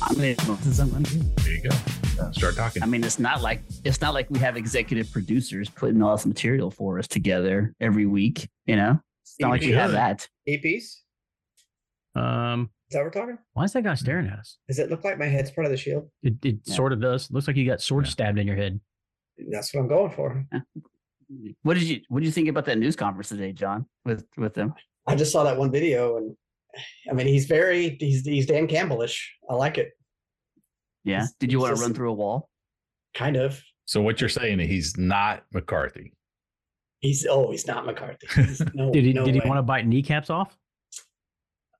nominated someone. There you go. Uh, Start talking. I mean, it's not like it's not like we have executive producers putting all this material for us together every week. You know, it's not like we have that. Eight piece? Is Um, that what we're talking? why is that guy staring at us? Does it look like my head's part of the shield? It, it Yeah. sort of does. Looks like you got sword stabbed in your head. That's what I'm going for. What did you What did you think about that news conference today, John? With with them? I just saw that one video, and I mean, he's very he's he's Dan Campbellish. I like it, Yeah. It's- Did you it's want to just- run through a wall? kind of. So what you're saying is he's not McCarthy. He's oh, he's not McCarthy. He's- no, Did he? no did he way. want to bite kneecaps off?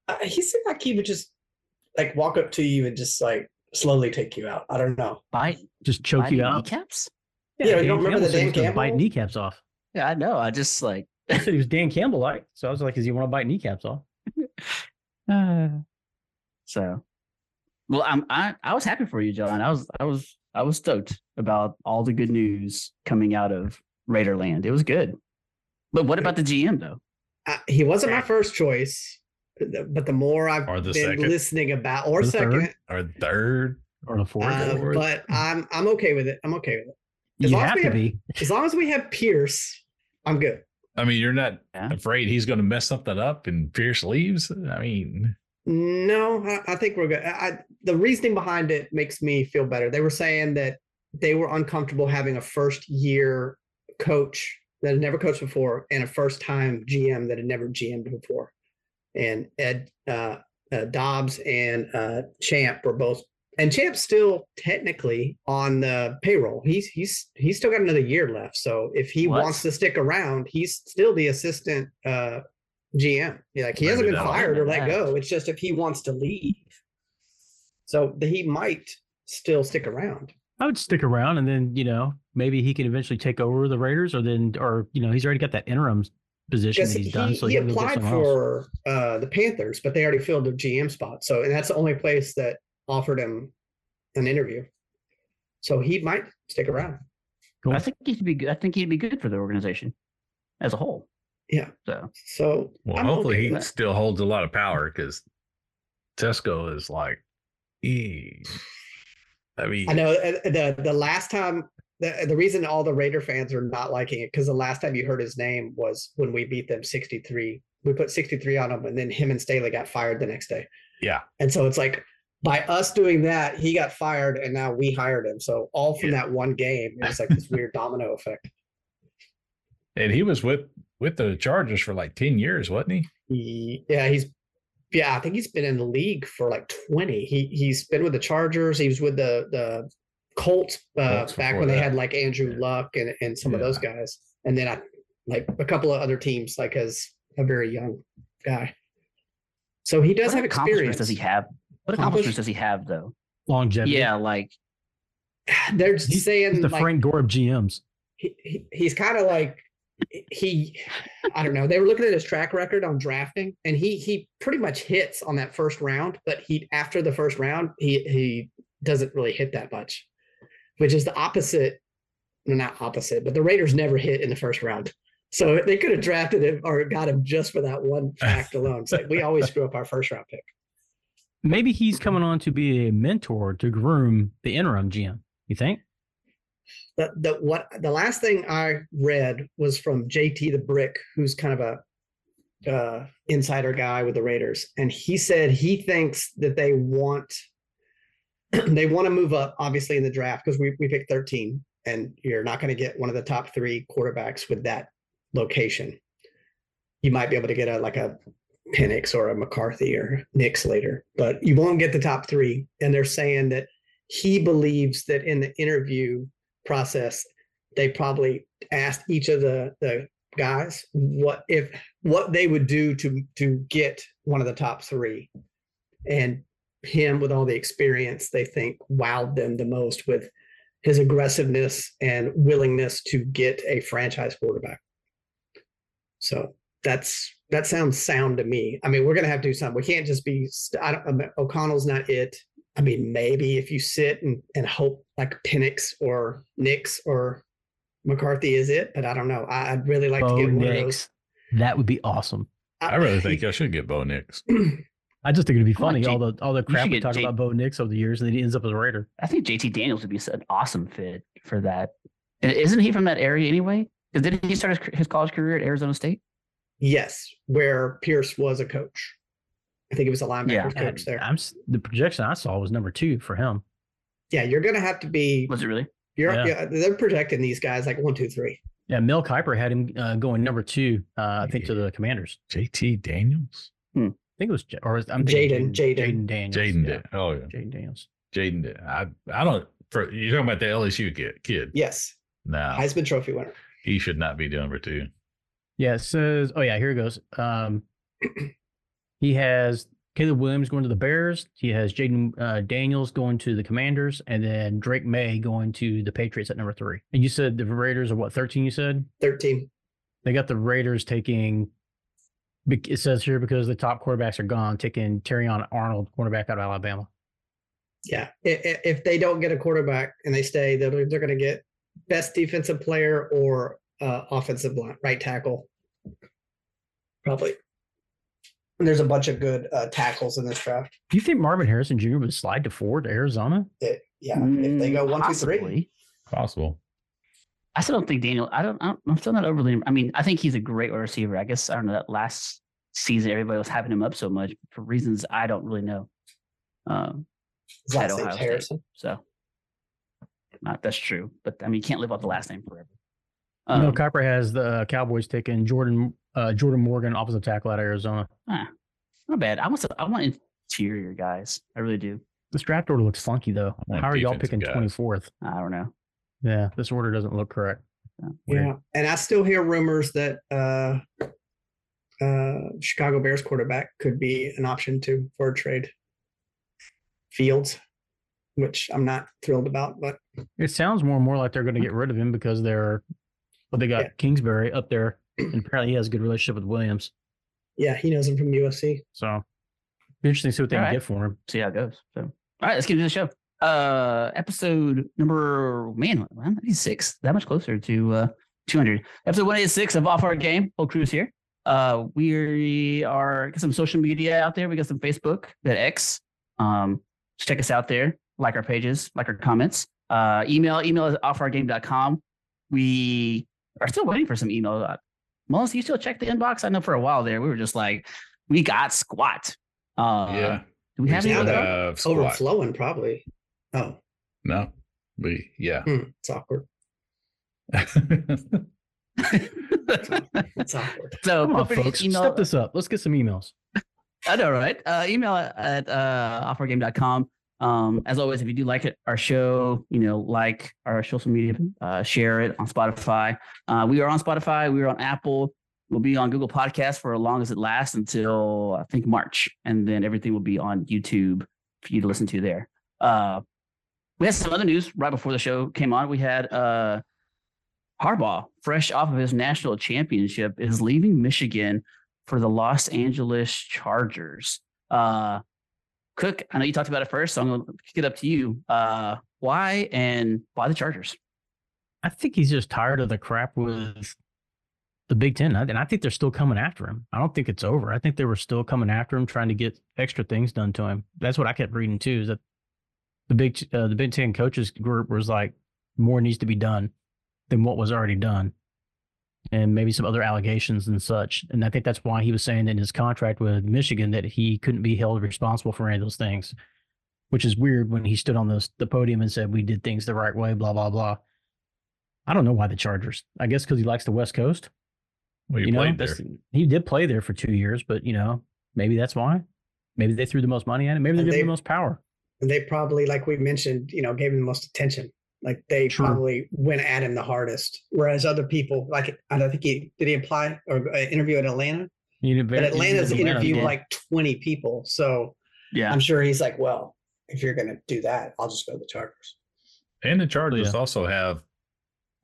Uh, He seemed like he would just like walk up to you and just like slowly take you out. I don't know. Bite, Just choke bite you out? kneecaps? Yeah, you don't remember the said he Dan was gonna Bite Campbell? kneecaps off. Yeah, I know. I just like He said he was Dan Campbell like. So I was like, "Does he want to bite kneecaps off?" Uh, Uh. so. Well, I'm I, I was happy for you, John. I was I was I was stoked about all the good news coming out of Raider Land. It was good. But what about the GM though? Uh, he wasn't my first choice, but the- but the more I've Or the been second. listening about, or Or the third. second, Or third. Or the fourth? uh, fourth. but I'm I'm okay with it. I'm okay with as you long as have we to have- be. it. As long as we have Pierce, I'm good. I mean, you're not Yeah. afraid he's going to mess something up and Pierce leaves. I mean, No, I, I think we're good. I, I- the reasoning behind it makes me feel better. They were saying that they were uncomfortable having a first year coach that had never coached before and a first time GM that had never GM'd before. And Ed uh, uh, Dobbs and uh, Champ were both, and Champ's still technically on the payroll. He's he's he's still got another year left. So if he What? wants to stick around, he's still the assistant uh, GM. Yeah, Like he hasn't Maybe been that'll fired or let happen. go. It's just if he wants to leave. So th- he might still stick around. I would stick around, and then you know maybe he can eventually take over the Raiders, or then or you know he's already got that interim position Yes, that he's he, done, so he he, can go get applied someone else. for uh, the Panthers, but they already filled their GM spot. So and that's the only place that offered him an interview. So he might stick around. Cool. I think he'd be good. I think he'd be good for the organization as a whole. Yeah. So So well, I'm hopefully okay he with that. still holds a lot of power because Tesco is like, "Eh." I mean, I know uh, the the last time the the reason all the Raider fans are not liking it because the last time you heard his name was when we beat them sixty three. We put sixty three on him, and then him and Staley got fired the next day. yeah, And so it's like by us doing that, he got fired, and now we hired him. So all from Yeah. that one game, it's like this weird domino effect. and he was with with the Chargers for like ten years, wasn't he? He- yeah, he's yeah, I think he's been in the league for like twenty. He he's been with the Chargers. He was with the the Colts, uh, Colts back before when they that. had like Andrew Yeah. Luck and and some of those guys, and then I like a couple of other teams, like as a very young guy. So he does what have accomplishments experience. does he have? What accomplishments does he have though? longevity. Yeah, like They're He's- saying he's the like, Frank Gore of GMs. he, he- he's kind of like he i don't know they were looking at his track record on drafting and he he pretty much hits on that first round but he after the first round he he doesn't really hit that much which is the opposite well, not opposite but the raiders never hit in the first round so they could have drafted him or got him just for that one fact alone it's like we always screw up our first round pick Maybe he's coming on to be a mentor to groom the interim GM. You think? the, the what the last thing I read was from JT the Brick, who's kind of a uh, insider guy with the Raiders, and he said he thinks that they want they want to move up, obviously in the draft because we we picked thirteen, and you're not going to get one of the top three quarterbacks with that location. You might be able to get a like a Penix or a McCarthy or Nix later, but you won't get the top three. And they're saying that he believes that in the interview process, they probably asked each of the the guys what if what they would do to to get one of the top three, and him with all the experience, they think wowed them the most with his aggressiveness and willingness to get a franchise quarterback. So that's that sounds sound to me. I mean, we're gonna have to do something. We can't just be. St- I don't, I mean, O'Connell's not it. I mean, maybe if you sit and, and hope like Penix or Nix or McCarthy is it, but I don't know. I, I'd really like Bo to get one of Oh, Nix. those. That would be awesome. I really think I should get Bo Nix. I just think it'd be I like funny J- all the all the crap should we get talk J- about Bo Nix over the years, and then he ends up as a Raider. I think JT Daniels would be an awesome fit for that. And isn't he from that area anyway? Because didn't he start his, his college career at Arizona State? Yes, where Pierce was a coach. I think it was a linebackers Yeah. coach there. I'm s- the projection I saw was number two for him. Yeah, you're gonna have to be. Was it really? You're Yeah. yeah. they're projecting these guys like one, two, three. Yeah, Mel Kiper had him uh, going number two. Uh, I think to Yeah. the Commanders. JT Daniels? I think it was J- or was, I'm thinking Jaden, Jaden Jaden. Daniels. Jaden yeah. did. Oh yeah. Jaden Daniels. Jaden did. I I don't for you're talking about the LSU kid kid. Yes, Nah. Heisman Trophy winner. he should not be the number two. Yeah, it says, oh yeah, here it goes. Um, he has Caleb Williams going to the Bears. He has Jaden uh, Daniels going to the Commanders, and then Drake May going to the Patriots at number three. And you said the Raiders are what thirteen? You said Thirteen. they got the Raiders taking. bec- It says here because the top quarterbacks are gone, taking Terrion Arnold, quarterback out of Alabama. Yeah. If, if they don't get a quarterback and they stay, they're, they're going to get best defensive player or uh, offensive line, right tackle. Probably. And there's a bunch of good uh, tackles in this draft. Do you think Marvin Harrison Jr. would slide to four to Arizona? It- yeah. if they go Mm, one, two, three. possibly. Possible. I still don't think Daniel. I don't. I don't I'm still not overly. I mean, I think he's a great wide receiver. I guess I don't know that last season everybody was hyping him up so much for reasons I don't really know. Um, His At last name's Ohio State. Harrison. so not that's true, but I mean, you can't live off the last name forever. Mel Um, Kiper has the uh, Cowboys taking Jordan uh, Jordan Morgan, offensive tackle out of Arizona. not bad. I want. some- I want interior guys. I really do. This draft order looks funky though. want How are y'all defensive picking guys. twenty fourth? I don't know. Yeah, this order doesn't look correct. Weird. Yeah. And I still hear rumors that uh, uh, Chicago Bears quarterback could be an option too for a trade. Fields, which I'm not thrilled about, but It sounds more and more like they're going to get rid of him because they're, well, they got Yeah. Kingsbury up there, and apparently he has a good relationship with Williams. yeah, he knows him from USC. So, be interesting to see what they All right. can get for him. see how it goes. So, all right, let's get into the show. Uh, episode number man, one ninety six. That much closer to uh two hundred. Episode one eighty six of Off Our Game. Whole crew's here. Uh, we are got some social media out there. We got some Facebook, that X. Um, just check us out there. Like our pages, like our comments. Uh, email email is offourgame.com. We are still waiting for some email. Uh, Mullins, you still check the inbox? I know for a while there, we were just like, we got squat. Uh, yeah. Do we have any? still other- have squat. overflowing probably oh No. We yeah. hmm, it's awkward it's awkward so Come feel on, free to folks, email. step this up. Let's get some emails. I know, right? Uh, email at uh, offergame.com. Um, as always, if you do like it, our show, you know, like our social media, uh, share it on Spotify. Uh, we are on Spotify. We are on Apple. We'll be on Google Podcasts for as long as it lasts until I think March, and then everything will be on YouTube for you to listen to there. Uh, we had some other news right before the show came on. We had uh, Harbaugh, fresh off of his national championship, is leaving Michigan for the Los Angeles Chargers. Uh, Cook, I know you talked about it first, so I'm going to kick it up to you. Uh, why and why the Chargers? I think he's just tired of the crap with the Big Ten, I- and I think they're still coming after him. I don't think it's over. I think they were still coming after him, trying to get extra things done to him. That's what I kept reading too. Is that the Big uh, the Big Ten coaches group was like more needs to be done than what was already done, and maybe some other allegations and such. And I think that's why he was saying in his contract with Michigan that he couldn't be held responsible for any of those things, which is weird when he stood on this, the podium and said we did things the right way, blah blah blah. I don't know why the Chargers. I guess because he likes the West Coast. we you know, played there. that's- he did play there for two years, but you know, maybe that's why. Maybe they threw the most money at it. Maybe they And gave they- him the most power. and they probably like we mentioned you know gave him the most attention like they True. probably went at him the hardest whereas other people like i don't think he did he apply or uh, interview at atlanta You know, but very- atlanta's Atlanta, interviewed yeah. like 20 people so Yeah. i'm sure he's like well if you're gonna do that i'll just go to the chargers and the Chargers Yeah. also have,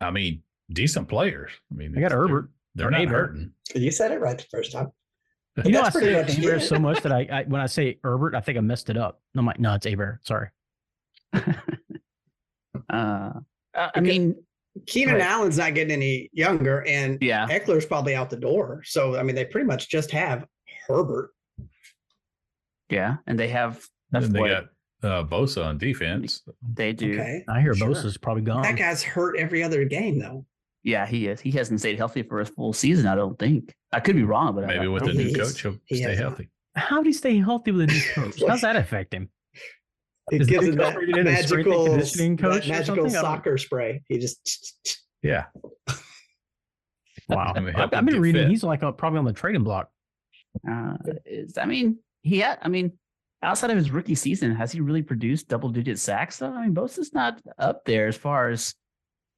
I mean, decent players. I mean, I got they're- Herbert. They're or not Abert. hurting. you said it right the first time You know, I That's say pretty it much Ebert it. so much that I, I when I say Herbert, I think I messed it up. I'm like, no, it's Aber. Sorry. Uh, I I Okay. mean, keenan Right. allen's not getting any younger and yeah. Eckler's probably out the door. So I mean, they pretty much just have Herbert. Yeah, and they have that's And they what got uh, Bosa on defense. they do. Okay. I hear Sure. Bosa's probably um, gone. That guy's hurt every other game though. Yeah, he is. He hasn't stayed healthy for a full season. I don't think. I could be wrong, but I- I Maybe with don't the think new he's- coach, he'll he stay has not. healthy. How did he stay healthy with a new coach? How's that affect him? It Is gives Luke him that Humphries in as strength and magical, conditioning coach that or magical something? I don't- soccer spray. He just Yeah. Wow, I mean, I've, help I've him been get reading. fit. He's like uh probably on the trading block. Uh, is, I mean, he had. I mean, outside of his rookie season, has he really produced double digit sacks? Though I mean, Bosa's not up there as far as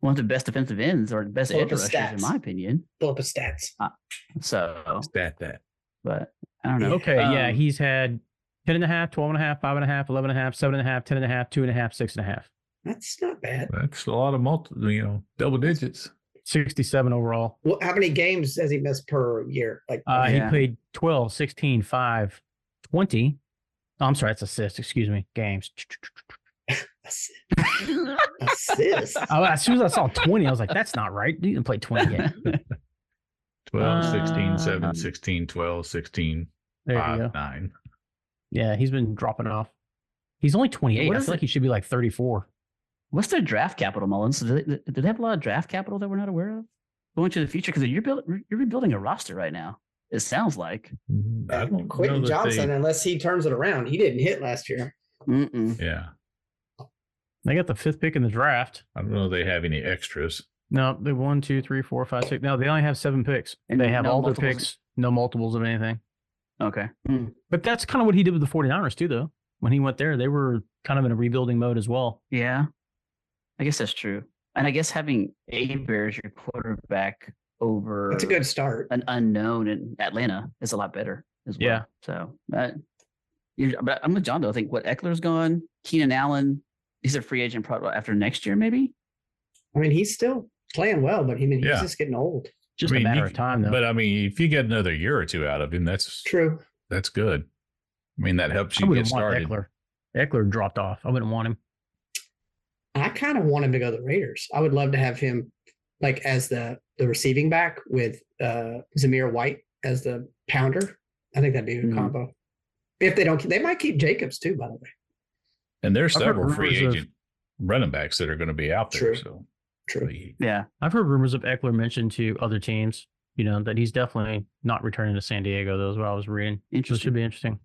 one of the best defensive ends or the best Pull up edge his rushers, in stats. my opinion. pull up his stats. So, Stat that. but I don't know. Okay, yeah, Um, he's had 10 and a half, 12 and a half, 5 and a half, 11 and a half, 7 and a half, 10 and a half, 2 and a half, 6 and a half. That's not bad. That's a lot of multi, you know, double digits. 67 overall. Well, how many games has he missed per year? Like Uh, Yeah. He played 12, 16, 5, 20. Oh, I'm sorry, that's assists. Excuse me, games. ass- assists. Oh, as soon as I saw 20, I was like, that's not right. You didn't play 20 yet. 12, 16, Um, 7, 16, 12, 16, There you 5, go. 9. Yeah, he's been dropping off. He's only 28. What I is feel like it? he should be like 34. What's their draft capital, Mullins? Do they, do they have a lot of draft capital that we're not aware of going to the future? Because you're build, you're rebuilding a roster right now. It sounds like. Mm-hmm. I don't know Uh, Quentin that Johnson, they- unless he turns it around, he didn't hit last year. Mm-mm. yeah. They got the fifth pick in the draft. I don't know they have any extras. No, they one, two, three, four, five, six. No, they only have seven picks. And they have no all their multiples. picks, no multiples of anything. Okay. But that's kind of what he did with the 49ers too, though. When he went there, they were kind of in a rebuilding mode as well. Yeah, I guess that's true. And I guess having a bear as your quarterback over That's a good start. an unknown in Atlanta is a lot better as well. Yeah. So, but, you're, but I'm with John though. I think what Eckler's gone, Keenan Allen, he's a free agent probably after next year, maybe. I mean, he's still playing well, but I mean, he's Yeah. just getting old. Just I mean, a matter you- of time, though. But I mean, if you get another year or two out of him, that's True. that's good. I mean, that helps I you get wouldn't want started. Eckler. Eckler dropped off. I wouldn't want him. I kind of want him to go to the Raiders. I would love to have him like as the the receiving back with uh Zamir White as the pounder. I think that'd be a good Mm-hmm. Mhm. combo. If they don't, they might keep Jacobs too. By the way, And there's I've heard several free rumors of- agent running backs that are going to be out there. True. So true. Yeah. I've heard rumors of Eckler mentioned to other teams, you know, that he's definitely not returning to San Diego. That was what I was reading. So it Interesting. should be interesting.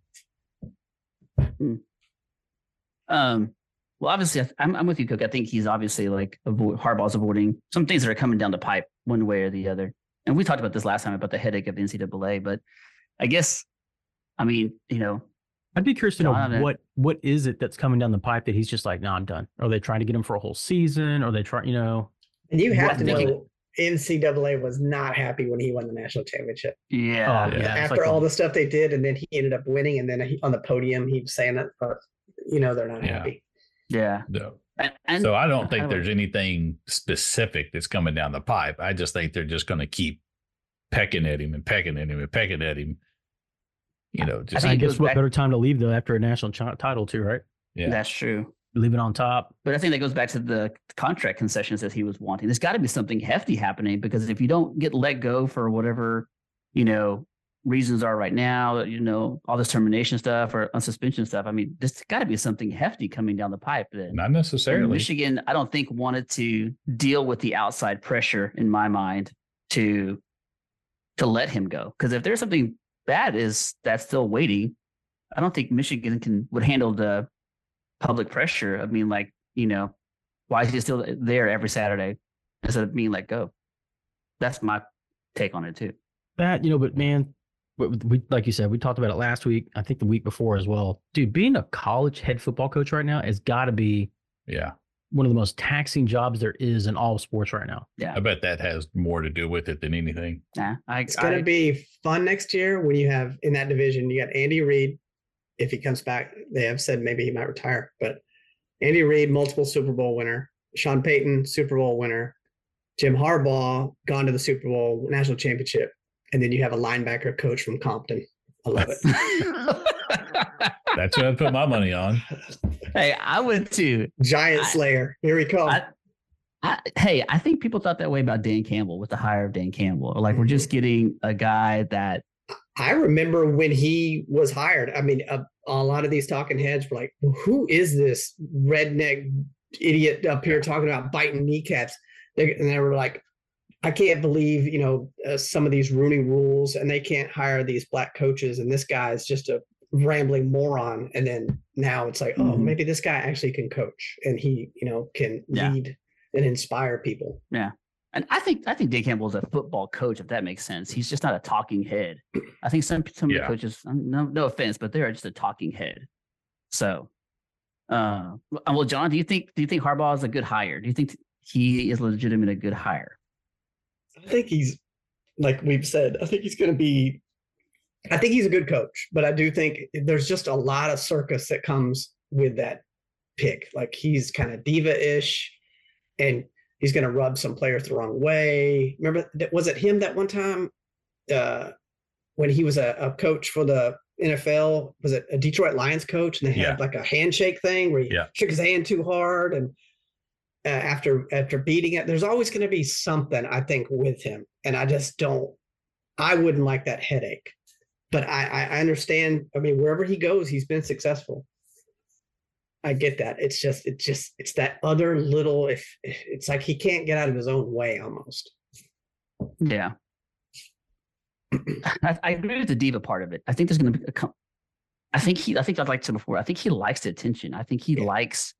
Um, well, obviously, I th- I'm, I'm with you, Cook. I think he's obviously like avoid, Harbaugh's avoiding some things that are coming down the pipe one way or the other. And we talked about this last time about the headache of the NCAA, but I guess, I mean, you know, I'd be curious to know Donovan. what what is it that's coming down the pipe that he's just like, no, I'm done. Are they trying to get him for a whole season? Are they trying, you know? And you have Well, to I think- know NCAA was not happy when he won the national championship. Um, yeah, oh, yeah. it's After like all the stuff they did, and then he ended up winning, and then he, on the podium he was saying that, uh, you know, they're not Yeah. happy. yeah. No. And, and So I I don't think would- there's anything specific that's coming down the pipe. I just think they're just going to keep pecking at him and pecking at him and pecking at him. You know, just think I it guess goes what back- better time to leave though after a national ch- title too, right? yeah. that's true. Leave it on top. But I think that goes back to the contract concessions that he was wanting. There's got to be something hefty happening because if you don't get let go for whatever, you know, reasons are right now, you know, all this termination stuff or unsuspension stuff, I mean, there's got to be something hefty coming down the pipe then. not And necessarily. Michigan, I don't think wanted to deal with the outside pressure in my mind to to let him go. Because if there's something bad is that's still waiting, I don't think Michigan can would handle the public pressure. I mean, like you know, why is he still there every Saturday instead of being let go? That's my take on it too. That you know, but man, we, we like you said, we talked about it last week. I think the week before as well. Dude, being a college head football coach right now has got to be yeah. one of the most taxing jobs there is in all of sports right now. I bet that has more to do with it than anything. Nah, I, It's going I- to be fun next year when you have in that division, you got Andy Reid. If he comes back, they have said maybe he might retire, but Andy Reid, multiple Super Bowl winner, Sean Payton, Super Bowl winner, Jim Harbaugh, gone to the Super Bowl national championship. And then you have a linebacker coach from Compton. I love it. That's what I put my money on. hey, I would too. Giant I- Slayer. Here we come. I, I, hey, I think people thought that way about Dan Campbell with the hire of Dan Campbell. Like we're just getting a guy that I remember when he was hired. I mean, a, a lot of these talking heads were like, well, who is this redneck idiot up here talking about biting kneecaps? They, and they were like, I can't believe, you know, uh, some of these Rooney rules and they can't hire these black coaches. And this guy is just a rambling moron. And then now it's like, oh, Mhm. maybe this guy actually can coach and he, you know, can Yeah. lead and inspire people. And I think I think Dan Campbell's a football coach, if that makes sense. He's just not a talking head. I think some some of Yeah. the coaches, um, no no offense, but they are just a talking head. So, uh, w- well, John, do you think do you think Harbaugh is a good hire? Do you think he is legitimate a good hire? I think he's like we've said, I think he's going to be I think he's a good coach, but I do think there's just a lot of circus that comes with that pick. Like he's kind of diva-ish and he's going to rub some players the wrong way. Remember that was it him that one time uh when he was a, a coach for the NFL, was it a Detroit Lions coach? And they Yeah. had like a handshake thing where he Yeah. shook his hand too hard and uh, after after beating it. There's always going to be something I think with him, and I just don't. I wouldn't like that headache, but I I, I understand. I mean, wherever he goes, he's been successful. I get that. It's just it's just it's that other little. If it's like he can't get out of his own way almost. Yeah, I, I agree with the diva part of it. I think there's going to be a. com- I think he. I think I'd like to before. I think he likes the attention. I think he Yeah. likes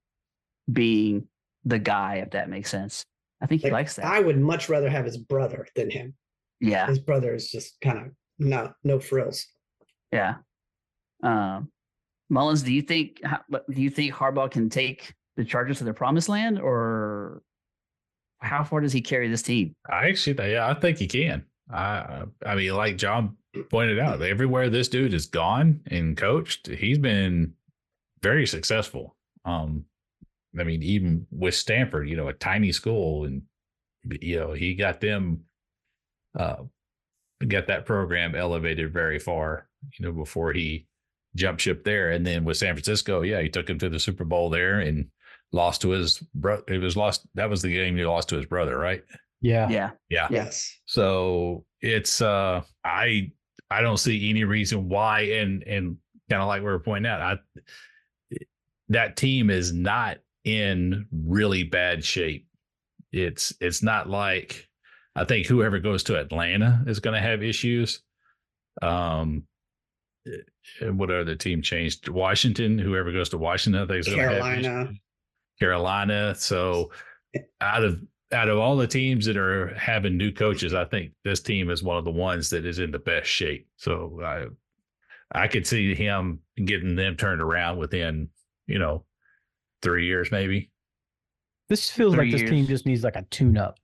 being the guy, if that makes sense. I think he Like, likes that. I would much rather have his brother than him. yeah. His brother is just kind of no no frills. Yeah. Um, Mullins, do you think how- but do you think Harbaugh can take the Chargers to their promised land, or how far does he carry this team? I actually, th- yeah, I think he can. I, I mean, like John pointed out, everywhere this dude has gone and coached, he's been very successful. Um, I mean, even with Stanford, you know, a tiny school, and you know, he got them, uh, got that program elevated very far. You know, before he jumped ship there, and then with San Francisco, yeah, he took him to the Super Bowl there and lost to his brother. It was lost. That was the game he lost to his brother, right? Yeah. Yeah, Yeah. Yes. So it's uh I I don't see any reason why and and kind of like we were pointing out, I that team is not in really bad shape. It's it's not like I think whoever goes to Atlanta is gonna have issues. Um and what other team changed? Washington, whoever goes to Washington, I think is gonna have issues. Carolina. Carolina. So out of out of all the teams that are having new coaches, I think this team is one of the ones that is in the best shape. So I I could see him getting them turned around within, you know, three years maybe. This feels Three like this years. team just needs like a tune up,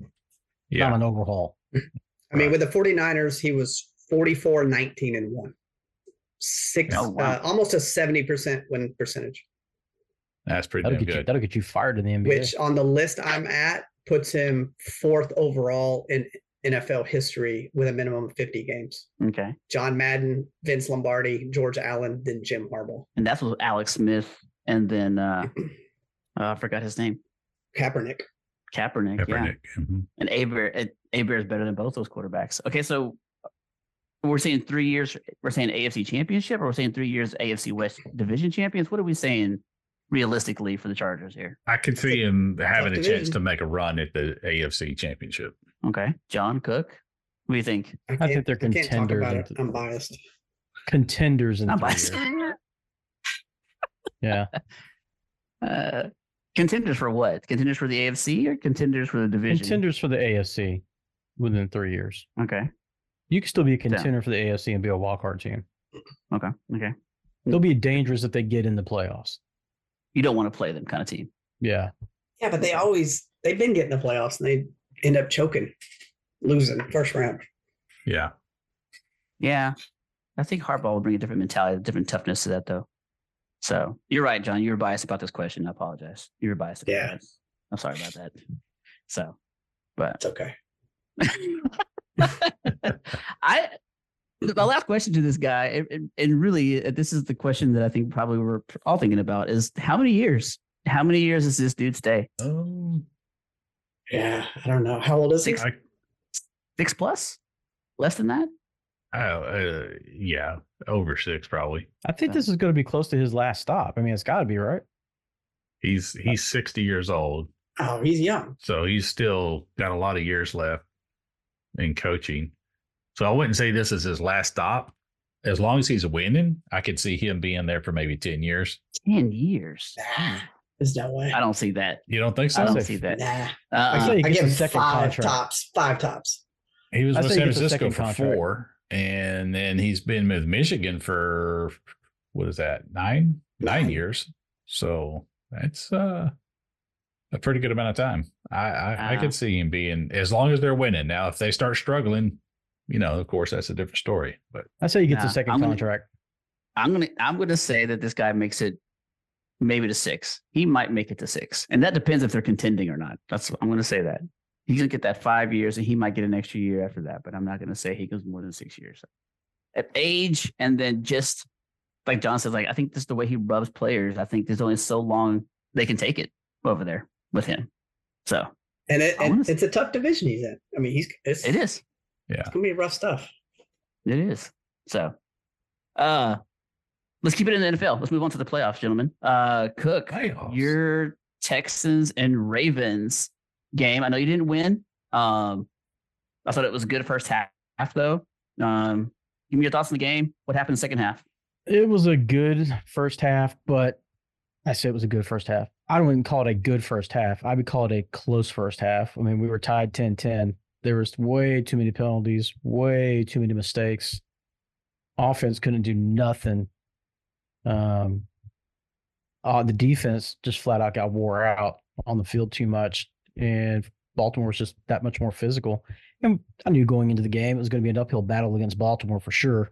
Yeah. not an overhaul. I mean, with the 49ers, he was 44, 19, and 1. Six, Oh, wow. uh, almost a 70% win percentage, That's pretty That'll damn get you good. that'll get you fired in the NBA. which on the list I'm at puts him fourth overall in NFL history with a minimum of 50 games. okay, John Madden, Vince Lombardi, George Allen, then Jim Harbaugh. and that's with Alex Smith, and then uh, uh, I forgot his name, Kaepernick. Kaepernick. Yeah, Kaepernick. Mhm. and Aber and Aber is better than both those quarterbacks. Okay, so uh, we're saying three years. We're saying AFC Championship, or we're saying three years AFC West Division champions. What are we saying realistically for the Chargers here? I could see him having a chance division. to make a run at the AFC championship. Okay, John Cook. What do you think? I think can't- they're I can't talk contenders about in it. th- I'm biased. Contenders in Not three biased. years. Yeah. Uh, contenders for what? Contenders for the AFC or contenders for the division? Contenders for the AFC within three years. Okay. You can still be a contender for the AFC and be a wild card team. Okay. Okay. They'll be dangerous if they get in the playoffs. You don't want to play them kind of team. Yeah. Yeah, but they always, they've been getting the playoffs and they end up choking, losing first round. Yeah. Yeah. I think Harbaugh will bring a different mentality, a different toughness to that, though. So you're right, John. You were biased about this question. I apologize. You were biased. About Yeah. that. I'm sorry about that. So, but It's okay. I my last question to this guy, and- and, and really, uh, this is the question that I think probably we're all thinking about: is how many years? How many years does this dude stay? Um, Yeah, I don't know. How old is he? Six- Six plus? Less than that? I, uh, yeah, over six probably. I think this is going to be close to his last stop. I mean, it's got to be right. He's he's sixty years old, Oh, he's young. so he's still got a lot of years left in coaching. So I wouldn't say this is his last stop. As long as he's winning, I could see him being there for maybe ten years. Ten years. Nah, there's no way. I don't see that. You don't think I so? don't safe. see that. Nah, Uh, say- He I gets give him a second five contract. tops. Five tops. He was I with say he San gets a Francisco second for contract. four, and then he's been with Michigan for what is that nine nine, Nine. years? So that's uh, a pretty good amount of time. I I, I Wow. Ah. could see him being as long as they're winning. Now, if they start struggling, you know, of course, that's a different story. But I say he gets Nah, a 2nd I'm gonna- contract. I'm gonna I'm gonna say that this guy makes it maybe to six. He might make it to six, and that depends if they're contending or not. That's I'm gonna say that he's gonna get that five years, and he might get an extra year after that. But I'm not gonna say he goes more than six years at age, and then just like John says, like I think this is the way he rubs players. I think there's only so long they can take it over there with him. So And, it, I and wanna s- it's a tough division he's in. I mean, he's it's, it is. it's gonna be rough stuff. It is. So uh let's keep it in the NFL. Let's move on to the playoffs, gentlemen. Uh Cook, Playoffs? your Texans and Ravens game. I know you didn't win. Um I thought it was a good first half, half though. Um give me your thoughts on the game. What happened in the second half? It was a good first half, but I say it was a good first half. I wouldn't call it a good first half. I would call it a close first half. I mean, we were tied 10 10. There was way too many penalties, way too many mistakes. Offense couldn't do nothing. Um, uh, the defense just flat out got wore out on the field too much. And Baltimore was just that much more physical. And I knew going into the game it was going to be an uphill battle against Baltimore for sure.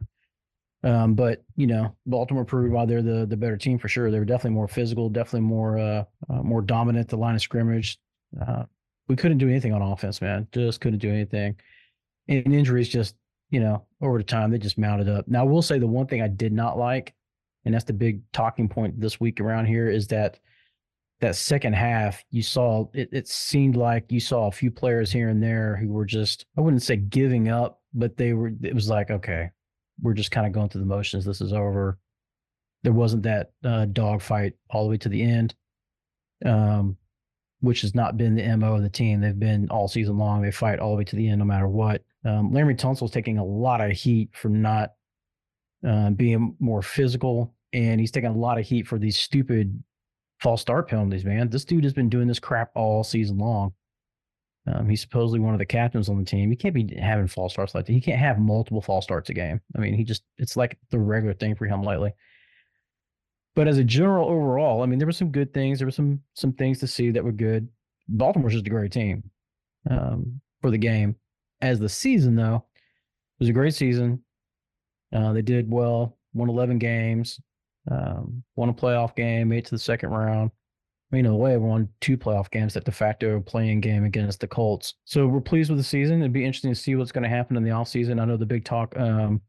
Um, but you know, Baltimore proved why they're the the better team for sure. They were definitely more physical, definitely more uh, uh more dominant at the line of scrimmage. Uh, we couldn't do anything on offense, man. Just couldn't do anything. And injuries just, you know, over the time they just mounted up. Now I will say the one thing I did not like, and that's the big talking point this week around here, is that that second half you saw it, it seemed like you saw a few players here and there who were just I wouldn't say giving up, but they were it was like, okay, we're just kind of going through the motions. This is over. There wasn't that uh, dogfight all the way to the end, um, which has not been the mo of the team. They've been all season long. They fight all the way to the end, no matter what. Um, Larry Tunsil's taking a lot of heat for not uh, being more physical, and he's taking a lot of heat for these stupid false start penalties. Man, this dude has been doing this crap all season long. Um, he's supposedly one of the captains on the team. He can't be having false starts like that. He can't have multiple false starts a game. I mean, he just it's like the regular thing for him lately. But as a general overall, I mean, there were some good things. There were some some things to see that were good. Baltimore's just a great team um, for the game. As the season though, it was a great season. Uh, they did well. Won eleven games. Um, won a playoff game. Made it to the second round. I mean, in a way, we won two playoff games that de facto playing game against the Colts. So we're pleased with the season. It'd be interesting to see what's going to happen in the offseason. I know the big talk um,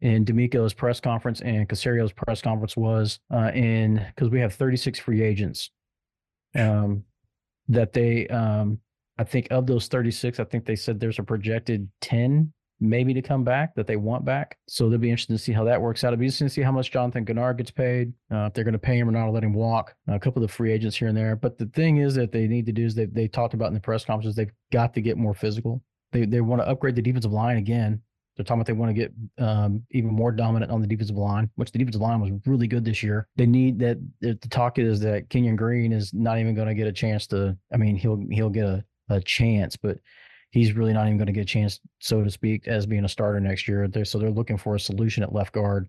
in D'Amico's press conference and Casario's press conference was uh, in because we have 36 free agents um, that they, um, I think of those 36, I think they said there's a projected 10 maybe to come back that they want back. So they'll be interested to see how that works out. It'll be interesting to see how much Jonathan Gennard gets paid, uh, if they're going to pay him or not, or let him walk. A couple of the free agents here and there. But the thing is that they need to do is they they talked about in the press conferences they've got to get more physical. They they want to upgrade the defensive line again. They're talking about they want to get um, even more dominant on the defensive line, which the defensive line was really good this year. They need that. The the talk is that Kenyon Green is not even going to get a chance to. I mean, he'll he'll get a, a chance, but he's really not even going to get a chance, so to speak, as being a starter next year. They're, so they're looking for a solution at left guard.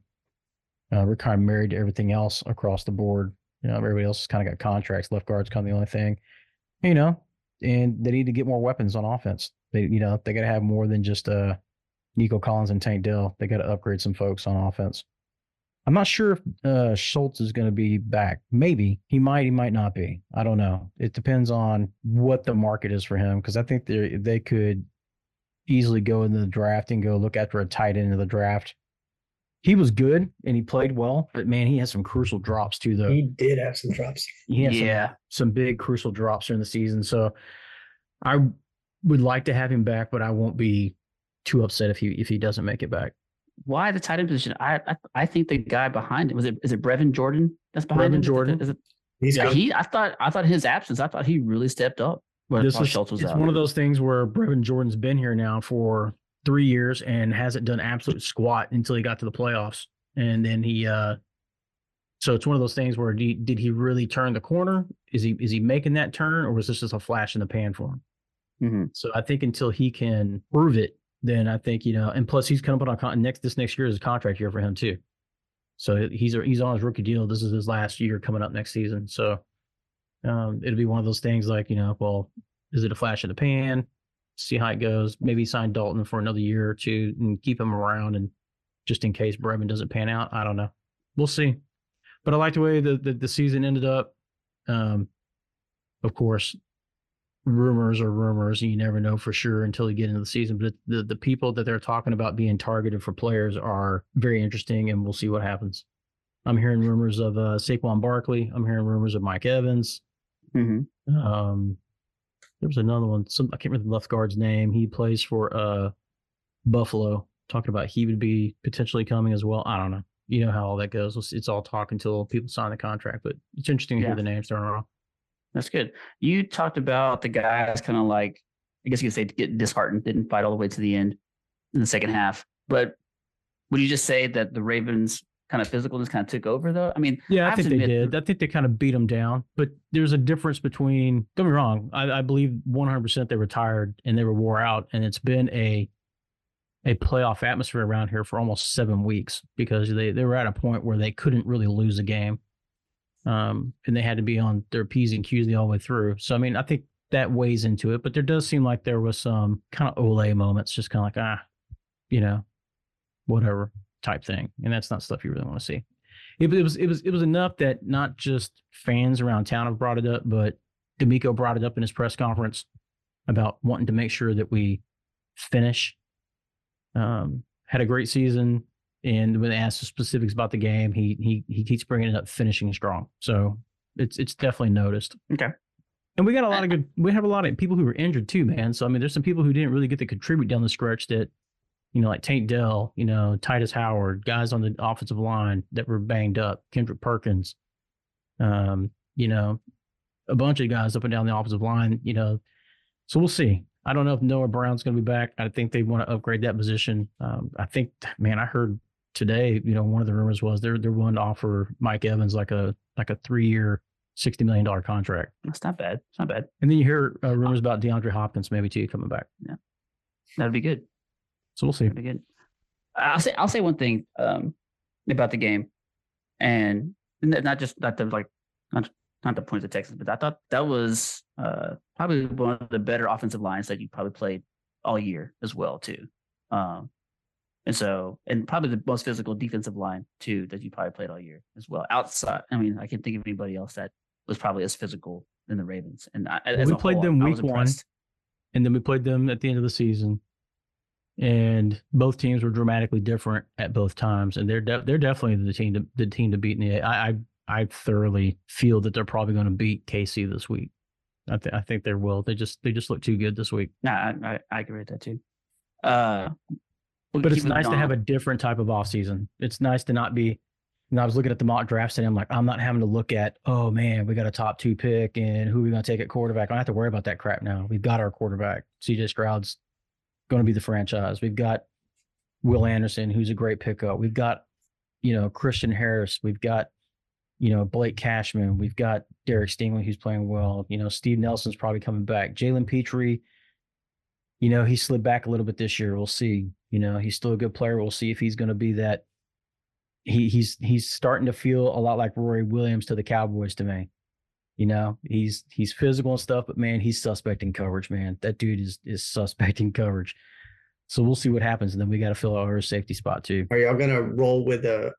Uh, we're kind of married to everything else across the board. You know, everybody else has kind of got contracts. Left guard's kind of the only thing, you know. And they need to get more weapons on offense. They, you know, they got to have more than just uh, Nico Collins and Tank Dell. They got to upgrade some folks on offense. I'm not sure if uh, Schultz is going to be back. Maybe he might. He might not be. I don't know. It depends on what the market is for him because I think they they could easily go into the draft and go look after a tight end in the draft. He was good and he played well, but man, he had some crucial drops too. Though He did have some drops. he had Yeah. some, some big crucial drops during the season. So I would like to have him back, but I won't be too upset if he if he doesn't make it back. Why the tight end position? I I, I think the guy behind it was it is it Brevin Jordan that's behind Brevin him? Jordan. Is it, He's yeah, good. he I thought I thought his absence I thought he really stepped up. When this Paul was, Schultz was it's out. one of those things where Brevin Jordan's been here now for three years and hasn't done absolute squat until he got to the playoffs, and then he. uh So it's one of those things where do you- did he really turn the corner? Is he is he making that turn, or was this just a flash in the pan for him? Mhm. So I think until he can prove it, then I think you know. And plus, he's coming up on a con- next this next year is a contract year for him too. So he's he's on his rookie deal. This is his last year coming up next season. So um, it'll be one of those things like you know, well, is it a flash in the pan? See how it goes. Maybe sign Dalton for another year or two and keep him around, and just in case Brevin doesn't pan out, I don't know. We'll see. But I like the way the the, the season ended up. Um, of course, rumors are rumors and you never know for sure until you get into the season but the the people that they're talking about being targeted for players are very interesting and we'll see what happens i'm hearing rumors of uh Saquon Barkley i'm hearing rumors of Mike Evans mm-hmm. Mhm. um there was another one some i can't remember the left guard's name he plays for uh Buffalo talking about he would be potentially coming as well i don't know you know how all that goes It's- it's all talk until people sign the contract but it's interesting to Yeah. hear the names thrown around That's good. You talked about the guys kind of like, I guess you could say, get disheartened, didn't fight all the way to the end in the second half. But would you just say that the Ravens kind of physicalness kind of took over, though? I mean, Yeah, I I, have think to they admit- did. I think they kind of beat them down. But there's a difference between. Don't be wrong. I, I believe 100 percent they were tired and they were wore out, and it's been a a playoff atmosphere around here for almost seven weeks because they they were at a point where they couldn't really lose a game, um, and they had to be on their p's and q's the all the way through. So I mean, I think that weighs into it. But there does seem like there was some kind of ole moments, just kind of like ah, you know, whatever type thing, and that's not stuff you really want to see it, it was it was it was enough that not just fans around town have brought it up, but D'Amico brought it up in his press conference about wanting to make sure that we finish. Um, had a great season, and when asked specifics about the game, he he he keeps bringing it up, finishing strong. So it's it's definitely noticed. Okay. And we got a lot of good. We have a lot of people who were injured too, man. So I mean, there's some people who didn't really get to contribute down the stretch that you know, like Tank Dell, you know, Titus Howard, guys on the offensive line that were banged up, Kendrick Perkins, um, you know, a bunch of guys up and down the offensive line, you know. So we'll see. I don't know if Noah Brown's going to be back. I think they want to upgrade that position. Um, I think, man, I heard today, you know, one of the rumors was they're they're willing to offer Mike Evans like a like a three year, sixty million dollar contract. that's not bad. It's not bad. And then you hear uh, rumors about DeAndre Hopkins maybe too coming back. That'd be good. So we'll see. That'd be good. I'll say I'll say one thing um, about the game, and n- not just not the like not not the points of Texas, but I thought that was uh, probably one of the better offensive lines that you probably played all year as well too. Um, and so, and probably the most physical defensive line too that you probably played all year as well. Outside, I mean, I can't think of anybody else that was probably as physical than the Ravens. And I, as we a played whole, them I week was one. impressed. and then we played them at the end of the season. And both teams were dramatically different at both times, and they're de- they're definitely the team to the team to beat. In the I I, I thoroughly feel that they're probably going to beat KC this week. I, th- I think they will. They just they just look too good this week. No, I, I, I agree with that too. Uh, we'll But keep it's moving nice to on. have a different type of offseason. It's nice to not be. And I was looking at the mock drafts, and I'm like, I'm not having to look at, oh man, we got a top two pick, and who are we going to take at quarterback? I don't have to worry about that crap now. We've got our quarterback. CJ Stroud's going to be the franchise. We've got Will Anderson, who's a great pickup. We've got, you know, Christian Harris. We've got, you know, Blake Cashman. We've got Derek Stingley, who's playing well. You know, Steve Nelson's probably coming back. Jalen Petrie you know, he slid back a little bit this year. We'll see. You know, he's still a good player. We'll see if he's going to be that. He he's he's starting to feel a lot like Rory Williams to the Cowboys to me. You know, he's he's physical and stuff, but man, he's suspect in coverage, man. That dude is is suspect in coverage. So we'll see what happens, and then we got to fill our safety spot too. Are y'all gonna roll with a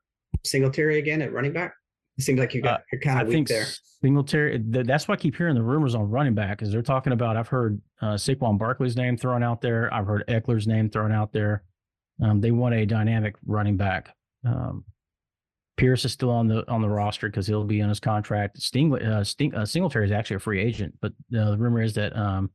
Singletary again at running back? It seems like you got you're kind Uh, I of weak think there. Singletary. th- That's why I keep hearing the rumors on running back because they're talking about. I've heard uh, Saquon Barkley's name thrown out there. I've heard Eckler's name thrown out there. Um, they want a dynamic running back. Um, Pierce is still on the on the roster because he'll be on his contract. Stingley, uh, Sting, uh, Singletary is actually a free agent, but uh, the rumor is that um,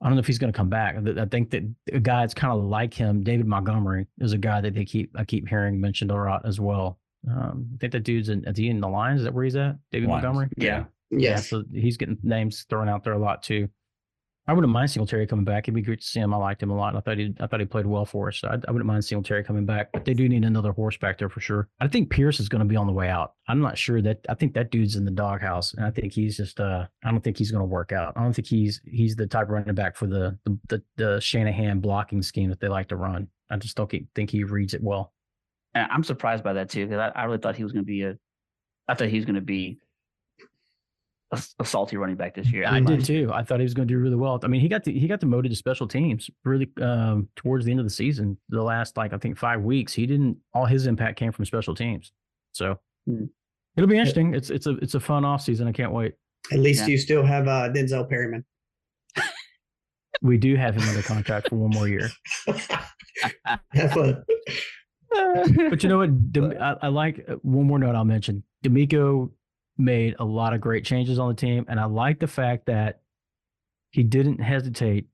I don't know if he's going to come back. Th- I think that a guy that's kind of like him, David Montgomery, is a guy that they keep I keep hearing mentioned a lot as well. Um, I think that dude's in, at the end of the Lions. Is that where he's at? David Lions. Montgomery. Yeah. Yeah, so he's getting names thrown out there a lot too. I wouldn't mind Singletary coming back. It'd be great to see him. I liked him a lot. And I thought he, I thought he played well for us. So I, I wouldn't mind Singletary coming back, but they do need another horse back there for sure. I think Pierce is going to be on the way out. I'm not sure that. I think that dude's in the doghouse, and I think he's just. Uh, I don't think he's going to work out. I don't think he's he's the type of running back for the the the, the Shanahan blocking scheme that they like to run. I just don't think- think he reads it well. And I'm surprised by that too because I, I really thought he was going to be a, I thought he was going to be a, a salty running back this year. I did too. I thought he was going to do really well. I mean, he got the, he got demoted to special teams really um, towards the end of the season. The last like I think five weeks, he didn't. All his impact came from special teams. So Hmm. it'll be interesting. It's it's a it's a fun off season. I can't wait. At least Yeah. you still have uh, Denzel Perryman. We do have him under contract for one more year. have fun. But you know what? Dem- I, I like uh, one more note I'll mention. D'Amico made a lot of great changes on the team, and I like the fact that he didn't hesitate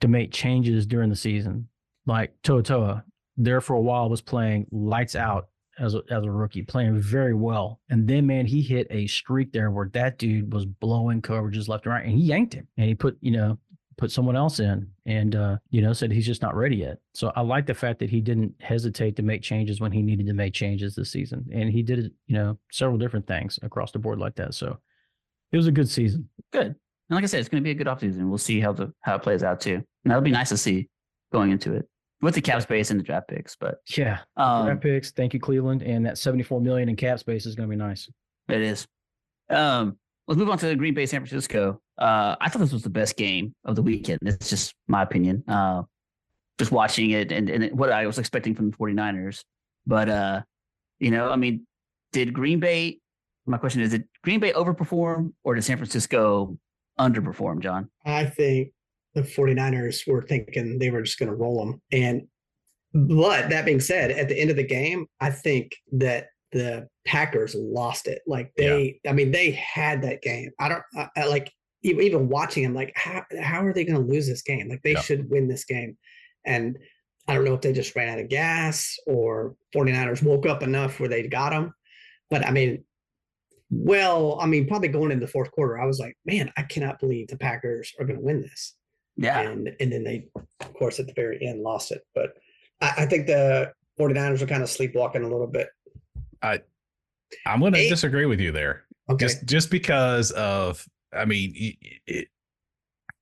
to make changes during the season. Like Toa Toa, there for a while was playing lights out as a, as a rookie, playing very well. And then man, he hit a streak there where that dude was blowing coverages left and right, and he yanked him, and he put you know put someone else in, and uh, you know said he's just not ready yet. So I like the fact that he didn't hesitate to make changes when he needed to make changes this season, and he did it you know several different things across the board like that. So it was a good season. good. Mm-hmm. And like I said, it's going to be a good offseason. We'll see how the how it plays out too. And that'll be nice to see going into it with the cap space and the draft picks. But Yeah, um, draft picks. Thank you, Cleveland, and that seventy-four million in cap space is going to be nice. it is. Um, let's move on to the Green Bay San Francisco. Uh, I thought this was the best game of the weekend. It's just my opinion. Uh, just watching it and, and what I was expecting from the 49ers. But uh, you know, I mean, did Green Bay my question is did Green Bay overperform or did San Francisco underperform, John? I think the 49ers were thinking they were just going to roll them. And, but that being said, at the end of the game, I think that the Packers lost it. Like they, I mean, they had that game. I don't I, I like even, even watching them, like, how, how are they going to lose this game? Like they Yeah. should win this game. And I don't know if they just ran out of gas or 49ers woke up enough where they got them. But I mean, well, I mean, probably going into the fourth quarter, I was like, man, I cannot believe the Packers are going to win this. Yeah. And and then they, of course, at the very end lost it. But I, I think the 49ers were kind of sleepwalking a little bit. I'm going to Eight- disagree with you there. Okay. just just because of i mean it, it,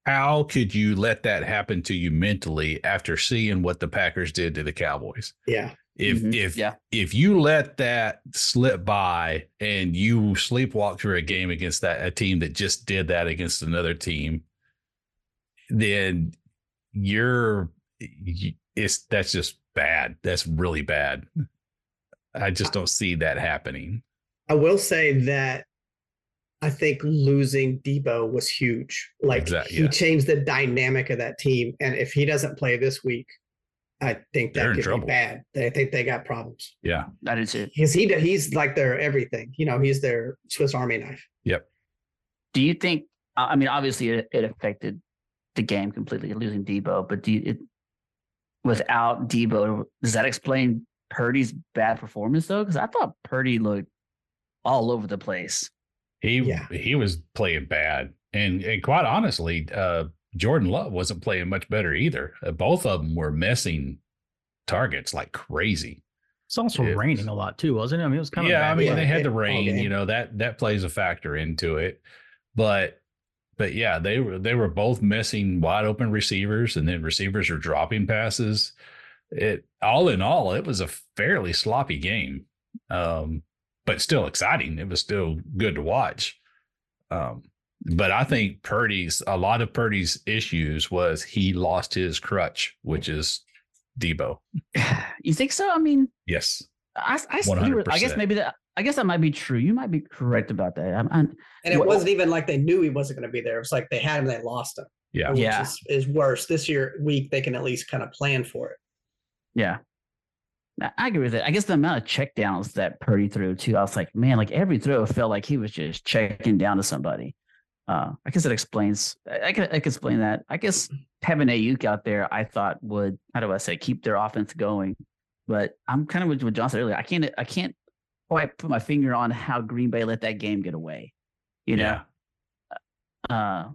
how could you let that happen to you mentally after seeing what the packers did to the cowboys yeah. if Mhm. if yeah. if you let that slip by and you sleepwalk through a game against that a team that just did that against another team then you're you- it's that's just bad that's really bad i just don't see that happening I will say that I think losing Debo was huge. Like Exact- he yeah. changed the dynamic of that team. And if he doesn't play this week, I think They're in that could trouble. be bad. They think they got problems. yeah I did too. Because he he's like their everything. You know, he's their Swiss Army knife. Do you think? I I mean, obviously, it, it affected the game completely, losing Debo. But do you, it, without Debo, does that explain Purdy's bad performance though? Because I thought Purdy looked all over the place. He Yeah. he was playing bad, and and quite honestly, uh, Jordan Love wasn't playing much better either. Uh, both of them were missing targets like crazy. It's also It- raining a lot too, wasn't it? I mean, it was kind of yeah, I bad mean weather. they had the all rain, game. you know that that plays a factor into it, but but yeah, they were they were both missing wide open receivers, and then receivers are dropping passes. It all in all, it was a fairly sloppy game, um, but still exciting. It was still good to watch. Um, but I think Purdy's a lot of Purdy's issues was he lost his crutch, which is Debo. you think so? I mean, Yes, I, I, you were- I guess 100%. maybe that. I guess that might be true. You might be correct about that. I'm, I'm, And it Well- wasn't even like they knew he wasn't going to be there. It was like they had him, they lost him. Yeah. Which Yeah. Is, is worse. This year week, they can at least kind of plan for it. yeah, I- I agree with it. I guess the amount of checkdowns that Purdy threw too, I was like, man, like every throw felt like he was just checking down to somebody. Uh, I guess it explains. I, I could I could explain that. I guess having Ayuk out there, I thought would how do I say keep their offense going. But I'm kind of with what John said earlier. I can't I can't quite put my finger on how Green Bay let that game get away. You know, uh,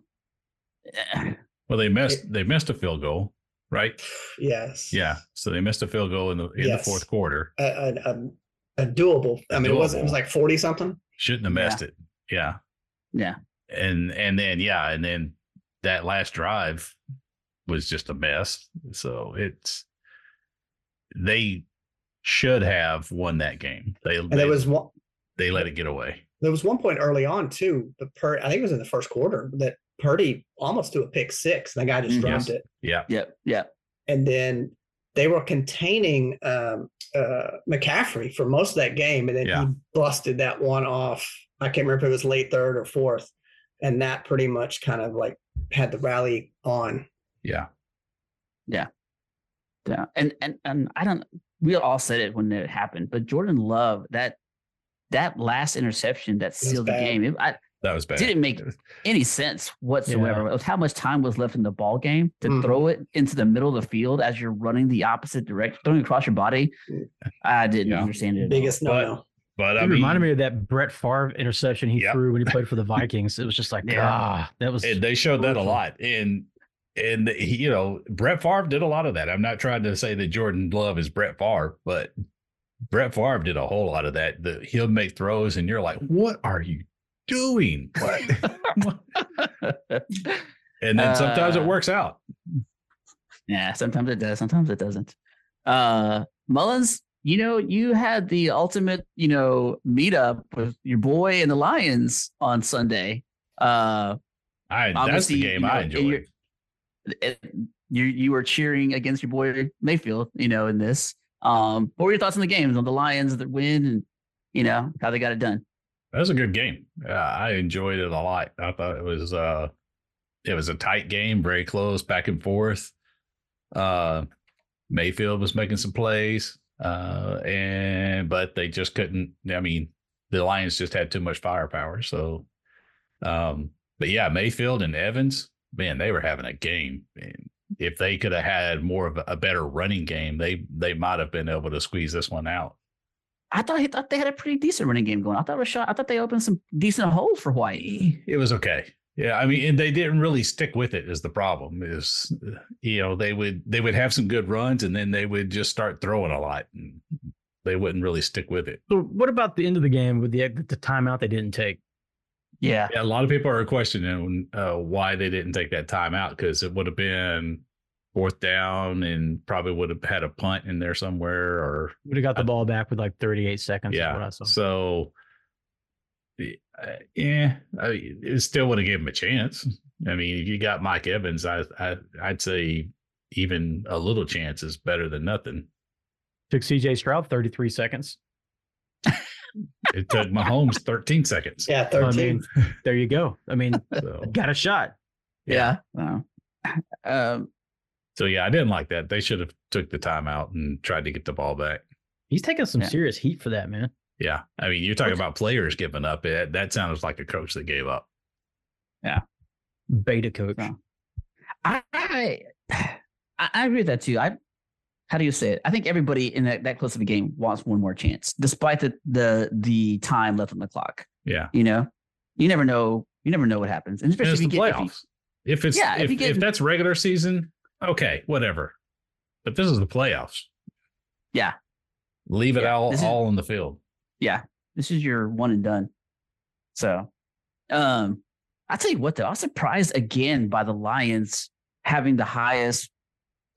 Well, they missed they missed a field goal, right? Yes. Yeah. So they missed a field goal in the in the Yes. fourth quarter. A, a, a, a doable. I mean, it wasn't. It was Doable. like forty something. Shouldn't have missed it. Yeah. Yeah. And and then yeah, and then that last drive was just a mess. So it's they should have won that game. They And they, there was one. they let it get away. There was one point early on too. But per, I think it was in the first quarter that Purdy almost threw a pick six, and the guy just Mhm. dropped Mm, Yes. it. Yeah. yep, yep, And then they were containing um, uh, McCaffrey for most of that game, and then Yeah. he busted that one off. I can't remember if it was late third or fourth, and that pretty much kind of like had the rally on. Yeah. yeah. And and and I don't. We all said it when it happened, but Jordan Love that that last interception that sealed the bad. game. It, I, That was bad. Didn't make any sense whatsoever. It was how much time was left in the ball game to Mm-hmm. Mhm. throw it into the middle of the field as you're running the opposite direction, throwing it across your body. I didn't Yeah. understand it. at all. Biggest no But- no. but It I mean, reminded me of that Brett Favre interception he Yep. threw when he played for the Vikings. It was just like, Yeah. ah, that was. And they showed that a Awful. lot. And and he, you know, Brett Favre did a lot of that. I'm not trying to say that Jordan Love is Brett Favre, but Brett Favre did a whole lot of that. The, he'll make throws, and you're like, "What are you doing?" What? and then sometimes Uh, it works out. Yeah, sometimes it does, sometimes it doesn't. Uh Mullins, you know, you had the ultimate, you know, meetup with your boy and the Lions on Sunday. Uh I that's obviously, the you game know, I and you're- enjoyed. it- you you were cheering against your boy Mayfield, you know, in this. Um, what were your thoughts on the games on the Lions that win and you know how they got it done? That was a good game. Uh, I enjoyed it a lot. I thought it was uh it was a tight game, very close, back and forth. Uh Mayfield was making some plays. Uh and but they just couldn't I mean, the Lions just had too much firepower. So um but yeah, Mayfield and Evans, man, they were having a game. And if they could have had more of a, a better running game, they they might have been able to squeeze this one out. I thought he thought they had a pretty decent running game going. I thought Rashad, I thought they opened some decent holes for White. it was okay. Yeah, I mean, and they didn't really stick with it. Is the problem is, uh, you know, they would they would have some good runs, and then they would just start throwing a lot, and they wouldn't really stick with it. So what about the end of the game with the the timeout they didn't take? Yeah, Yeah, a lot of people are questioning uh, why they didn't take that time out because it would have been fourth down and probably would have had a punt in there somewhere or Would have got the I- ball back with like 38 seconds. is what I saw. So, y- uh, yeah, I mean, it still would have given him a chance. I mean, if you got Mike Evans, I, I I'd say even a little chance is better than nothing. Took C.J. Stroud 33 seconds. It took Mahomes 13 seconds. Yeah, I mean, thirteen. there you go. I mean, So, got a shot. yeah. Wow. Um, so yeah, I didn't like that. They should have took the time out and tried to get the ball back. He's taking some Yeah. serious heat for that, man. Yeah, I mean, you're talking Okay. about players giving up. It, that sounds like a coach that gave up. Beta coach. Yeah. I, I I agree with that too. I how do you say it? I think everybody in that, that close of a game wants one more chance, despite the the the time left on the clock. Yeah, You know, you never know. You never know what happens, and And especially it's if you get if the you- playoffs. If it's Yeah, if if, you get- if that's regular season, okay, whatever. But this is the playoffs. Yeah. Leave it Yeah, all this is- all on the field. this is your one and done. So, um, I tell you what, though, I was surprised again by the Lions having the highest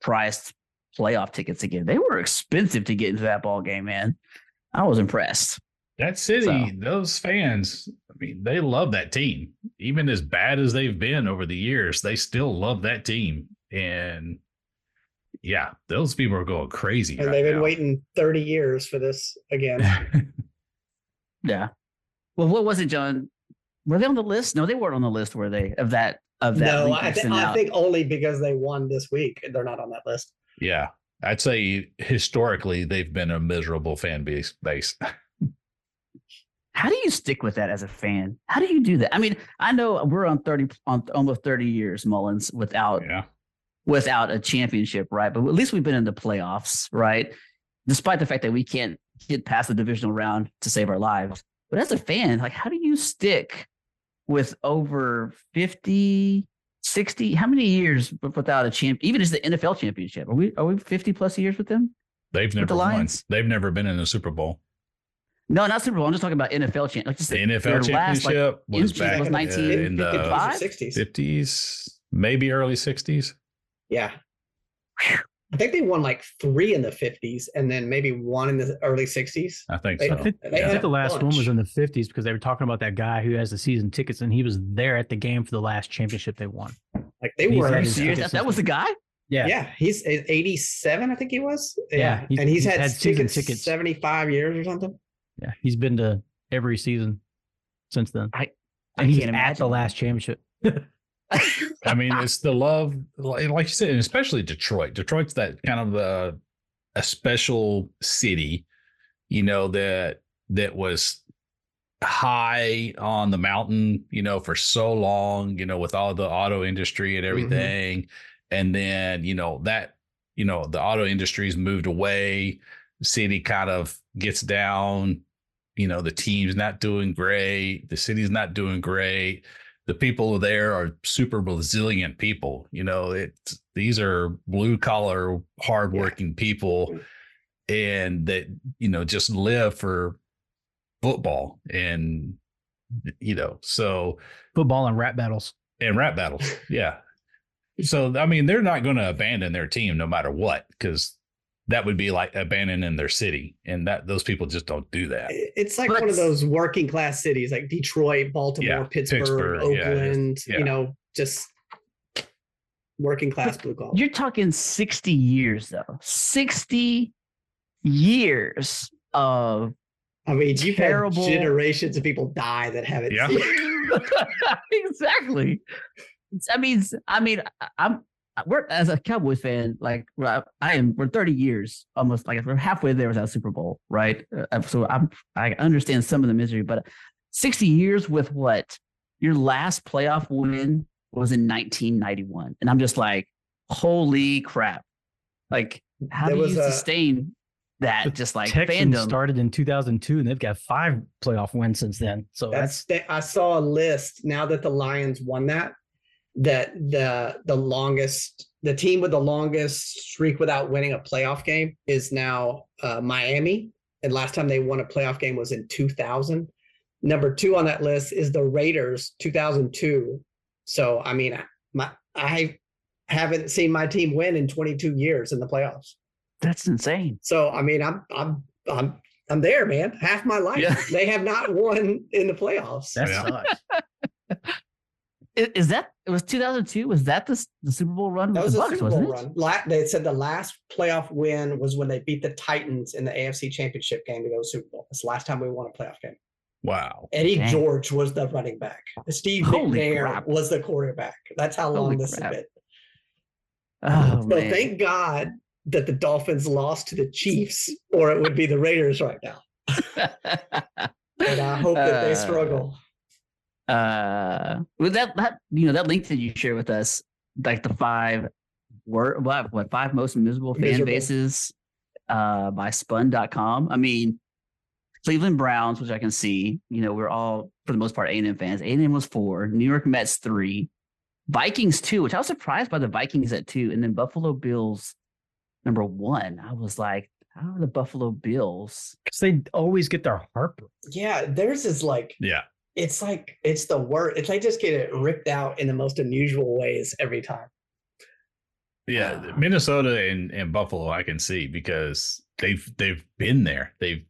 priced playoff tickets again. They were expensive to get into that ball game, man. I was impressed. That city, So- those fans, I mean, they love that team. Even as bad as they've been over the years, they still love that team. And yeah, those people are going crazy. And right they've been now. waiting thirty years for this again. Yeah. Well, what was it, John? Were they on the list? No, they weren't on the list, were they? Of that of that. No, link I, you thi- sent I out? think only because they won this week. They're not on that list. yeah. I'd say historically they've been a miserable fan base base. How do you stick with that as a fan? How do you do that? I mean, I know we're on thirty on almost thirty years Mullins without Yeah. without a championship, right? But at least we've been in the playoffs, right? Despite the fact that we can't get past the divisional round to save our lives. But as a fan, like how do you stick with over 50, 60, how many years w- without a champ even as the NFL championship? Are we are we 50 plus years with them? They've the never won. Lions? They've never been in a Super Bowl. No, not Super Bowl. I'm just talking about NFL champ. Like just The the, NFL their last, like, championship was inches back was uh, 19 in the fifty-five. Five? 60s. fifties, maybe early sixties. Yeah. I think they won like three in the 50s and then maybe one in the early 60s. I think They- so. I think, They I had think the a last one was bunch. in the 50s because they were talking about that guy who has the season tickets and he was there at the game for the last championship they won. Like they He's were. had Are you his serious? tickets That, that was the since- guy? Yeah. yeah. he's at 87, I think he was. Yeah, he's- and he's, he's had, had season tickets, tickets. 75 years or something. Yeah. He's been to every season since then. I- I and he's can't at the imagine. last championship. I mean, it's the love, like like you said, and especially Detroit. Detroit's that kind of the a special city, you know that that was high on the mountain, you know, for so long, you know, with all the auto industry and everything, and then you know that you know the auto industry's moved away, city kind of gets down, you know, the team's not doing great, the city's not doing great the people there are super resilient people. You know, it's these are blue collar, hardworking people, and that you know just live for football and you know so Football and rap battles. and rap battles. Yeah. So I mean, they're not going to abandon their team no matter what, because that would be like abandoning their city, and that those people just don't do that. It's like But- one of those working class cities like Detroit, Baltimore, Yeah, Pittsburgh, Pittsburgh, yeah, Oakland, yeah. you know, just working class blue collar. You're talking 60 years though. 60 years of I mean, you've terrible- had generations of people die that haven't Yeah. seen exactly. It's- I mean, it's- I mean, I- I'm we're as a Cowboys fan, like we're- I am, we're 30 years almost, like we're halfway there without Super Bowl, right? Uh, So I'm, I understand some of the misery, but 60 years with what your last playoff win was in 1991, and I'm just like, holy crap! Like, how There do was you a- sustain that? The Just like Texans fandom. started in 2002 and they've got five playoff wins since then. So That's that's, they, I saw a list now that the Lions won that that the the longest the team with the longest streak without winning a playoff game is now uh, Miami. And last time they won a playoff game was in 2000. Number two on that list is the Raiders 2002. So I mean, my I haven't seen my team win in 22 years in the playoffs. That's insane. So I mean, I'm I'm I'm I'm there, man. Half my life, Yeah. they have not won in the playoffs. that Yeah. sucks. I- Is that it was 2002? Was that the, s- the Super Bowl run? That with was the a Bucks, Super wasn't Bowl it? run. La- they said the last playoff win was when they beat the Titans in the AFC Championship game to go to the Super Bowl. It's the last time we won a playoff game. Wow. Eddie Dang. George was the running back. Steve Holy McNair crap. was the quarterback. That's how long Holy this crap. has been. Oh, so man. thank God that the Dolphins lost to the Chiefs, or it would be the Raiders right now. And I hope that they Uh, struggle. Uh, with that, that you know, that link that you share with us, like the five word, what, what five most miserable fan Miserable. bases, uh, by spun.com. I mean, Cleveland Browns, which I can see, you know, we're all for the most part A and M fans. A and M was four, New York Mets three, Vikings two, which I was surprised by the Vikings at two, and then Buffalo Bills number one. I was like, how are the Buffalo Bills? 'Cause they always get their heart broken. Yeah, theirs is like Yeah. it's like it's the worst. It's like just get it ripped out in the most unusual ways every time. Yeah, Ah. Minnesota and, and Buffalo, I can see because they've they've been there. They've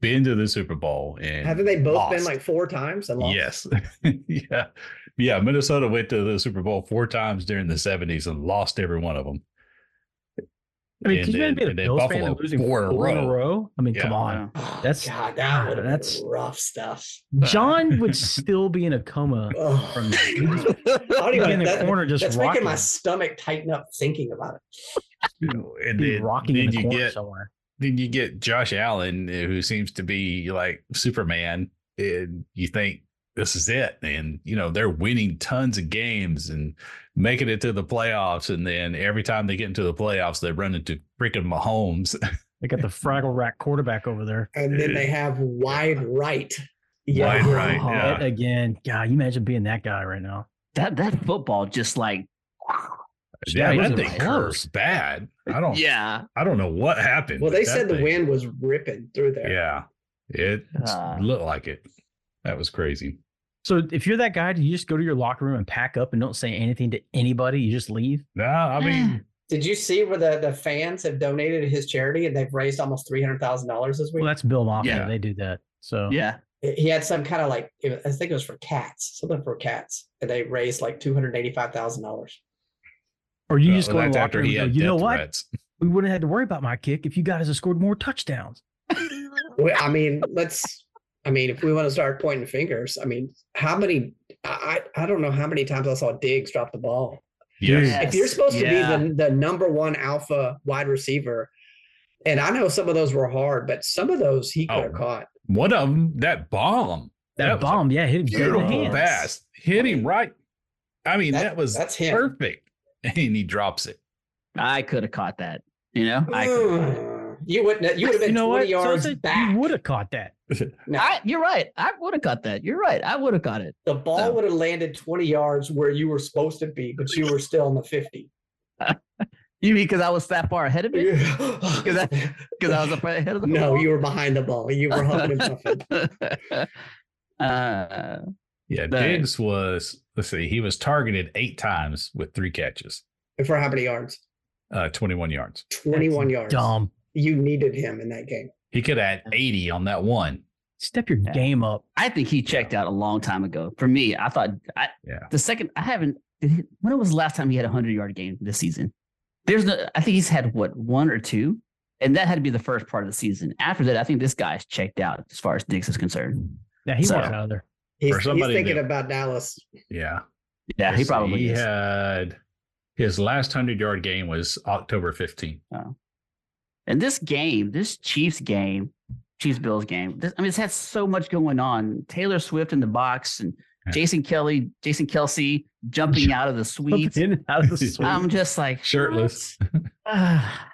been to the Super Bowl and Haven't they both been lost. like four times and lost? yes, yeah, yeah. Minnesota went to the Super Bowl four times during the seventies and lost every one of them. I mean, And could you then- imagine being a and then Bills fan and Buffalo losing four in a row. I mean, come Yeah. uh, on. Oh, That's- God, that would have that's- been rough stuff. John would still be in a coma Oh, from that. He'd just I don't be even- in the that- corner just that's rocking. making my stomach tighten up thinking about it. You know, and Be then, rocking then in the you corner get eh, somewhere. then you get Josh Allen, who seems to be like Superman, and you think this is it. And, you know, they're winning tons of games and making it to the playoffs. And then every time they get into the playoffs, they run into freaking Mahomes. They got the Fraggle Rack quarterback over there. And then they have wide right. Wide right, Oh, yeah. that Again, God, you imagine being that guy right now. That that football just like yeah, Yeah, that it thing was curves close. bad. I don't, yeah. I don't know what happened. Well, but they that said the thing- wind was ripping through there. Yeah. It Uh. Ah. looked like it. That was crazy. So if you're that guy, do you just go to your locker room and pack up and don't say anything to anybody? You just leave? Nah, I mean, Did you see where the, the fans have donated to his charity and they've raised almost three hundred thousand dollars this week? Well, that's Bill Mafia. Yeah. They do that. So Yeah. he had some kind of like it was- I think it was for cats, something for cats, and they raised like two hundred eighty five thousand dollars. Or you uh, just go to that's the after locker room he and go, had you know death what? threats. We wouldn't have had to worry about my kick if you guys had scored more touchdowns. Well, I mean, let's. I mean, if we want to start pointing fingers, I mean, how many? I I I don't know how many times I saw Diggs drop the ball. Yes. If you're Yes, supposed yeah. to be the the number one alpha wide receiver, and I know some of those were hard, but some of those he could Oh. have caught. One of them, that bomb. That, That was a bomb, yeah, hit him dead in the Beautiful hands. pass. Hit him right. I mean, that, That- was That's him. perfect. And he drops it. I could have caught that. You know? I, coulda caught it. Mm. You wouldn't. You would have You been know what? twenty So I yards said, back. You would have caught that. No, I you're right. I would have caught that. You're right. I would have caught it. the ball No. would have landed twenty yards where you were supposed to be, but you were still in the fifty. You mean because I was that far ahead of it? Because I- Because I was up ahead of the no, you were behind the ball. You were humping something. were uh Yeah. That- Diggs was, let's see, he was targeted eight times with three catches, For how many yards? uh, 21 yards. Twenty-one yards. Dumb. You needed him in that game. He could add 80 on that one. Step your Yeah. game up. I think he checked out a long time ago. For me, I thought I, Yeah. the second I haven't. Did he, when was the last time he had a hundred yard game this season? There's no. I think he's had what one or two, and that had to be the first part of the season. After that, I think this guy's checked out as far as Diggs is concerned. Yeah, he So- wants out of there. He's, For he's somebody thinking that- about Dallas. Yeah. Yeah, he Let's see, probably he is. had his last 100 yard game was October 15th. And this game, this Chiefs game, Chiefs Bills game. This, I mean, it's had so much going on. Taylor Swift in the box and Yeah. Jason Kelly, Jason Kelsey jumping out of the suite. In and out of the suite. I'm just like Shirtless. Ah,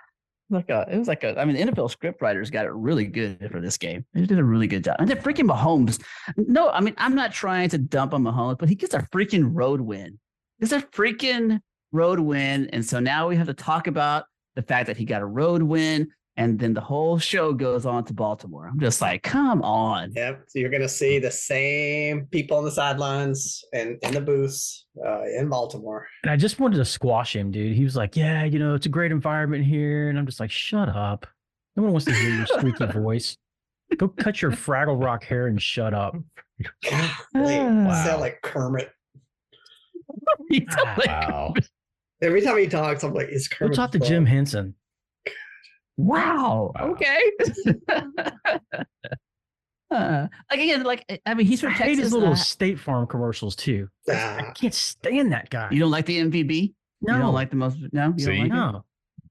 like a, it was like a. I mean, the NFL scriptwriters got it really good for this game. They did a really good job. And then freaking Mahomes. No, I mean, I'm not trying to dump on Mahomes, but he gets a freaking road win. It's a freaking road win, and so now we have to talk about the fact that he got a road win, and then the whole show goes on to Baltimore. I'm just like, come on. Yep. So you're going to see the same people on the sidelines and in the booths uh, in Baltimore. and I just wanted to squash him, dude. He was like, Yeah, you know, it's a great environment here. And I'm just like, Shut up. No one wants to hear your squeaky voice. Go cut your Fraggle Rock hair and shut up. God, Ah. sound like Kermit. He's like- Wow. Every time he talks, I'm like, it's Go Kermit. talk to the Jim Frog. Henson. Wow. Wow. Okay. uh, like again, like I mean, he's from I Texas. hate and his little I- State Farm commercials too. I Ah, can't stand that guy. you don't like the MVB? no, You don't like the most? No. You See? don't like no.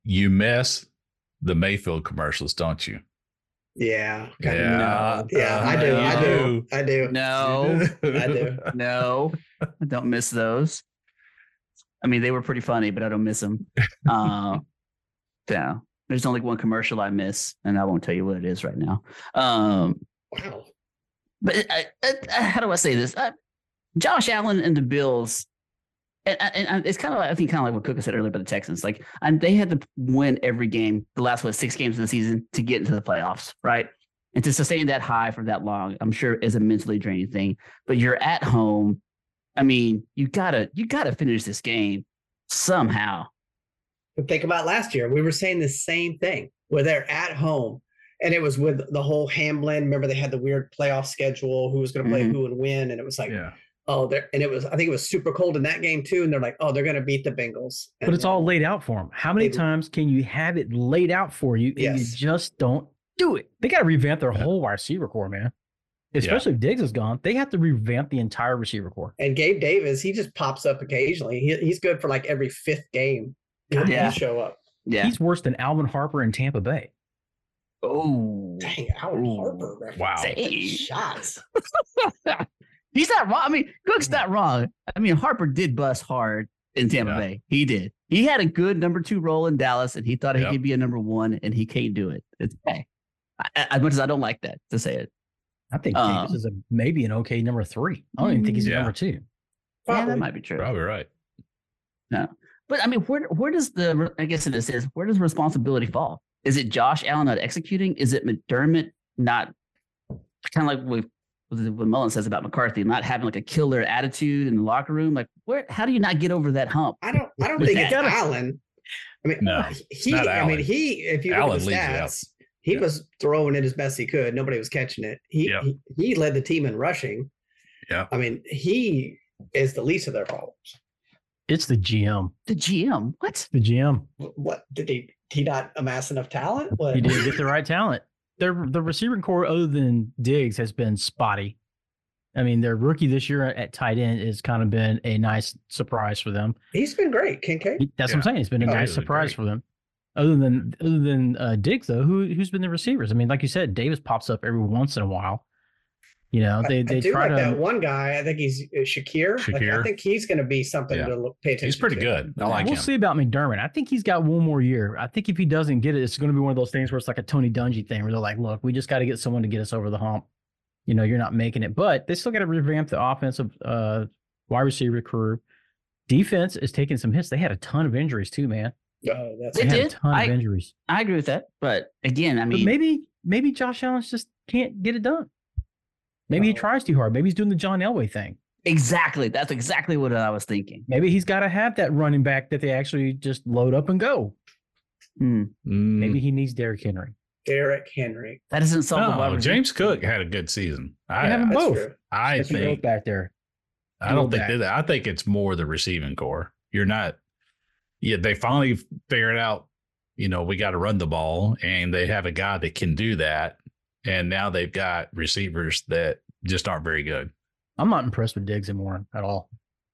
You miss the Mayfield commercials, don't you? Uh, yeah. kinda. No. Yeah, I do. I do. I do. it? No. I do. no. I don't miss those. I mean, they were pretty funny, but I don't miss them. Uh, no. There's only one commercial I miss, and I won't tell you what it is right now. Um, Wow. but it- I, I, I, how do I say this? I, Josh Allen and the Bills, and, uh, and, and it's kind of like, I think kind of like what Cook said earlier about the Texans. Like, and they had to win every game, the last what six games of the season to get into the playoffs, right? And to sustain that high for that long, I'm sure is a mentally draining thing. But you're at home. I mean, you gotta you gotta finish this game somehow. But think about last year. We were saying the same thing where they're at home. And it was with the whole Hamlin. Remember, they had the weird playoff schedule, who was going to play Mhm. who and when. And it was like, Yeah. oh, they're, and it was, I think it was super cold in that game too. And they're like, oh, they're going to beat the Bengals. But And it's all laid out for him. How many Maybe. times can you have it laid out for you and Yes. you just don't do it? They got to revamp their whole wide receiver core, man. Especially if Diggs is gone, they have to revamp the entire receiver core. And Gabe Davis, he just pops up occasionally. He, he's good for like every fifth game. He'll he'll Yeah. show up. Yeah, He's worse than Alvin Harper in Tampa Bay. Oh, Dang, Howard Ooh. Harper reference. Wow. Taking Dang. Shots. he's not wrong. I mean, Cook's not wrong. I mean, Harper did bust hard in Tampa Mm-hmm. Yeah. Bay. He did. He had a good number two role in Dallas, and he thought he Yep. could be a number one, and he can't do it. It's okay. I- I- As much as I don't like that to say it, I think Uh, Davis is a, maybe an okay number three. I don't even think he's a Yeah. number two. yeah, that Probably. might be true. Probably right. But I mean, where where does the I guess in a sense where does responsibility fall? Is it Josh Allen not executing? Is it McDermott not kind of like with what Mullen says about McCarthy not having like a killer attitude in the locker room? Like, where how do you not get over that hump? I don't. I don't With think that- it's Gotta- Allen. I mean, No, he. not I mean, Allen. he. If you look Allen at the leaves it out. stats, he Yeah. was throwing it as best he could. Nobody was catching it. He Yeah. he, he led the team in rushing. Yeah. I mean, he is the least of their problems. It's the GM. The GM, what? The GM. Wh- What did he? He not amass enough talent? What? He didn't get the right talent. Their the receiving core, other than Diggs, has been spotty. I mean, their rookie this year at tight end has kind of been a nice surprise for them. He's been great, Kincaid. That's what I'm saying. It's been a Oh, nice really surprise great. for them. Other than other than uh, Diggs, though, who who's been the receivers? I mean, like you said, Davis pops up every once in a while. You know, I- they I they do try like that to. one guy. I think he's uh, Shakir. Like, I Shakir. think he's going to be something Yeah. to look, pay attention. He's pretty to. good. I like we'll him. see about McDermott. I think he's got one more year. I think if he doesn't get it, it's going to be one of those things where it's like a Tony Dungy thing, where they're like, "Look, we just got to get someone to get us over the hump." You know, you're not making it, but they still got to revamp the offensive uh, wide receiver crew. Defense is taking some hits. They had a ton of injuries too, man. Oh, that's They They had a did. ton I- of injuries. I agree with that, but again, I mean, but maybe maybe Josh Allen just can't get it done. Maybe he No. tries too hard. Maybe he's doing the John Elway thing. exactly. That's exactly what I was thinking. Maybe he's got to have that running back that they actually just load up and go. Hmm. Mm, Maybe he needs Derrick Henry. Derek Henry. That doesn't solve the wide no, receiver. James Cook had a good season. They have I him- That's Both. true. I If you look think back there, I don't go think back. that. I think it's more the receiving core. You're not. Yeah, they finally figured out. You know, we got to run the ball, and they have a guy that can do that. And now they've got receivers that just aren't very good. I'm not impressed with Diggs and Warren at all.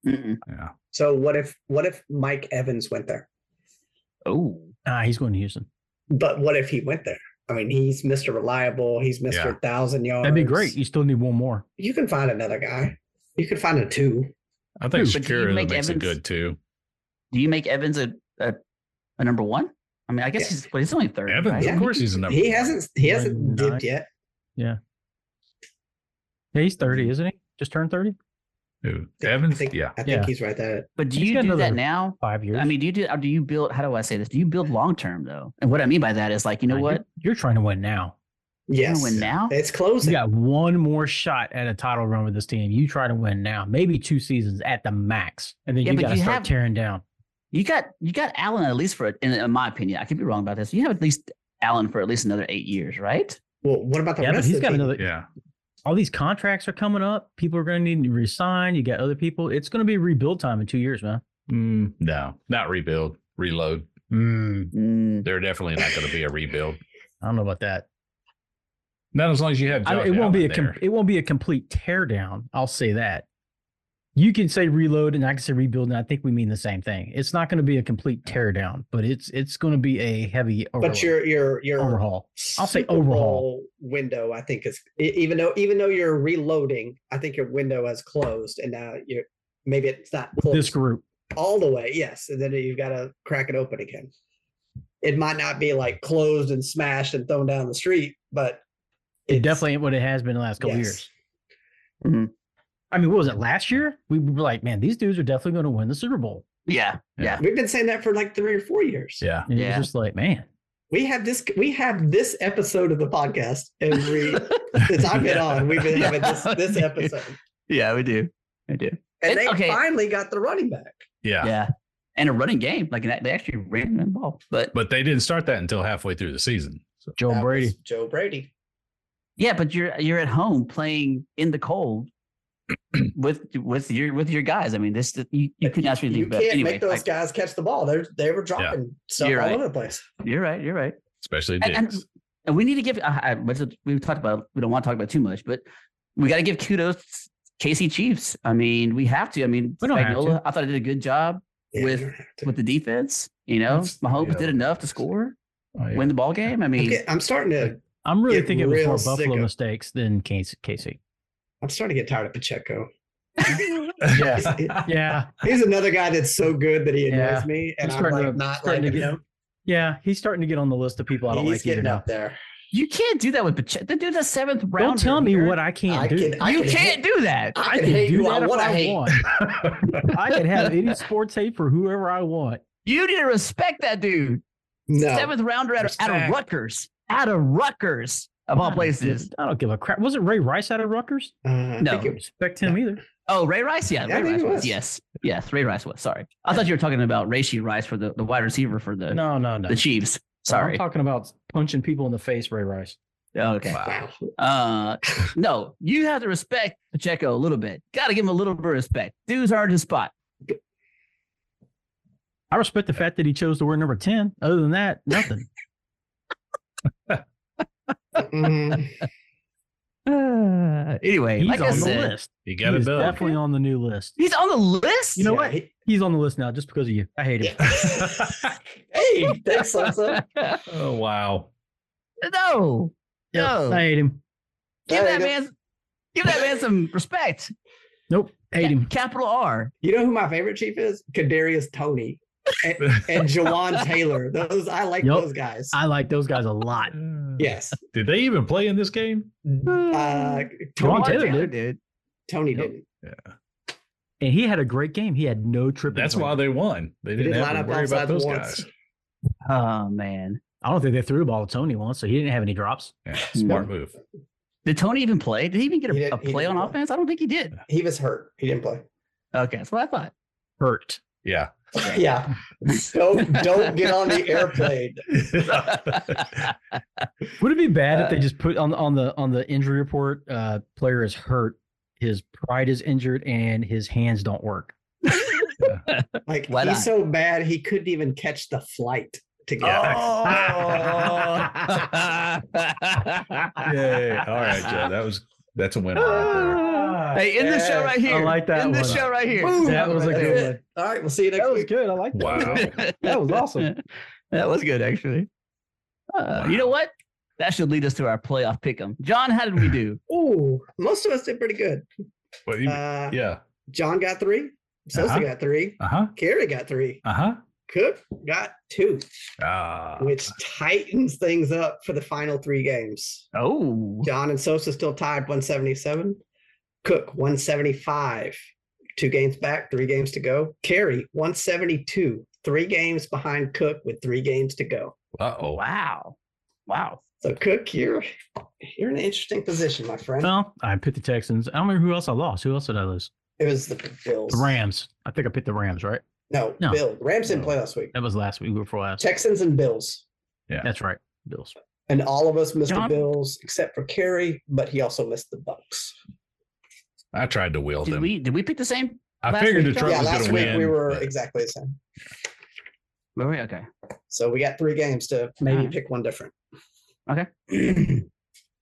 Mm-mm. Yeah. So what if what if Mike Evans went there? Oh, Ah, he's going to Houston. But what if he went there? I mean, he's Mr. Reliable. He's Mr. Yeah. Thousand Yards. That'd be great. You still need one more. You can find another guy. You could find a two. I But think do you Shakira make makes it Evans- good too. do you make Evans a a, a number one? I mean, I guess Yeah. he's but he's only third. Evans, right? of course, he's a number. He one. hasn't he hasn't One, nine. dipped yet. Yeah, he's Hmm. 30, isn't he? Just turned 30? Who? I Evans. think, Yeah. I think Yeah. he's right there. But do He's you got do that another- now? Five years. I mean, do you do or do you build? How do I say this? Do you build long term though? And what I mean by that is like, you know Nah, what? You're, you're trying to win now. You wanna Yes. win now. It's You closing. got one more shot at a title run with this team. You try to win now, maybe two seasons at the max, and then Yeah, you but got to you start have- tearing down. You got you got Allen at least for in, in my opinion. I could be wrong about this. You have at least Allen for at least another eight years, right? Well, what about the Yeah, but rest he's of got the another. Yeah. All these contracts are coming up. People are going to need to resign. You got other people. It's going to be rebuild time in two years, man. Mm, no, not rebuild. Reload. Hmm. Mm, They're definitely not going to be a rebuild. I don't know about that. Not as long as you have. Josh I, it won't be a Allen com- there. it won't be a complete teardown. I'll say that. You can say reload, and I can say rebuild, and I think we mean the same thing. It's not going to be a complete teardown, but it's it's going to be a heavy overhaul. But your your your Oh, overhaul. I'll say Super overhaul. Bowl window. I think is e- even though even though you're reloading, I think your window has closed, and now you're maybe it's not closed This group, all the way. Yes, and then you've got to crack it open again. It might not be like closed and smashed and thrown down the street, but it it's- definitely ain't what it has been the last couple yes. years. Mhm. I mean, what was it last year? We were like, man, these dudes are definitely going to win the Super Bowl. yeah, yeah. We've been saying that for like three or four years. Yeah. And yeah. Yeah. just like, man, We have this. We have this episode of the podcast every since I've been on. We've been having this this Yeah. episode, yeah, we do. We do. and It- they okay. finally got the running back. Yeah. Yeah. And a running game. Like they actually ran the ball. But But they didn't start that until halfway through the season. So Joe That was Brady. Joe Brady. yeah, but you're you're at home playing in the cold with with your with your guys. I mean, this you, you couldn't ask me to do you better. can't Anyway, make those I- guys catch the ball. They're they were dropping stuff You're all right. over the place. you're right. You're right. especially And- and- Diggs. and we need to give. I, I, what's it- we've talked about. We don't want to talk about too much, but we got to give kudos to KC Chiefs. I mean, we have to. I mean, We don't have Spagnuolo, I thought I did a good job Yeah, you with- don't have to. with the defense. You know, That's- Mahomes yeah. did enough to score. Oh, yeah. win the ball game. I mean, Okay, I'm starting to I'm really Get thinking it real was more Buffalo sicko. mistakes than Casey. Casey. I'm starting to get tired of Pacheco. yeah. Yeah, He's another guy that's so good that he annoys Yeah. me, and I'm I'm, starting like to- not starting liking to get- him. yeah. He's starting to get on the list of people I don't He's like either. getting now. up there. you can't do that with Pacheco. The dude's a seventh round. Don't tell me what I can't I do. can, I you can can't do that. I I can can hate do who I that if wanna I hate. want. I can have any sports hate for whoever I want. You need to respect that dude. No, Seventh rounder out of, out of Respect. Rutgers. Out of Rutgers of Ah, all places. I don't give a crap. Wasn't Ray Rice out of Rutgers? uh, I No. think I it don't respect him either. Oh, Ray Rice. Yeah, Yeah, I Ray think Rice he was. was. Yes, yes, Ray Rice was. Sorry, I thought you were talking about Rashi Rice for the, the wide receiver for the No, no, no. the Chiefs. I'm Sorry. talking about punching people in the face, Ray Rice. Okay. Wow. Uh, no, you have to respect Pacheco a little bit. Got to give him a little bit of respect. Dude's earned his spot. I respect the fact that he chose to wear number 10. Other than that, nothing. Mm. Uh, anyway, He's like I on the said, list. You got a He's dub. definitely on the new list. he's on the list. You know Yeah, what? he- He's on the list now just because of you. I hate him. hey, thanks, Salsa. oh wow. no, Yep, no. I hate him. give that There you go. man, give that man some respect. Nope. Hate him. Capital R. You know who my favorite chief is? Kadarius Tony and, and Jawan Taylor. Those I like Yup. those guys. I like those guys a lot. yes, Did they even play in this game? uh, Tony Jawan Mark Taylor didn't. did. dude. Tony Yup. didn't. And he had a great game. He had no tripping. That's plays. why they won. They didn't did line have up to worry outside about those once. guys. Oh man, I don't think they threw the ball to Tony once, so he didn't have any drops. Yeah, smart move. did Tony even play? Did he even get He a, did- a he play did on play. offense? I don't think he did. He was hurt. He didn't play. Okay, that's what I thought. Hurt. Yeah. Yeah. Don't don't get on the airplane. Would it be bad if they just put on on the on the injury report? Uh, player is hurt, his pride is injured, and his hands don't work. Like Why he's not? so bad he couldn't even catch the flight to get. Yeah. Oh. Yay. All right, Joe. That was that's a winner. Right Ah. Hey, in the show right I here. like that In the one. show right here. Boom. That was a That's good it. one. All right, we'll see you next That was week. good. I like that. Wow. That was awesome. that was good, actually. Uh, You know what? That should lead us to our playoff pick'em. John, how did we do? Ooh, most of us did pretty good. Well, you- Uh, yeah. John got three. Sosa Uh-huh. got three. Uh huh. Kerry got three. Uh huh. Cook got two, Ah. which tightens things up for the final three games. Oh, John and Sosa still tied 177. Cook 175. Two games back, three games to go. Carey 172. Three games behind Cook with three games to go. Uh oh. wow. Wow. So Cook, you're you're in an interesting position, my friend. Well, I picked the Texans. I don't remember who else I lost. Who else did I lose? It was the Bills. The Rams. I think I picked the Rams. Right. No, No. Bill. Rams didn't play last week. That was last week before last. Texans and Bills. That's right. Bills. And all of us missed John- the Bills except for Carey, but he also missed the Bucks. I tried to wield Did him. we did we pick the same? I last figured week, Detroit Josh? yeah, was last going to week win. we were but- exactly the same. Were we? Okay. So we got three games to maybe Hmm. Alright. pick one different. Mm-hmm.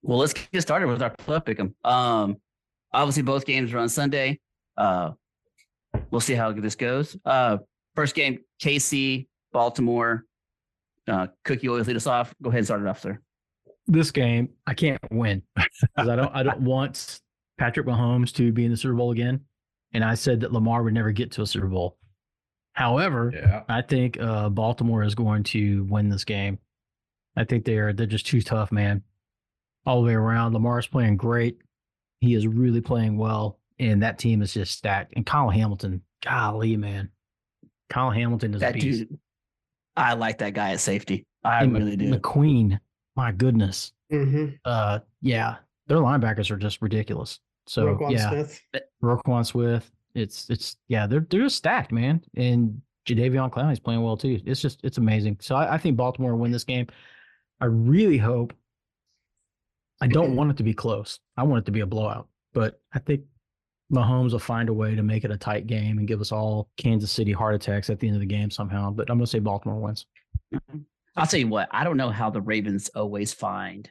well, let's get started with our playoff pick'em. Um, obviously, both games are on Sunday. Uh, we'll see how this goes. Uh, first game, KC, Baltimore. Uh, Cookie always lead us off. Go ahead and start it off, sir. this game, I can't win because I don't. I don't want Patrick Mahomes to be in the Super Bowl again. And I said that Lamar would never get to a Super Bowl. However, yeah. I think uh, Baltimore is going to win this game. I think they are. They're just too tough, man. All the way around. Lamar's playing great. He is really playing well, and that team is just stacked. And Kyle Hamilton, golly, man, Kyle Hamilton is that a beast. dude, I like that guy at safety. I And really do. McQueen, my goodness Mm-hmm. uh yeah, their linebackers are just ridiculous. So Roquan yeah, Smith. Roquan Swift. It's it's yeah, they're they're just stacked, man. And Jadavion Clowney's playing well too. It's just it's amazing. So I, I think Baltimore will win this game. I really hope. I don't want it to be close. I want it to be a blowout, but I think Mahomes will find a way to make it a tight game and give us all Kansas City heart attacks at the end of the game somehow. But I'm gonna say Baltimore wins. I'll tell you what. I don't know how the Ravens always find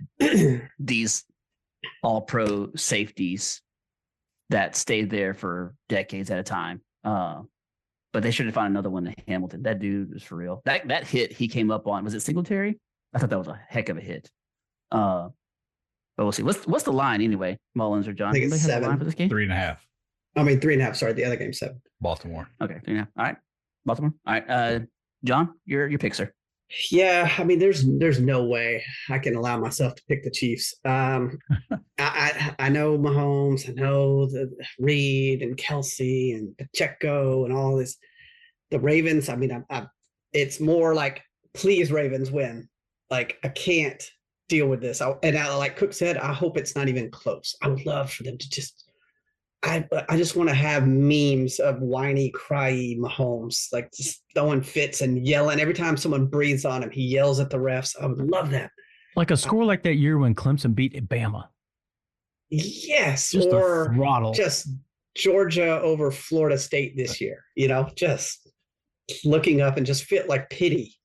these all pro safeties that stayed there for decades at a time. Uh, but they should have found another one to Hamilton. That dude was for real. That that hit he came up on was it Singletary? I thought that was a heck of a hit. Uh, but we'll see. What's what's the line anyway? Mullins or John? I think Anybody it's have a seven. line for this game? Three and a half, I mean, three and a half. Sorry, the other game seven. Baltimore. Okay, three and a half. All right, Baltimore. All right, uh, John, your your picks are Yeah, I mean, there's there's no way I can allow myself to pick the Chiefs. Um, I, I I know Mahomes, I know the Reed and Kelsey and Pacheco and all this. The Ravens. I mean, I, I, it's more like please Ravens win. Like I can't deal with this. I, and I, like Cook said, I hope it's not even close. I would love for them to just. I I just want to have memes of whiny, cryy Mahomes, like just throwing fits and yelling every time someone breathes on him. He yells at the refs. I would love that. Like a score like that year when Clemson beat Bama. Yes, Just or a throttle. just Georgia over Florida State this year. You know, just looking up and just fit like pity.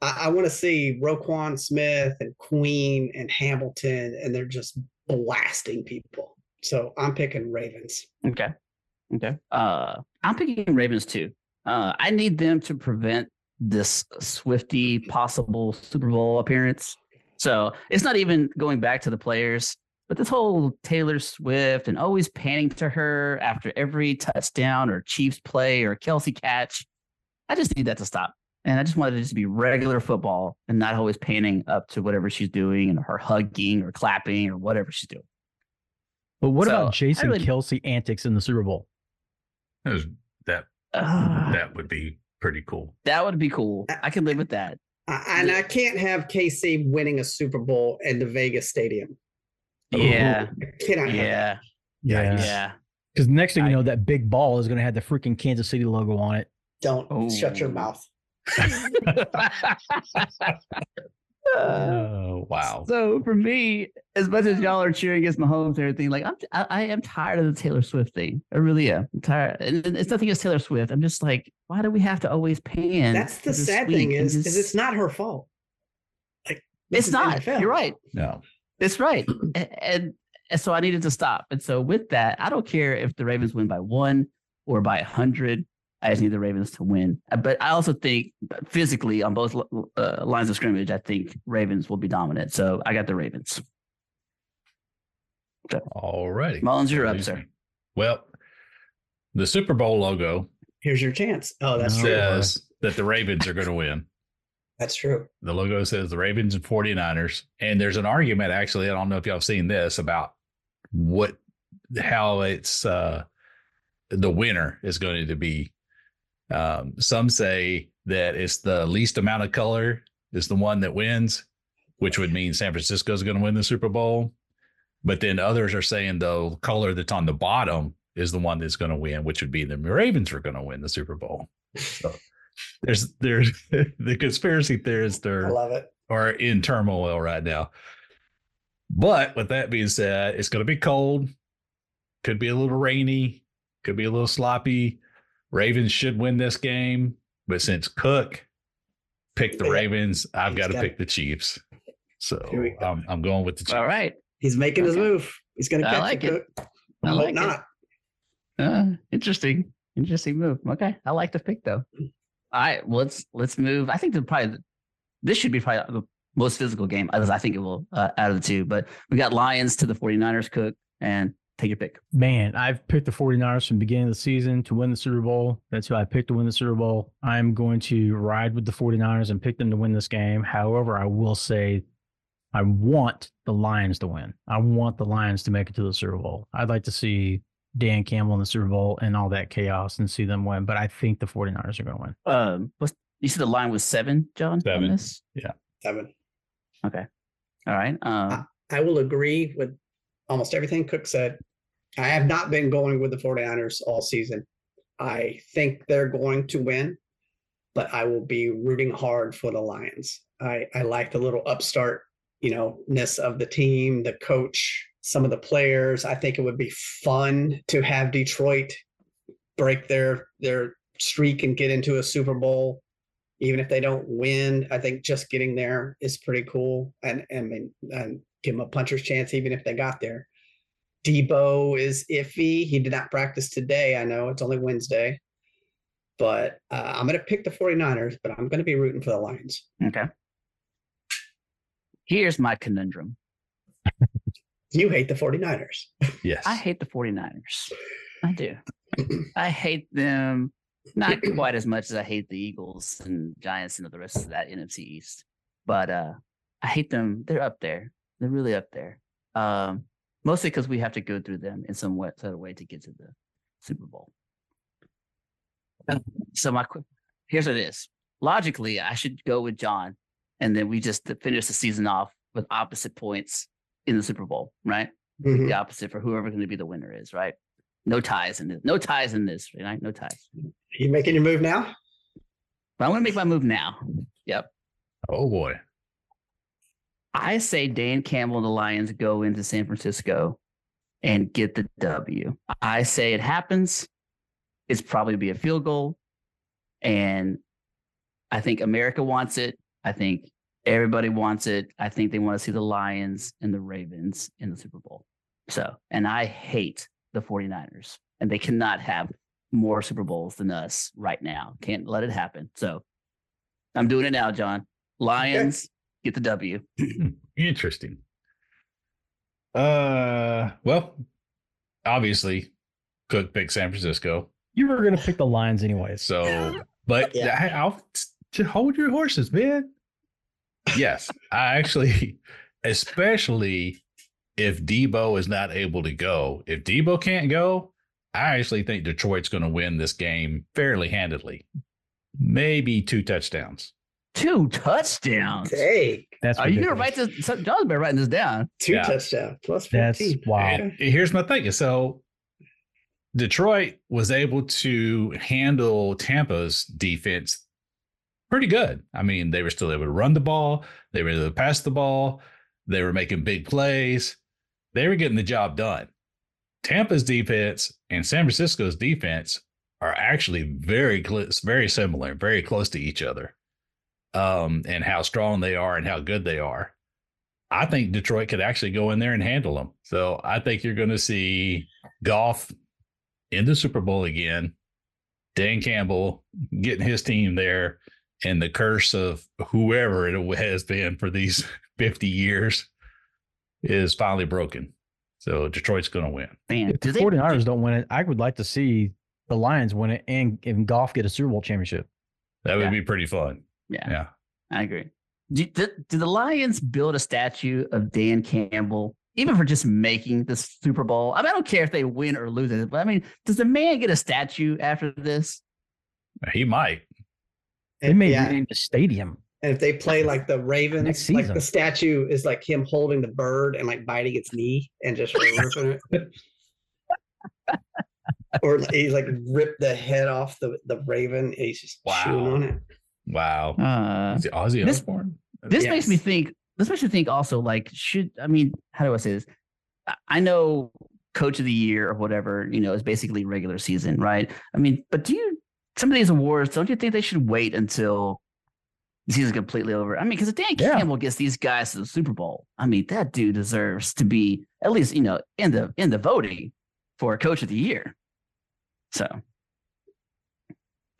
I, I want to see Roquan Smith and Queen and Hamilton, and they're just blasting people. So I'm picking Ravens. okay. Okay. Uh, I'm picking Ravens too. Uh, I need them to prevent this Swifty possible Super Bowl appearance. So it's not even going back to the players, but this whole Taylor Swift and always panning to her after every touchdown or Chiefs play or Kelsey catch. I just need that to stop. And I just wanted it just to be regular football and not always panning up to whatever she's doing and her hugging or clapping or whatever she's doing. But what So, I about Jason really- Kelsey antics in the Super Bowl? That, was, that Ugh. that would be pretty cool. That would be cool. I can live with that. I, and I can't have KC winning a Super Bowl in the Vegas Stadium. Yeah. I cannot have that. Yeah. Yeah. Because next thing I- you know, that big ball is going to have the freaking Kansas City logo on it. Don't shut your Oh. mouth. Oh wow! Uh, So for me, as much as y'all are cheering against Mahomes and everything, like I'm, I, I am tired of the Taylor Swift thing. I really am. I'm tired, and and it's nothing against Taylor Swift. I'm just like, why do we have to always pan? That's to the sad thing sweet and is, is just- it's not her fault. Like this it's is not. NFL. You're right. No, That's right. A- and, and so I needed to stop. And so with that, I don't care if the Ravens win by one or by a hundred. I just need the Ravens to win. Uh, But I also think that physically on both l- uh, lines of scrimmage, I think Ravens will be dominant. So I got the Ravens. alrighty. Mullins, you're up, Excuse sir. me. Well, the Super Bowl logo Here's your chance. Oh, that's No. true. says that the Ravens are going to win. Uh-huh. That's true. The logo says the Ravens and 49ers. And there's an argument, actually. I don't know if y'all have seen this about what, how it's uh, the winner is going to be. Um, some say that it's the least amount of color is the one that wins, which would mean San Francisco is going to win the Super Bowl. But then others are saying the color that's on the bottom is the one that's going to win, which would be the Ravens are going to win the Super Bowl. So there's there's the conspiracy theorists I are love it. are in turmoil right now. But with that being said, it's going to be cold. Could be a little rainy. Could be a little sloppy. Ravens should win this game, but since Cook picked the Yeah. Ravens, I've He's got to got pick the Chiefs. So Here we go. I'm, I'm going with the Chiefs. All right. He's making his Okay. move. He's going to I catch like it. it. Cook. I Hope like it. not. Uh, interesting. Interesting move. Okay. I like the pick though. All right. Well, let's let's move. I think the probably this should be probably the most physical game as I think it will uh, out of the two. But we got Lions to the 49ers cook and take your pick. Man, I've picked the 49ers from the beginning of the season to win the Super Bowl. That's who I picked to win the Super Bowl. I'm going to ride with the 49ers and pick them to win this game. However, I will say I want the Lions to win. I want the Lions to make it to the Super Bowl. I'd like to see Dan Campbell in the Super Bowl and all that chaos and see them win, but I think the 49ers are going to win. Um, what's, you said the line was seven, John? on Seven. this? Seven. All right. Um, I will agree with almost everything Cook said. I have not been going with the 49ers all season. I think they're going to win, but I will be rooting hard for the Lions. I, I like the little upstart, you know, ness of the team, the coach, some of the players. I think it would be fun to have Detroit break their their streak and get into a Super Bowl even if they don't win, I think just getting there is pretty cool. And and, I mean, and give them a puncher's chance, even if they got there. Debo is iffy. He did not practice today. I know it's only Wednesday, but uh, I'm going to pick the 49ers, but I'm going to be rooting for the Lions. okay. Here's my conundrum. You hate the 49ers. Yes. I hate the 49ers. I do. I hate them not quite as much as I hate the Eagles and Giants and the rest of that NFC East. But uh I hate them. They're up there. They're really up there. Um mostly because we have to go through them in some way, sort of way to get to the Super Bowl. So my que- here's what it is. Logically, I should go with John, and then we just finish the season off with opposite points in the Super Bowl, right? Mhm. Mm-hmm. the opposite for whoever going to be the winner is, right? No ties in this. No ties in this, right? No ties. You making your move now? But I'm going to make my move now. oh boy. I say Dan Campbell and the Lions go into San Francisco and get the W. I say it happens. It's probably be a field goal. And I think America wants it. I think everybody wants it. I think they want to see the Lions and the Ravens in the Super Bowl. So, and I hate the 49ers, and they cannot have more Super Bowls than us right now. Can't let it happen. So I'm doing it now, John. Lions get the W. Interesting. Uh, well, obviously, Cook picked San Francisco. You were gonna pick the Lions anyways. So, but Yeah. I, I'll to hold your horses, man. Yes, I actually, especially if Debo is not able to go, if Debo can't go, I actually think Detroit's going to win this game fairly handedly, maybe two touchdowns. Two touchdowns. Hey, That's Are you gonna ridiculous. write this? so- John's been writing this down. two Yeah. touchdowns plus That's 14. wow. And here's my thing. So Detroit was able to handle Tampa's defense pretty good. I mean, they were still able to run the ball, they were able to pass the ball, they were making big plays, they were getting the job done. Tampa's defense and San Francisco's defense are actually very close, very similar, very close to each other, um, and how strong they are and how good they are. I think Detroit could actually go in there and handle them. So I think you're going to see golf in the Super Bowl again. Dan Campbell getting his team there, and the curse of whoever it has been for these 50 years is finally broken. So Detroit's going to win. Man, If do the they? 49ers don't win it, I would like to see the Lions win it and, and golf get a Super Bowl championship. That would Yeah. be pretty fun. Yeah, Yeah. I agree. Do, do, do the Lions build a statue of Dan Campbell, even for just making the Super Bowl? I, mean, I don't care if they win or lose it, but I mean, does the man get a statue after this? He might. They may yeah. rename the stadium. And if they play like the Ravens, Next like season. the statue is like him holding the bird and like biting its knee and just ripping it. or he's like ripped the head off the, the Raven and he's just chewing Wow. on it. Wow. Uh-huh. Uh, Is it Ozzy this- Osbourne? this makes me Yes. think this makes me think also like should i mean how do i say this I- i know coach of the year or whatever you know is basically regular season right i mean but do you some of these awards don't you think they should wait until the season's completely over i mean because if dan Yeah. campbell gets these guys to the super bowl i mean that dude deserves to be at least you know in the in the voting for coach of the year so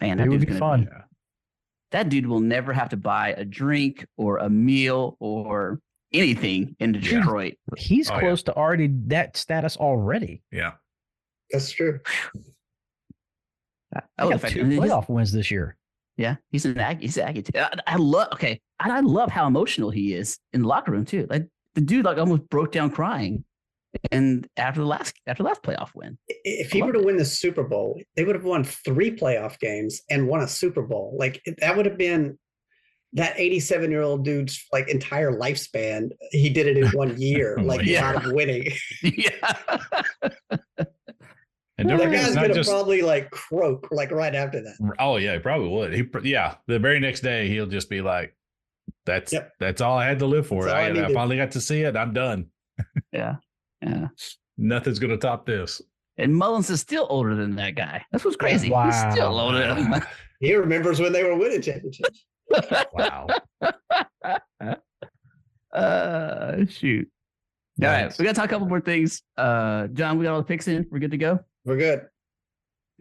man that It dude's would be gonna fun. Yeah. that dude will never have to buy a drink or a meal or anything in Yeah. Detroit. He's Oh, yeah. close to already that status already. Yeah. That's true. That Oh, would got affect- two I mean, he's- playoff wins this year. Yeah, he's an ag- he's an aggie. I, I love okay, and I love how emotional he is in the locker room too. Like the dude like almost broke down crying, and after the last after the last playoff win, I- If I he love were to win the Super Bowl, they would have won three playoff games and won a Super Bowl. Like it- that would have been that 87 year old dude's like entire lifespan. He did it in one year, One like year. out of winning. yeah, And don't that forget, guy's it's not gonna just- probably like croak like right after that. Oh yeah, he probably would. He pr- yeah, the very next day he'll just be like, "That's Yep. that's all I had to live for. That's all I, I I needed." finally got to see it. I'm done. yeah, yeah. Nothing's gonna top this." And Mullins is still older than that guy. That's what's crazy. He's still Wow. older. Than him. He remembers when they were winning championships. Wow. Uh, shoot. All right, Nice. we gotta talk a couple more things. Uh, John, we got all the picks in. We're good to go. We're good.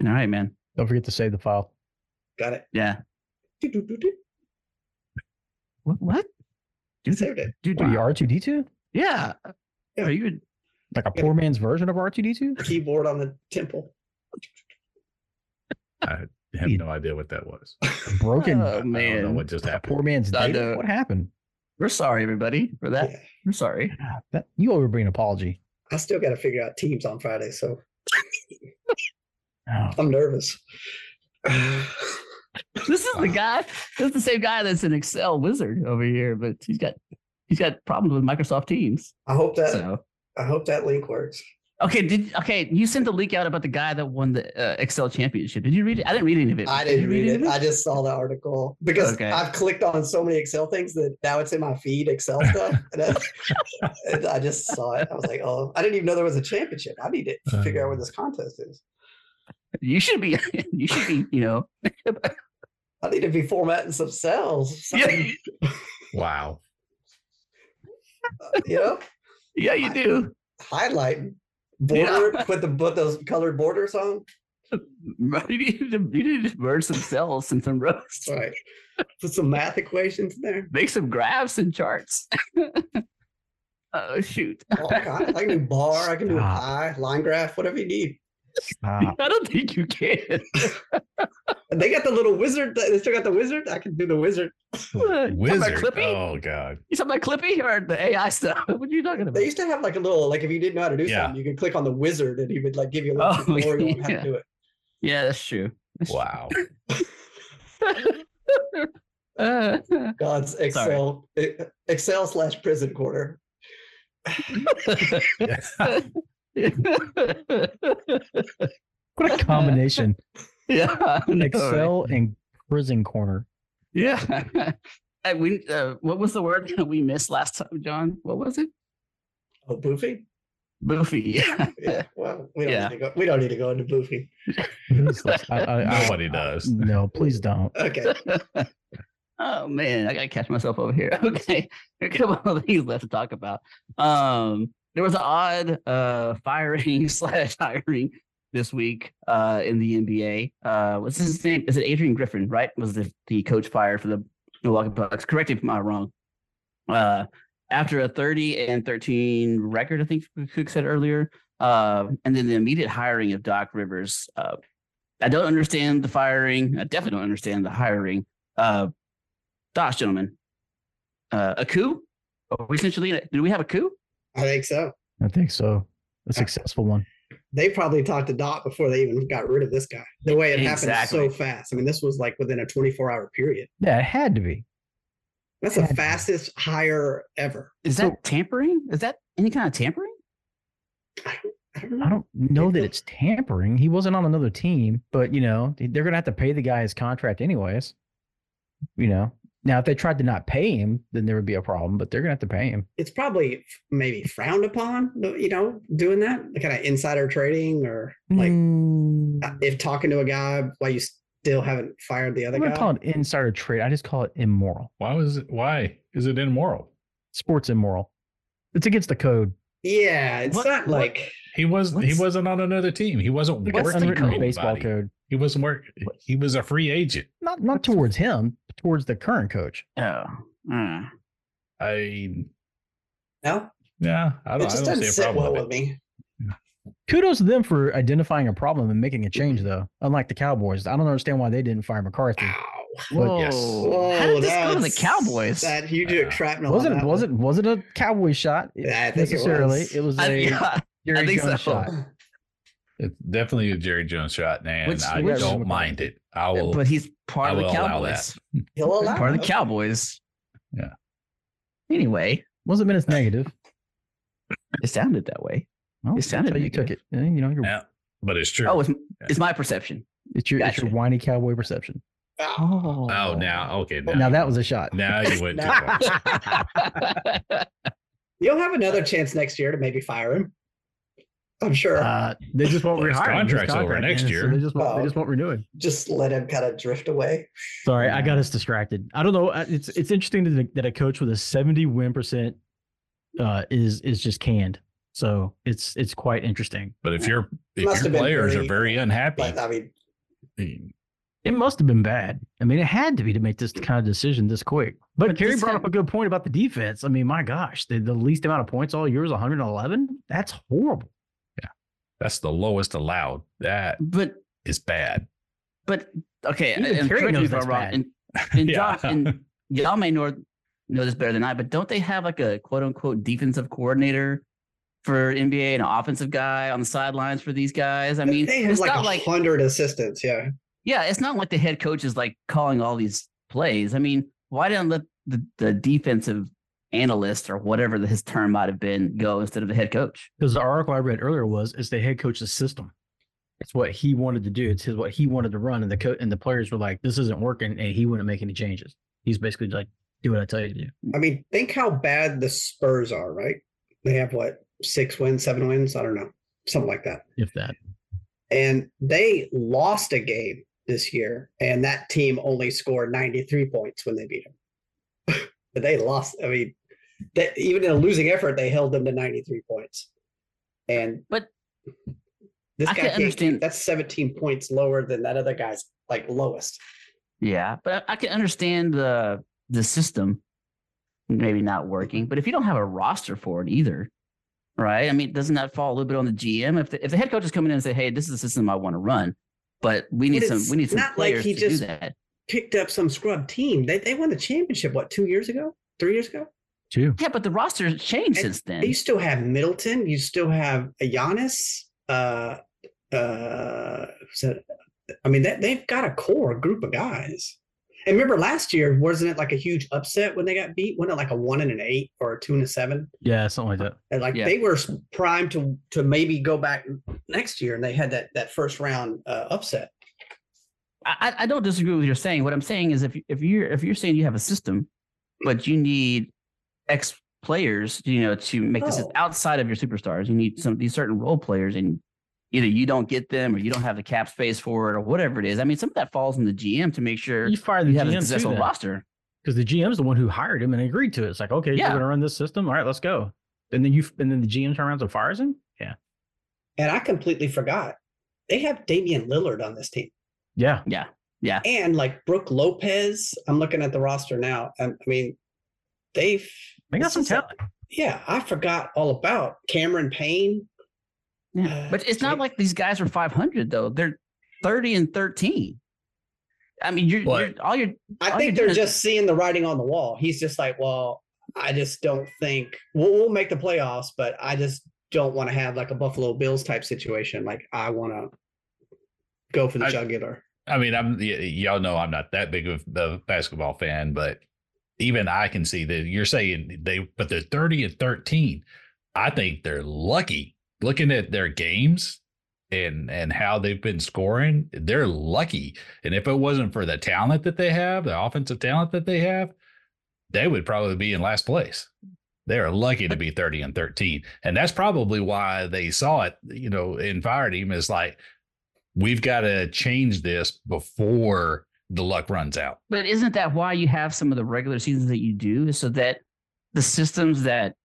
All right, man. Don't forget to save the file. Got it. Yeah. What? What? Dude, saved it. dude, Wow. dude, The R two D two, yeah. Yeah. Are you? like a poor man's version of R two D two. Keyboard on the temple. I have no idea what that was. Broken. Oh, a I don't know man. what just happened. poor man's I data. know. What happened? We're sorry, everybody, for that. Yeah. I'm sorry. Ah, That, you owe me an apology. I still got to figure out teams on Friday, so Oh, I'm nervous. This is the guy. This is the same guy that's an Excel wizard over here, but he's got he's got problems with Microsoft Teams. I hope Uh, that So I hope that link works. okay, did okay? You sent a leak out about the guy that won the uh, Excel championship. Did you read it? I didn't read any of it. I Did didn't you read any it. of I just saw the article because Okay. I've clicked on so many Excel things that now it's in my feed Excel stuff. And I, and I just saw it. I was like, oh, I didn't even know there was a championship. I need to figure out Uh. where this contest is. You should be. You should be. You know. I need to be formatting some cells. Yeah, something, Wow. You know, yeah, you do. highlighting, Yeah. border, put the put those colored borders on. You need to you need to merge some cells and some rows. All right. Put some math equations in there. Make some graphs and charts. oh shoot! All kinds. I can do bar. I can do Stop. pie, line graph, whatever you need. stop. I don't think you can. And they got the little wizard. They still got the wizard. I can do the wizard. Talking about Wizard. Clippy? Oh god. You talking about Clippy or the AI stuff? What are you talking about? They used to have like a little, like if you didn't know how to do Yeah. something, you could click on the wizard and he would like give you a little Oh, tutorial on how to yeah. do it. Yeah, that's true. That's true. Wow. Uh, God's Excel, e- Excel slash prison quarter. What a combination. yeah, I know, right? Excel and prison corner. Yeah. And we, uh, what was the word that we missed last time, John? What was it? Oh, Boofy? Boofy. Yeah. Yeah. Well, we don't Yeah. need to go. We don't need to go into Boofy. Jesus, I- I- I- Nobody does. No, please don't. Okay. oh man, I gotta catch myself over here. Okay, there are a couple of things left to talk about. Um, there was an odd uh firing slash hiring this week uh in the NBA. Uh, what's his name? Is it Adrian Griffin? Right? Was the the coach fired for the Milwaukee Bucks? Correct me if I'm wrong. Uh, after a 30 and 13 record, I think Cook said earlier. Uh, and then the immediate hiring of Doc Rivers. Uh, I don't understand the firing. I definitely don't understand the hiring. Uh, Dosh, gentlemen, uh, a coup? Are we essentially, do we have a coup? I think so. I think so. A successful one. They probably talked to Dot before they even got rid of this guy. The way it Exactly. happened so fast. I mean, this was like within a 24 hour period. Yeah, it had to be. That's the Yeah. fastest hire ever. Is that tampering? Is that any kind of tampering? I don't know. I don't know that it's tampering. He wasn't on another team, but you know, they're gonna have to pay the guy his contract anyways. You know. Now if they tried to not pay him, then there would be a problem, but they're gonna have to pay him. it's probably f- maybe frowned upon, you know, doing that kind of insider trading or Hmm. like Mm, uh, if talking to a guy while you still haven't fired the I'm other gonna guy. call it insider trade. I just call it immoral. Why was it why is it immoral? Sports immoral. It's against the code. yeah, it's What- not what- like He was he What's- wasn't on another team. He wasn't Look at What's the working unwritten for code, baseball anybody. code. He wasn't work he was a free agent. Not not towards him, but towards the current coach. Oh, uh, I no, yeah, I it don't, I just don't doesn't see a sit problem well with it. with me. Kudos to them for identifying a problem and making a change, though. Unlike the Cowboys, I don't understand why they didn't fire McCarthy. Ah, Ow. whoa. yes. How Whoa, did this go to the that's- Cowboys? That huge uh, Uh, shrapnel. on was that it? Was it? one. Was it a Cowboy shot? It- Yeah, I think it necessarily, was. it was I- a yeah, Jerry I think Jones so. shot. It's definitely a Jerry Jones shot, and Which- I which- don't mind it. I will. but he's part I of the will allow that. Cowboys. He'll allow Part of the it. Cowboys. Yeah. Anyway, Wasn't meant as negative. it sounded that way. Well, It sounded that's how you took it. Eh, You know, your, Yeah, but it's true. Oh, it's, it's my perception. it's your it's your gotcha. whiny cowboy perception. Ow. Oh, oh, now okay. Now, Now that was a shot. now you went too Now- far. You'll have another chance next year to maybe fire him. I'm sure. Uh, they just won't Well, his rehire. him. His contract's over next ends, year. so they just won't. Oh. They just won't renew it. just let him kind of drift away. Sorry, I Yeah. got us distracted. I don't know. I- It's it's interesting that, that a coach with a seventy win percent uh, is is just canned. So it's it's quite interesting. But if your if Must your have been players very- are very unhappy, But I mean, It must have been bad. I mean, it had to be to make this kind of decision this quick. But, But Kerry this brought had- up a good point about the defense. I mean, my gosh, the, the least amount of points all year is 111. That's horrible. That's the lowest allowed. That But is bad. but okay, Even and Terry correct me knows if that's I'm wrong. bad. And, and John, and y'all may know know this better than I, but don't they have like a quote unquote defensive coordinator for NBA and an offensive guy on the sidelines for these guys? I mean, they have it's like not a like hundred assistants. Yeah, yeah, it's not like the head coach is like calling all these plays. I mean, why didn't let the, the defensive analyst or whatever his term might have been go instead of the head coach? Because the article I read earlier was it's the head coach's system. It's what he wanted to do. It's his, what he wanted to run. And the co- and the players were like, this isn't working. And he wouldn't make any changes. He's basically like, do what I tell you to do. I mean, think how bad the Spurs are. Right? They have what six wins, seven wins? I don't know, something like that. If that. And they lost a game this year, and that team only scored ninety three points when they beat them. but they lost. I mean, that even in a losing effort, they held them to ninety three points. And But this I guy can can't keep- understand- that's seventeen points lower than that other guy's like lowest. Yeah, but I I can understand the the system maybe not working. But if you don't have a roster for it either, right? I mean, doesn't that fall a little bit on the GM? If the, if the head coach is coming in and say, "Hey, this is the system I want to run," but we need And some it's we need some not like players he to just- do that. Picked up some scrub team. They they won the championship what two years ago, three years ago. Too. Yeah, but the roster has changed And since then. You still have Middleton. You still have a Giannis. Uh, uh, who's that? I mean, that, they've got a core group of guys. And remember last year, wasn't it like a huge upset when they got beat? Wasn't it like a one and an eight or a two and a seven? Yeah, something like that. And like Yeah. they were primed to to maybe go back next year, and they had that that first round uh, upset. I, I- I don't disagree with what you're saying. What I'm saying is if if you're if you're saying you have a system, but you need X players, you know, to make this Oh. outside of your superstars, you need some these certain role players, and either you don't get them or you don't have the cap space for it or whatever it is. I mean, some of that falls on the GM to make sure You you, fire the have a GM too. successful then. roster. because the GM's the one who hired him and agreed to it. It's like, okay, Yeah. you're gonna run this system. All right, let's go. And then you and then the GM turns around and fires him. Yeah, And I completely forgot they have Damian Lillard on this team. yeah. and like Brooke Lopez. I'm looking at the roster now. I, I mean, they've They got this some is a- talent. yeah, I forgot all about Cameron Payne. Yeah. But it's not Okay. like these guys are 500 though. They're 30 and 13. I mean, you're, you're But- all your I All think you're they're doing is- just seeing the writing on the wall. He's just like, well, I just don't think we'll, we'll make the playoffs, but I just don't want to have like a Buffalo Bills type situation. Like I want to go for the I- jugular. I mean, I'm y- y'all know I'm not that big of a basketball fan, but even I can see that you're saying they, but they're 30 and 13. I think they're lucky looking at their games and and how they've been scoring. They're lucky, and if it wasn't for the talent that they have, the offensive talent that they have, they would probably be in last place. They are lucky to be 30 and 13. And that's probably why they saw it, you know, and fired him is like, we've got to change this before the luck runs out. But isn't that why you have some of the regular seasons that you do? So that the systems that,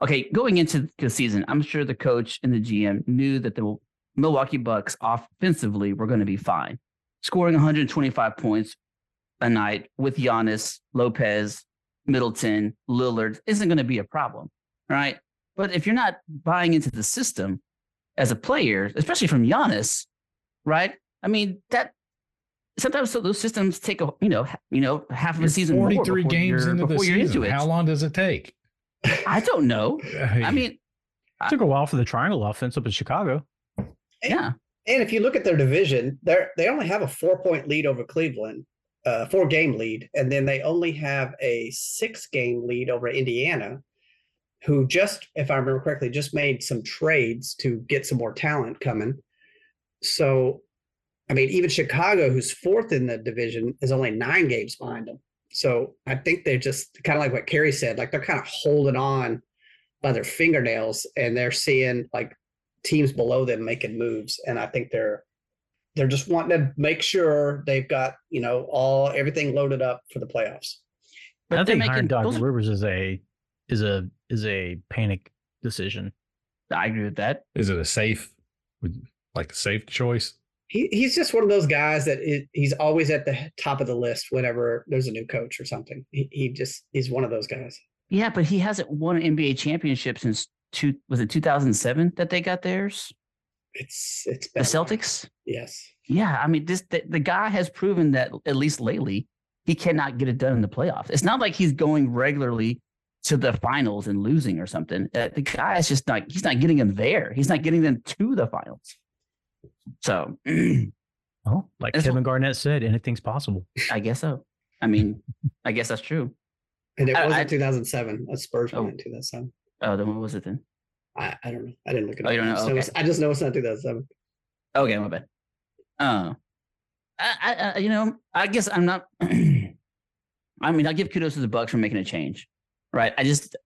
okay, going into the season, I'm sure the coach and the GM knew that the Milwaukee Bucks offensively were going to be fine, scoring 125 points a night with Giannis, Lopez, Middleton, Lillard isn't going to be a problem, right? But if you're not buying into the system as a player, especially from Giannis, right? I mean that sometimes so those systems take a you know ha- you know half of a season more 43 before games you're- into the before you're season. into it. How long does it take? I don't know. I mean, It took a while for the triangle offense up in Chicago. yeah, And if you look at their division, they are they only have a four point lead over Cleveland, uh, four game lead, and then they only have a six game lead over Indiana, who just, if I remember correctly, just made some trades to get some more talent coming. So, I mean, even Chicago, who's fourth in the division, is only nine games behind them. So I think they're just kind of like what Kerry said, like they're kind of holding on by their fingernails, and they're seeing like teams below them making moves and i think they're they're just wanting to make sure they've got you know all everything loaded up for the playoffs but I they're think hiring making Doc those are- Rivers is a is a is a panic decision. I agree with that. is it a safe, would- like a safe choice? he, he's just one of those guys that i- he's always at the top of the list whenever there's a new coach or something. He, he just he's one of those guys. Yeah, but he hasn't won an NBA championship since two was it 2007 that they got theirs? It's it's The been a while. Celtics? Yes, Yeah, I mean this the, the guy has proven that at least lately he cannot get it done in the playoffs. It's not like he's going regularly to the finals and losing or something. Uh, the guy is just not he's not getting them there. He's not getting them to the finals. So, I Oh, like That's Kevin Garnett said, anything's possible. guess so. I mean, I guess that's true. and it I- wasn't I- 2007. A Spurs Oh. won in 2007. Oh, then what was it then? I, I don't know. I didn't look it Oh, up. you don't know? I just Okay. it's- I just know it's not 2007. Okay, my bad. Uh, I, I, I, you know, I guess I'm not. I mean, I'll give kudos to the Bucks for making a change, right? I just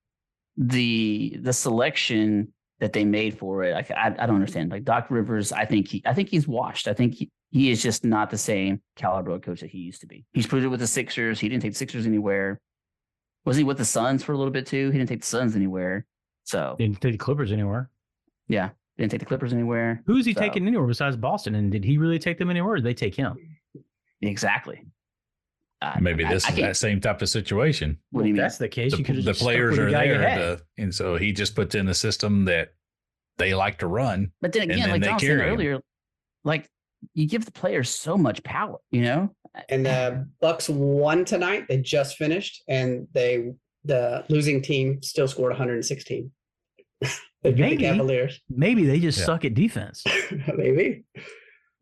the the selection that they made for it, like, I, I don't understand. Like Doc Rivers, I think he, I think he's washed. I think he, he is just not the same caliber of coach that he used to be. He's proved it with the Sixers. He didn't take the Sixers anywhere. Was he with the Suns for a little bit too? He didn't take the Suns anywhere. So Didn't take the Clippers anywhere. didn't take the Clippers anywhere. Who is he So- taking anywhere besides Boston? And did he really take them anywhere? Or did they take him? Exactly. Uh, Maybe I- this I is can't- that same type of situation. What Well, do you if mean? that's the case. The, you could the players are there, the, and so he just puts in a system that they like to run. But then And again, then like they John said carry 'em. earlier, like you give the players so much power, you know? And the Bucks won tonight. They just finished, and they the losing team still scored 116. they beat the Maybe. Cavaliers. Maybe they just Yeah. suck at defense. Maybe.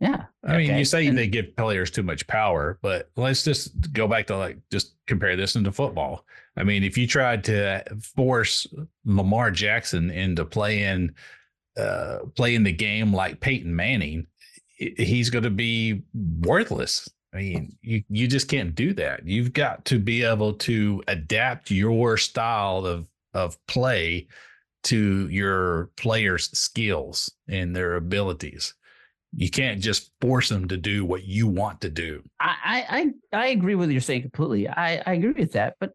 Yeah. I mean, Okay. you say And- they give players too much power, but let's just go back to like just compare this into football. I mean, if you tried to force Lamar Jackson into playing uh playing the game like Peyton Manning, i- he's going to be worthless. I mean, you you just can't do that. You've got to be able to adapt your style of of play to your players' skills and their abilities. You can't just force them to do what you want to do. I, I I I agree with what you're saying completely. I, I agree with that. But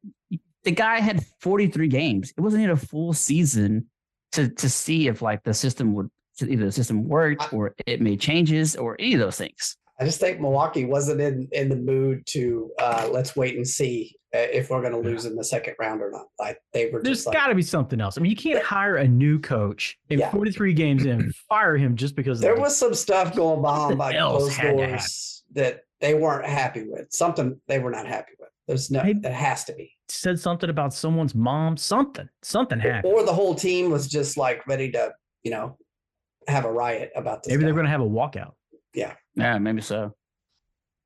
the guy had 43 games. It wasn't even a full season to to see if like the system would to either the system worked or it made changes or any of those things. I just think Milwaukee wasn't in in the mood to uh, let's wait and see uh, if we're going to lose in the second round or not. Like they were There's just got like to be something else. I mean, you can't hire a new coach in Yeah. 43 games and fire him just because of there that. was some stuff going on Something by else closed had to happen. doors that they weren't happy with. Something they were not happy with. There's no. Maybe- It has to be. said something about someone's mom. Something, something happened. Or the whole team was just like ready to, you know, have a riot about this. Maybe they're guy. going to have a walkout. Yeah, maybe so.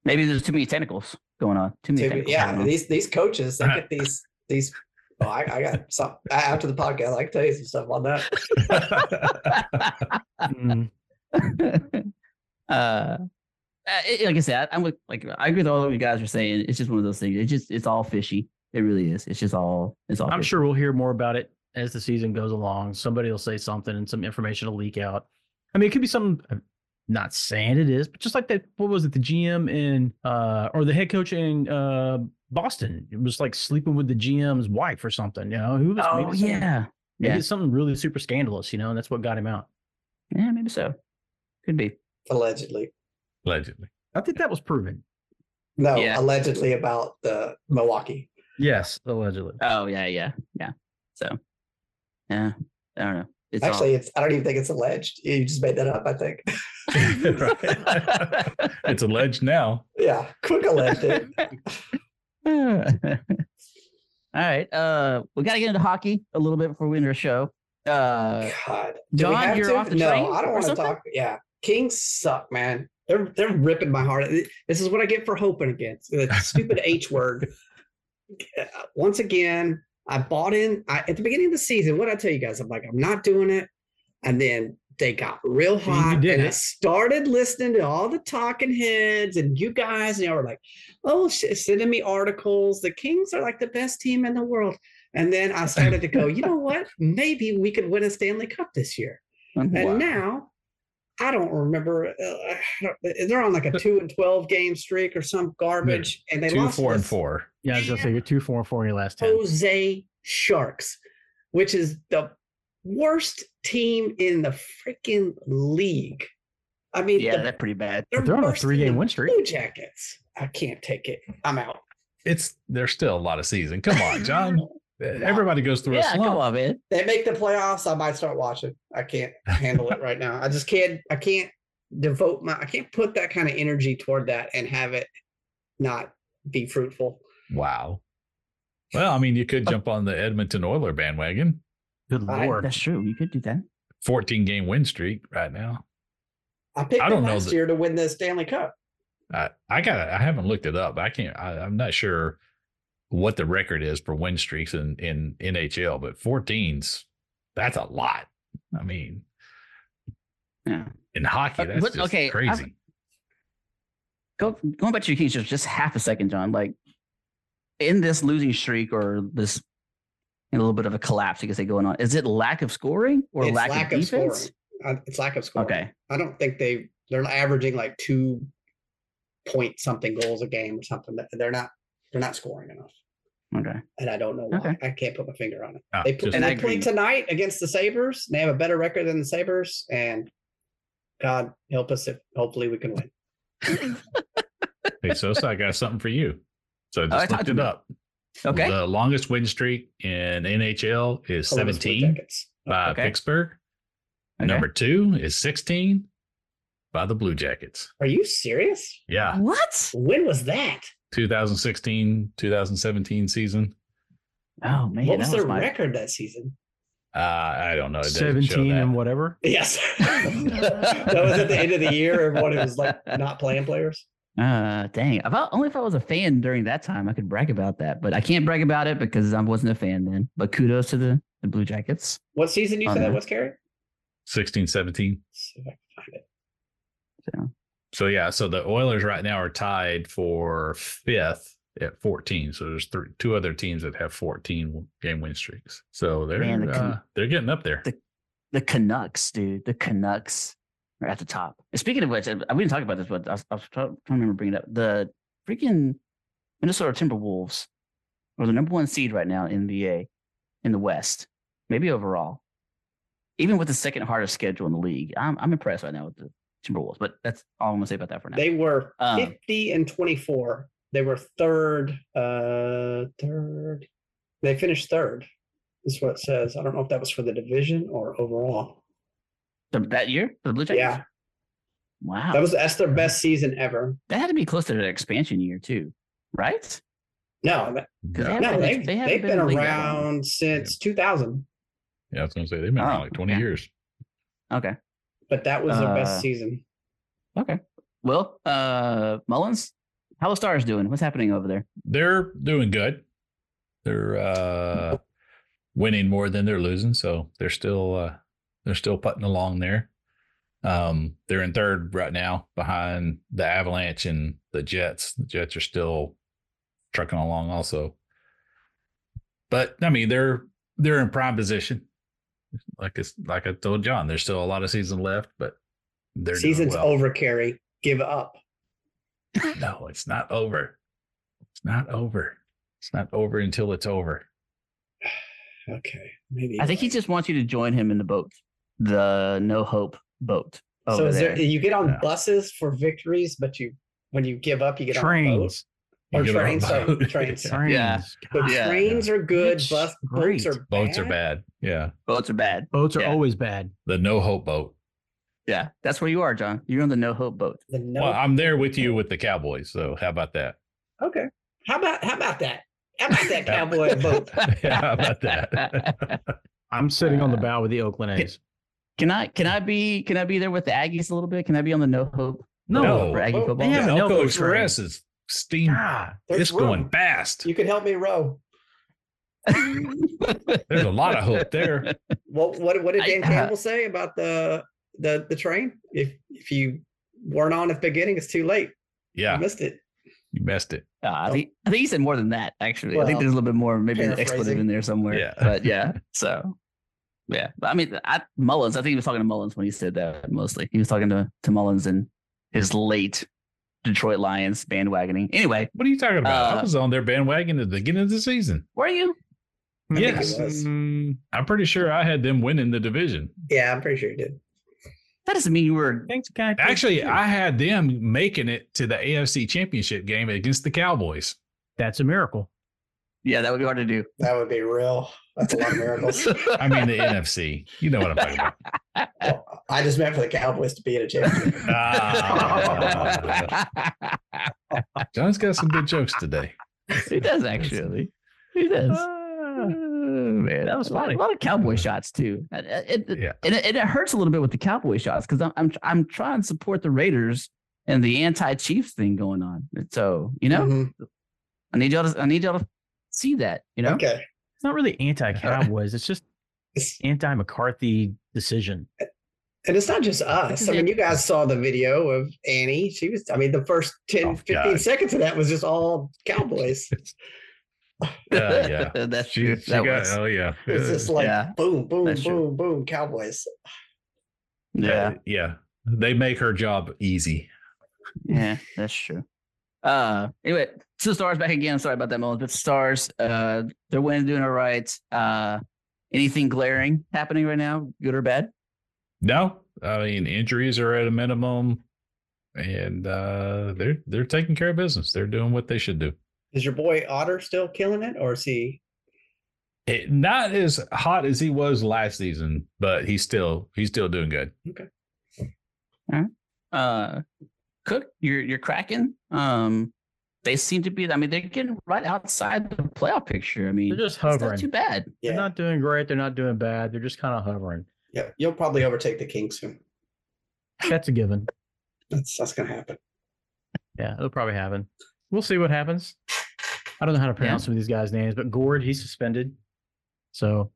Maybe there's too many technicals going on. Too many Too- technicals. yeah, going on. these these coaches, they get these these. Oh, I, I got some I- after the podcast. I can tell you some stuff on that. Mm, uh, uh, it- like I said, I, I'm with, like I agree with all of you guys are saying. It's just one of those things. It's just it's all fishy. It really is. It's just all it's all. I'm fishy. sure we'll hear more about it as the season goes along. Somebody will say something, and some information will leak out. I mean, it could be something. I'm not saying it is, but just like that. What was it? The GM in uh, or the head coach in uh, Boston. It was like sleeping with the GM's wife or something. You know who was? Oh something- yeah, Maybe Yeah. it's something really super scandalous, you know, and that's what got him out. yeah, maybe so. Could be. Allegedly, Allegedly. I think that was proven. no, Yeah. allegedly about the Milwaukee. Yes, allegedly. Oh yeah, yeah, yeah. So yeah, I don't know. It's all- Actually, it's I don't even think it's alleged. You just made that up. I think. Right. it's alleged now. Yeah, quick alleged. it. All right. Uh, we got to get into hockey a little bit before we end our show. Uh, God, Do we John, have you're off the no, train I don't or want to something? talk. Yeah, Kings suck, man. They're they're ripping my heart. This is what I get for hoping against the stupid H word. Uh, Once again, I bought in I, at the beginning of the season. What I tell you guys, I'm like, I'm not doing it. And then they got real you hot, and, I didn't. started listening to all the talking heads and you guys. And y'all were like, "Oh, sh- sending me articles. The Kings are like the best team in the world." And then I started to go, you know what? Maybe we could win a Stanley Cup this year. And Wow. now, I don't remember. Uh, I don't- they're on like a two and twelve game streak or some garbage, and they Two, lost four, and to four. Yeah, I was gonna say you're two four and four in your last ten. Oh, Jose Sharks, which is the worst team in the freaking league. I mean, Yeah, the- that's pretty bad. they're, They're on a worse than three-game the win streak. Blue Jackets. I can't take it. I'm out. It's there's still a lot of season. Come on, John. Everybody goes through Yeah, a come slump. on, man. They make the playoffs. I might start watching. I can't handle it right now. I just can't. I can't devote my. I can't put that kind of energy toward that and have it not be fruitful. Wow. Well, I mean, you could jump on the Edmonton Oiler bandwagon. Good I- lord. That's true. You could do that. 14 game win streak right now. I picked I them don't know last that- year to win the Stanley Cup. I, I got I haven't looked it up. I can't I, I'm not sure what the record is for win streaks in, in NHL, but 14's that's a lot. I mean, Yeah. in hockey, Uh, that's what- just okay, I've- crazy. Go going back to your Kings just, just half a second, John. Like in this losing streak or this a little bit of a collapse, you could say going on. Is it lack of scoring or It's lack, of defense? scoring. I- It's lack of scoring. Okay. I don't think they they're averaging like two point something goals a game or something. That- They're not they're not scoring enough, Okay. and I don't know why. Okay. I can't put my finger on it. Ah, They, pl- just- and I they play agree. tonight against the Sabers. They have a better record than the Sabers, and God help us if hopefully we can win. hey, Sosa, I got something for you. So I I just talked looked it about it. up. Okay. The longest win streak in NHL is Columbus Blue 17 Jackets. by Okay. Pittsburgh. Okay. Number two is 16 by the Blue Jackets. Are you serious? Yeah. What? When was that? 2016, 2017 season. Oh man, what was that their my- record that season? Uh, I don't know. It doesn't show 17 that. and whatever. Yes, that was at the end of the year. Everyone was like not playing players. Uh, dang. If I, only if I was a fan during that time, I could brag about that. But I can't brag about it because I wasn't a fan then. But kudos to the, the Blue Jackets. What season you Oh, said that no. was, Carrie? 16, 17. See if I can find it. So, yeah. So the Oilers right now are tied for fifth at 14. So there's three, two other teams that have 14 game win streaks. So they're, Man, the con- uh, they're getting up there. the- The Canucks, dude. The Canucks are at the top. And speaking of which, I, we didn't talk about this, but I, was- I was try- trying to remember bringing it up. The freaking Minnesota Timberwolves are the number one seed right now in the NBA in the West, maybe overall. Even with the second hardest schedule in the league, I'm, I'm impressed right now with the Timberwolves. But that's all I'm gonna say about that for now. They were Um, fifty and twenty-four. They were third, uh, third. They finished third. Is what it says. I don't know if that was for the division or overall. The- that year for the Blue Jackets. Yeah, Wow. that was that's their best season ever. that had to be close to their expansion year too, right? No, that- Because they yeah. haven't no, been- they they've, they have haven't been, been in the league that long. around since two thousand, Yeah, I was going to say they've been around Oh, like 20 okay. years. Okay. but that was their Uh, best season. Okay. Well, uh, Mullins, how the Stars doing? What's happening over there? they're doing good. They're uh, winning more than they're losing, so they're still uh, they're still putting along there. Um, they're in third right now, behind the Avalanche and the Jets. The Jets are still trucking along, also. But I mean, they're they're in prime position. Like it's like I told John, there's still a lot of season left, but they're doing Season's well. over. Carrie, give up. No, it's not over. It's not over. It's not over until it's over. Okay, maybe. I think he just wants you to join him in the boat, the no hope boat. so Over is there, there. you get on Yeah. buses for victories, but you when you give up, you get on boats. Trains. Or get on a trains, sorry, boat. trains. Yeah. Trains. Yeah. But Yeah. trains are good. That's Bus, boats great. are Boats are bad. Yeah. Boats are bad. Boats are Yeah. always bad. The no hope boat. Yeah, that's where you are, John. You're on the no hope boat. The no. Well, I'm there with you with the Cowboys. So how about that? okay. How about how about that? How about that cowboy boat? yeah, how about that? I'm sitting on the bow with the Oakland A's. Can I? Can I be? Can I be there with the Aggies a little bit? Can I be on the no hope? No. for Aggie Well, football. The Damn, no Elko boat Express is steam. God. There's it's room. going fast. You can help me row. There's a lot of hope there. What what what did I- uh, Dan Campbell say about the the the train? If if you weren't on at the beginning, it's too late. You Yeah, missed it. you messed it. Uh, I think I think he said more than that. Actually, I think Oh. Well, there's a little bit more, maybe an expletive paraphrasing. in there somewhere. Yeah. but yeah. So, yeah. But I mean, I, Mullins. I think he was talking to Mullins when he said that. Mostly, he was talking to to Mullins and his late Detroit Lions bandwagoning. Anyway, What are you talking about? I Uh, was on their bandwagon at the beginning of the season. were you? I think it Yes. was. Mm, I'm pretty sure I had them winning the division. Yeah, I'm pretty sure you did. That doesn't mean we're Thanks, guy. Actually, I had them making it to the AFC Championship game against the Cowboys. that's a miracle. yeah, that would be hard to do. That would be real. That's a lot of miracles. I mean, the NFC. You know what I'm talking about. I just meant for the Cowboys to be in a championship. Ah. John's got some good jokes today. he does actually. He does. Oh, Ah. man, that was That's funny. funny. A lot of cowboy shots too. Uh, It, it- Yeah. and it, and it hurts a little bit with the cowboy shots because I'm, I'm I'm trying to support the Raiders and the anti-Chiefs thing going on. And so you know, Mhm. I need y'all to I need y'all to see that. You know, Okay. It's not really anti-Cowboys. It's just It's- anti-McCarthy decision. And it's not just us. I mean, you guys saw the video of Annie. She was, I mean, the first 10, Oh, 15 God. seconds of that was just all Cowboys. Uh, yeah. that's She, true. she that got, was oh yeah. It's just like Yeah. boom, boom, That's true. boom, boom, Cowboys. yeah. Uh, yeah. They make her job easy. Yeah, that's true. Uh, anyway, so stars back again. Sorry about that, Mullins, but stars, uh, they're winning, doing all right. Uh, anything glaring happening right now, good or bad? No, I mean injuries are at a minimum, and uh, they're they're taking care of business. They're doing what they should do. Is your boy Otter still killing it, or is he? It, not as hot as he was last season, but he's still he's still doing good. Uh, Cook, you're you're cracking. Um, they seem to be. I mean, they're getting right outside the playoff picture. I mean, They're just it's not too hovering. bad. They're not doing great. They're not doing bad. They're just kind of hovering. yeah. You'll probably overtake the Kings soon. That's a given. That's that's gonna happen. Yeah, it'll probably happen. We'll see what happens. I don't know how to pronounce some of these guys' names, but Gord, he's suspended. So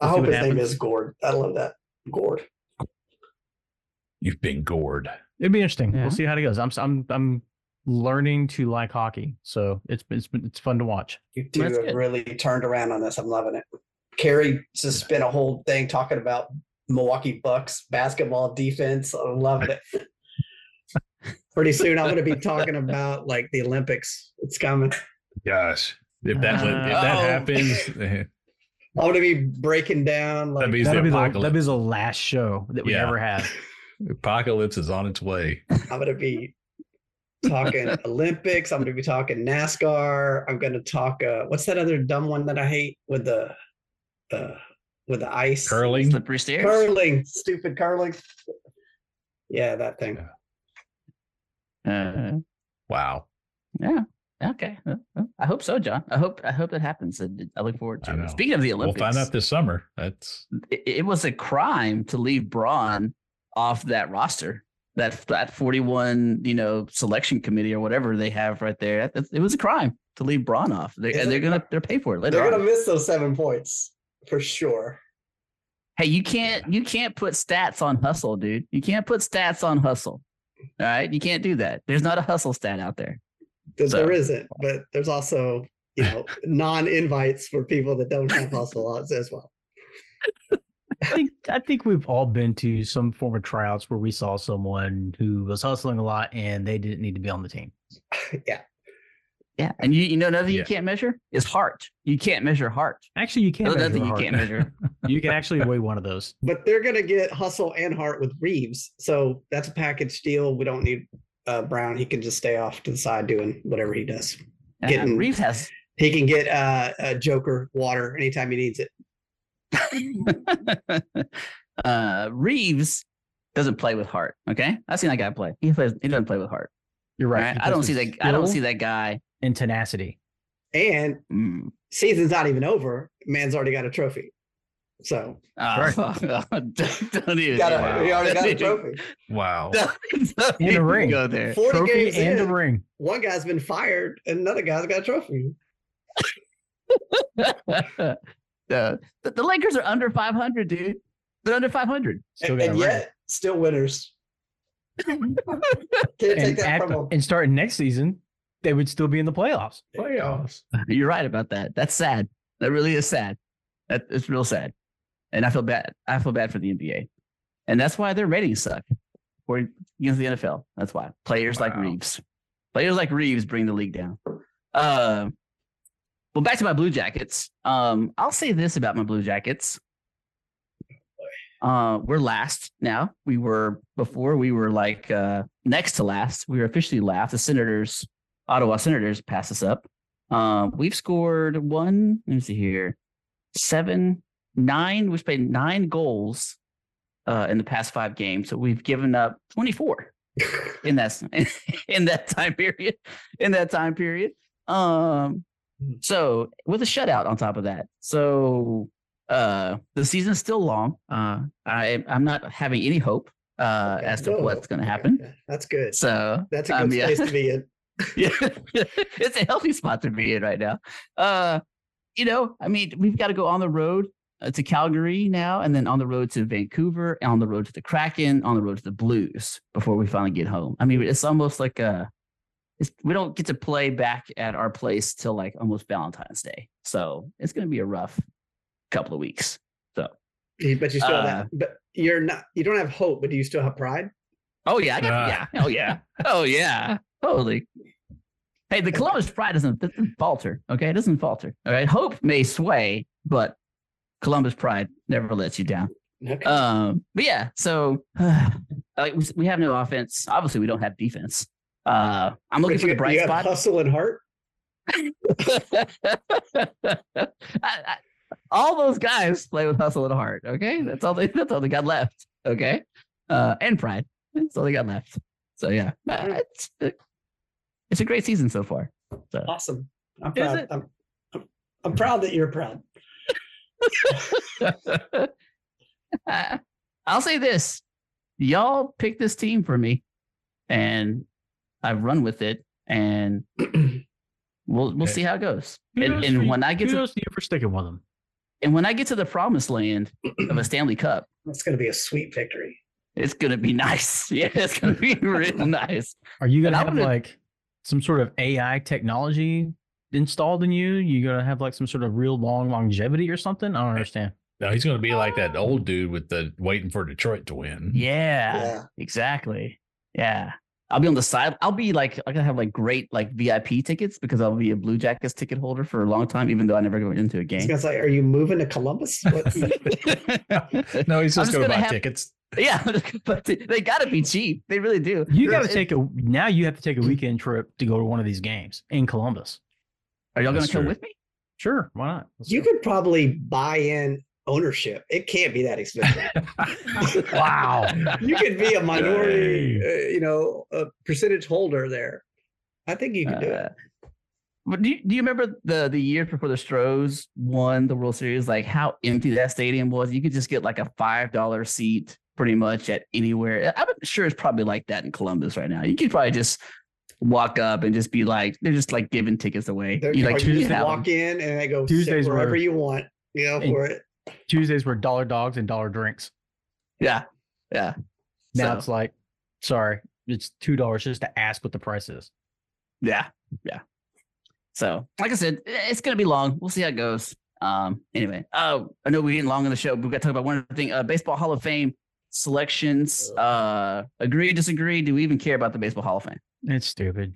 I We'll see hope what his name happens. is Gord. I love that Gord. You've been gored. it'd be interesting. Yeah. We'll see how it goes. I'm s- I'm I'm learning to like hockey, so it's it's it's fun to watch. You two That's have good. really turned around on this. I'm loving it. Carrie just spent a whole thing talking about Milwaukee Bucks basketball defense. I love it. Pretty soon, I'm going to be talking about like the Olympics. It's coming. Gosh, if that if that Oh. happens, eh, I'm going to be breaking down. Like, that means the That'll be, the, apocalypse. that'll be the last show that we Yeah. ever have. apocalypse is on its way. I'm going to be talking Olympics. I'm going to be talking NASCAR. I'm going to talk. Uh, what's that other dumb one that I hate with the uh, with the ice? Curling. Slippery stairs. curling, stupid curling. Yeah, that thing. Uh, Wow. yeah. Okay. Uh, uh, I hope so, John. I hope I hope that happens. and I look forward I to know. it. Speaking of the We'll Olympics, find out this summer. That's it, it was a crime to leave Braun off that roster. That that forty one, you know, selection committee or whatever they have right there. That- It was a crime to leave Braun off. They, Is and it- they're gonna they're pay for it later. They're on. gonna miss those seven points for sure. hey, you can't you can't put stats on hustle, dude. You can't put stats on hustle. All right, you can't do that. There's not a hustle stat out there. Th- So- There isn't, but there's also you know non-invites for people that don't have hustle odds as well. I think I think we've all been to some form of tryouts where we saw someone who was hustling a lot and they didn't need to be on the team. yeah, Yeah, and you you know another thing Yeah. you can't measure is heart. You can't measure heart. Actually, you can't. Another measure thing Oh, you heart. can't measure. You can actually weigh one of those. but they're gonna get hustle and heart with Reeves, so that's a package deal. We don't need uh, Brown. He can just stay off to the side doing whatever he does. Uh, Getting- Reeves has He can get uh, a Joker water anytime he needs it. uh, Reeves doesn't play with heart. Okay, I've seen that guy play. He plays. He doesn't play with heart. You're Right. right. I don't see that. I don't see that guy. in tenacity. And Mm. season's not even over. Man's already got a trophy, so Uh, don't, don't even. got Wow. a, he already got a Don't even- trophy. wow. don't- don't In a even ring. Go there. Forty Trophy games and a in, ring. one guy's been fired and another guy's got a trophy. Uh, the, the Lakers are under 500, dude. They're under 500. Still and got and a ring. yet, still winners. Can't take And, that act- from 'em. and starting next season, they would still be in the playoffs. Playoffs. You're right about that. That's sad. That really is sad. That it's real sad, and I feel bad. I feel bad for the NBA, and that's why their ratings suck. Or against the NFL. That's why players like Wow. Reeves, players like Reeves bring the league down. Uh, well, back to my Blue Jackets. Um, I'll say this about my Blue Jackets: Uh, we're last now. We were before we were like uh, next to last. We were officially last. The Senators, Ottawa Senators, passed us up. Um, we've scored one. Let me see here, seven, nine. We've played nine goals uh, in the past five games. So we've given up twenty four in that in that time period. In that time period. Um, so with a shutout on top of that. So uh the season's still long. Uh I I'm not having any hope uh as to Whoa. what's gonna Okay, happen. yeah, That's good. So That's a good um, yeah. space to be in. yeah, it's a healthy spot to be in right now. Uh, you know, I mean, we've got to go on the road uh, to Calgary now, and then on the road to Vancouver, and on the road to the Kraken, on the road to the Blues before we finally get home. I mean, it's almost like a, it's, we don't get to play back at our place till like almost Valentine's Day, so it's going to be a rough couple of weeks. You- But you still have Uh, that. But you're not. You don't have hope, but do you still have pride? Oh yeah, I got, Uh, Ah. yeah, oh yeah, oh yeah, totally. Hey, the Columbus pride doesn't, doesn't falter. Okay, it doesn't falter. All right, hope may sway, but Columbus pride never lets you down. Okay. Um, but yeah, so like we, we have no offense. Obviously, we don't have defense. Uh, I'm looking But for you, the bright you have spot. Hustle and heart. I- I- all those guys play with hustle and heart. Okay, that's all they that's all they got left. Okay, uh, and pride. That's all they got left. So yeah, Mm-hmm. uh, it's it's a great season so far. Awesome. I'm Is proud. it? I'm, I'm, I'm proud that you're proud. Uh, I'll say this: y'all picked this team for me, and I've run with it, and we'll we'll Hey. see how it goes. Kudos And, for and you- when I get to kudos to you for sticking with them. and when I get to the promised land of a Stanley Cup, That's going to be a sweet victory. It's gonna be nice. Yeah, it's gonna be real nice. Are you And gonna I have would've- like some sort of AI technology installed in you? You gonna have like some sort of real long longevity or something? I don't understand. No, he's going to be like that old dude with the waiting for Detroit to win. Yeah, exactly. Yeah, I'll be on the side. I'll be like, I'm gonna have like great like VIP tickets because I'll be a Blue Jackets ticket holder for a long time, even though I never go into a I was game. going to say, are you moving to Columbus? What's, No, he's I'm just just going to gonna buy have- tickets. yeah, but they gotta be cheap. They really do. You They're- gotta take a now. You have to take a weekend trip to go to one of these games in Columbus. Are y'all gonna That's come true. with me? Sure, why not? Let's you go. could probably buy in ownership. It can't be that expensive. wow. you could be a minority, Dang. uh, you know, a percentage holder there. I think you could do it. Uh, But do you, do you remember the the years before the Stros won the World Series? Like how empty that stadium was. You could just get like a five dollar seat pretty much at anywhere. I- I'm sure it's probably like that in Columbus right now. You could probably just walk up and just be like, they're just like giving tickets away. There- Uh, you or like you choose just that walk in and they go Tuesdays sit wherever were- you want. You know, Hey. for it. Tuesdays were dollar dogs and dollar drinks. Yeah, yeah. Now So- it's like, sorry, it's two dollars just to ask what the price is. Yeah, yeah. So, like I said, i- it's gonna be long. We'll see how it goes. Um. Anyway, oh, I know we didn't long on the show, but we got to talk about one other thing. Uh, baseball Hall of Fame selections. Uh, agree, disagree? Do we even care about the baseball Hall of Fame? It's stupid.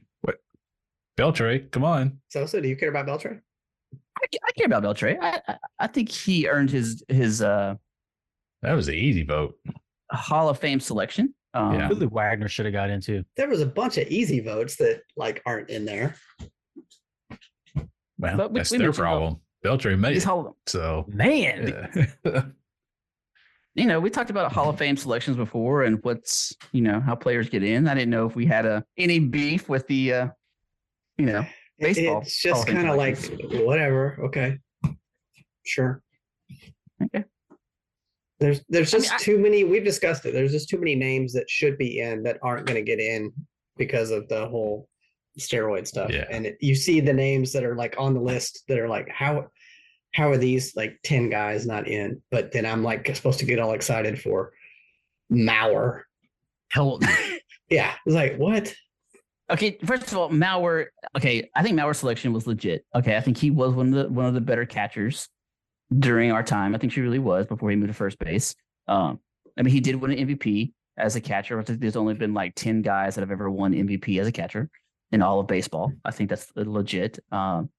Beltray, come on. So, so do you care about Beltran? I, ca- I care about Beltray. I, I I think he earned his his uh That was the easy vote. Hall of Fame selection. Um, Yeah. Willie Wagner should have got into. There was a bunch of easy votes that like aren't in there. Well, But we- that's we their mentioned problem. Beltray made These it. Hall, So, Man, yeah. you know, we talked about Hall of Fame selections before and what's you know how players get in. I didn't know if we had a any beef with the uh, you know. It- Baseball It's Hall just of Fame kind of like whatever. Okay, sure. Okay. There's there's I mean, just I- too many. We've discussed it. There's just too many names that should be in that aren't going to get in because of the whole steroid stuff. Yeah. And it, you see the names that are like on the list that are like how how are these like ten guys not in? But then I'm like supposed to get all excited for Mauer. Hilton. Yeah, it's like what? Okay, first of all, Mauer. Okay, I think Mauer's selection was legit. Okay, I think he was one of the one of the better catchers during our time. I think she really was before he moved to first base. Um, I mean, he did win an MVP as a catcher. I think there's only been like ten guys that have ever won MVP as a catcher in all of baseball. I think that's legit. Um,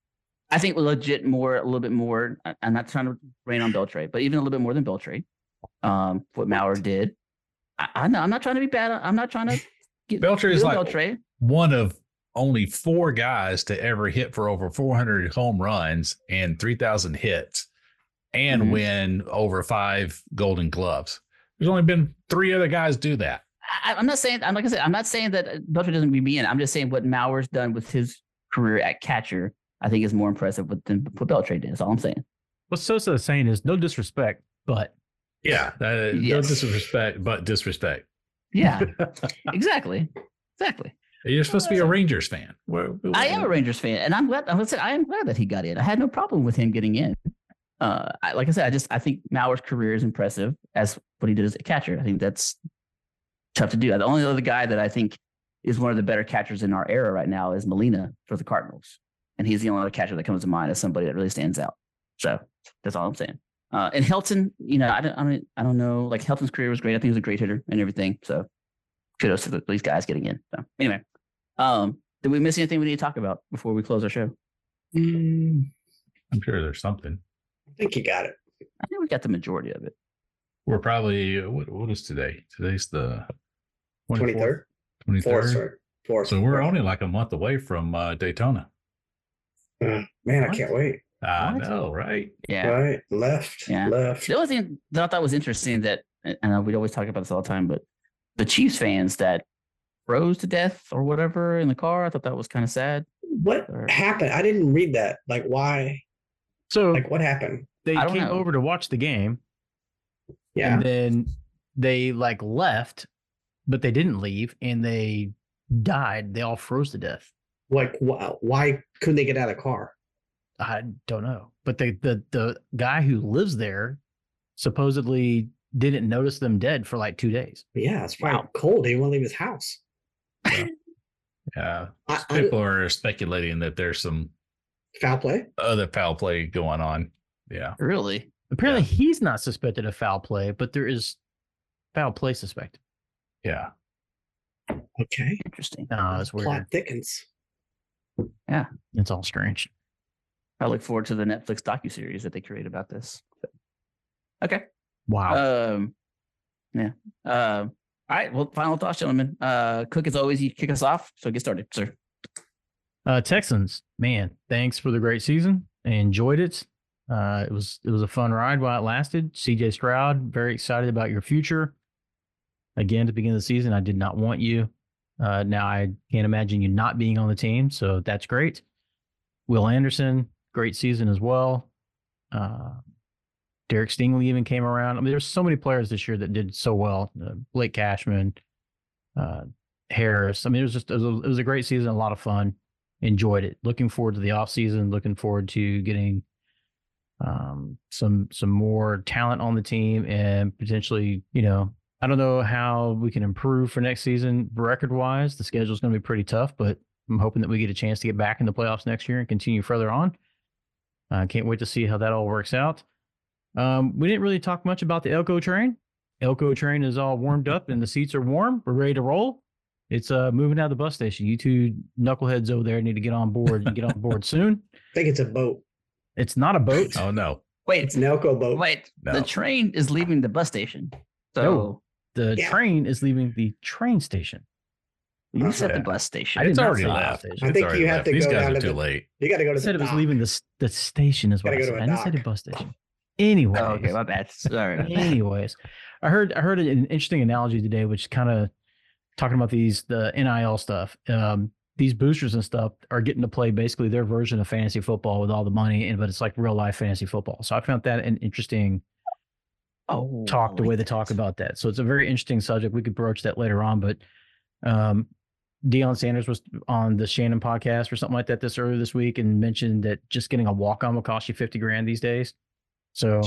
I think legit more a little bit more. I- I'm not trying to rain on Beltray, but even a little bit more than Beltray. um, what Maurer did. I, I know I'm not trying to be bad. I'm not trying to get Belcher is Bill like Beltray. one of only four guys to ever hit for over 400 home runs and 3,000 hits and Mhm. win over five Golden Gloves. There's only been three other guys do that. I, I'm not saying I'm like I said, I'm not saying that Belcher doesn't be mean. I'm just saying what Maurer's done with his career at catcher, I think is more impressive with- than what Beltray did. That's all I'm saying. What Sosa is saying is no disrespect, but Yeah, that, Yes. Uh, no disrespect, but disrespect. Yeah, exactly, exactly. You're supposed to be a Rangers fan. Where- I am a Rangers fan, and I'm glad. I would say I am glad that he got in. I had no problem with him getting in. Uh, I, like I said, I just I think Maurer's career is impressive as what he did as a catcher. I think that's tough to do. The only other guy that I think is one of the better catchers in our era right now is Molina for the Cardinals, and he's the only other catcher that comes to mind as somebody that really stands out. So that's all I'm saying. Uh, and Helton, you know, I don't, I don't, I don't know. Like Helton's career was great. I think he was a great hitter and everything. So kudos to the, these guys getting in. So anyway, um, did we miss anything we need to talk about before we close our show? Mm. I'm sure there's something. I think you got it. I think we got the majority of it. We're probably, uh, what, what is today? Today's the 23rd, 24th, 4th, sorry. 4th. So we're only like a month away from uh, Daytona. Man, I can't wait. I What? know, right? Yeah. Right, left, Yeah. left. The only thing that I thought was interesting that, and we always talk about this all the time, but the Chiefs fans that froze to death or whatever in the car, I thought that was kind of sad. What Or- happened? I didn't read that. Like, why? so Like, what happened? they I don't came know. over to watch the game Yeah. and then they like left, but they didn't leave and they died. They all froze to death. Like, wh- why couldn't they get out of the car? I don't know. But the the the guy who lives there supposedly didn't notice them dead for like two days. Yeah, it's probably Wow. cold. He didn't want to leave his house. Yeah. I- I- People are speculating that there's some Foul play. other foul play going on. Yeah. Really? Apparently, he's not suspected of foul play, but there is foul play suspected. Yeah. Okay. Interesting. No, it's Oh, weird. Plot thickens. It's all strange. I look forward to the Netflix docuseries that they create about this. Okay. Wow. Um, yeah. Um, all right. Well, final thoughts, gentlemen. Uh, Cook, as always, you kick us off. So get started, sir. Uh, Texans, man, thanks for the great season. I enjoyed it. Uh, it was it was a fun ride while it lasted. CJ Stroud, very excited about your future. Again, at the beginning of the season, I did not want you. Uh, now I can't imagine you not being on the team, so that's great. Will Anderson, great season as well. Uh, Derek Stingley even came around. I mean, there's so many players this year that did so well. Uh, Blake Cashman, uh, Harris. I mean, it was just it was, a, it was a great season, a lot of fun enjoyed it. Looking forward to the offseason, looking forward to getting um, some some more talent on the team and potentially, you know, I don't know how we can improve for next season record wise. The schedule's going to be pretty tough, but I'm hoping that we get a chance to get back in the playoffs next year and continue further on. I can't wait to see how that all works out. Um, we didn't really talk much about the Elko train. Elko train is all warmed up and the seats are warm. We're ready to roll. It's uh moving out of the bus station. You two knuckleheads over there need to get on board and get on board soon. I think it's a boat. It's not a boat. Oh, no. Wait, It's an Elko boat. wait. No. The train is leaving the bus station. So No. The Yeah. train is leaving the train station. you said the Okay. bus station. I did It's not already say that left. station. I It's think already you have left. to These go guys down are to too the- late. You got to go I to said the it was dock. leaving the s- the station is what Gotta I go to said. a I didn't say the dock. bus station. Anyway. Oh, okay, my bad. Sorry. about that. Anyways, I heard I heard an interesting analogy today, which kind of talking about these the NIL stuff. Um, these boosters and stuff are getting to play basically their version of fantasy football with all the money, and but it's like real life fantasy football. So I found that an interesting Oh, talk the I way like they talk that. about that. So it's a very interesting subject. We could broach that later on, but um, Deion Sanders was on the Shannon podcast or something like that this earlier this week and mentioned that just getting a walk on will cost you fifty grand these days. So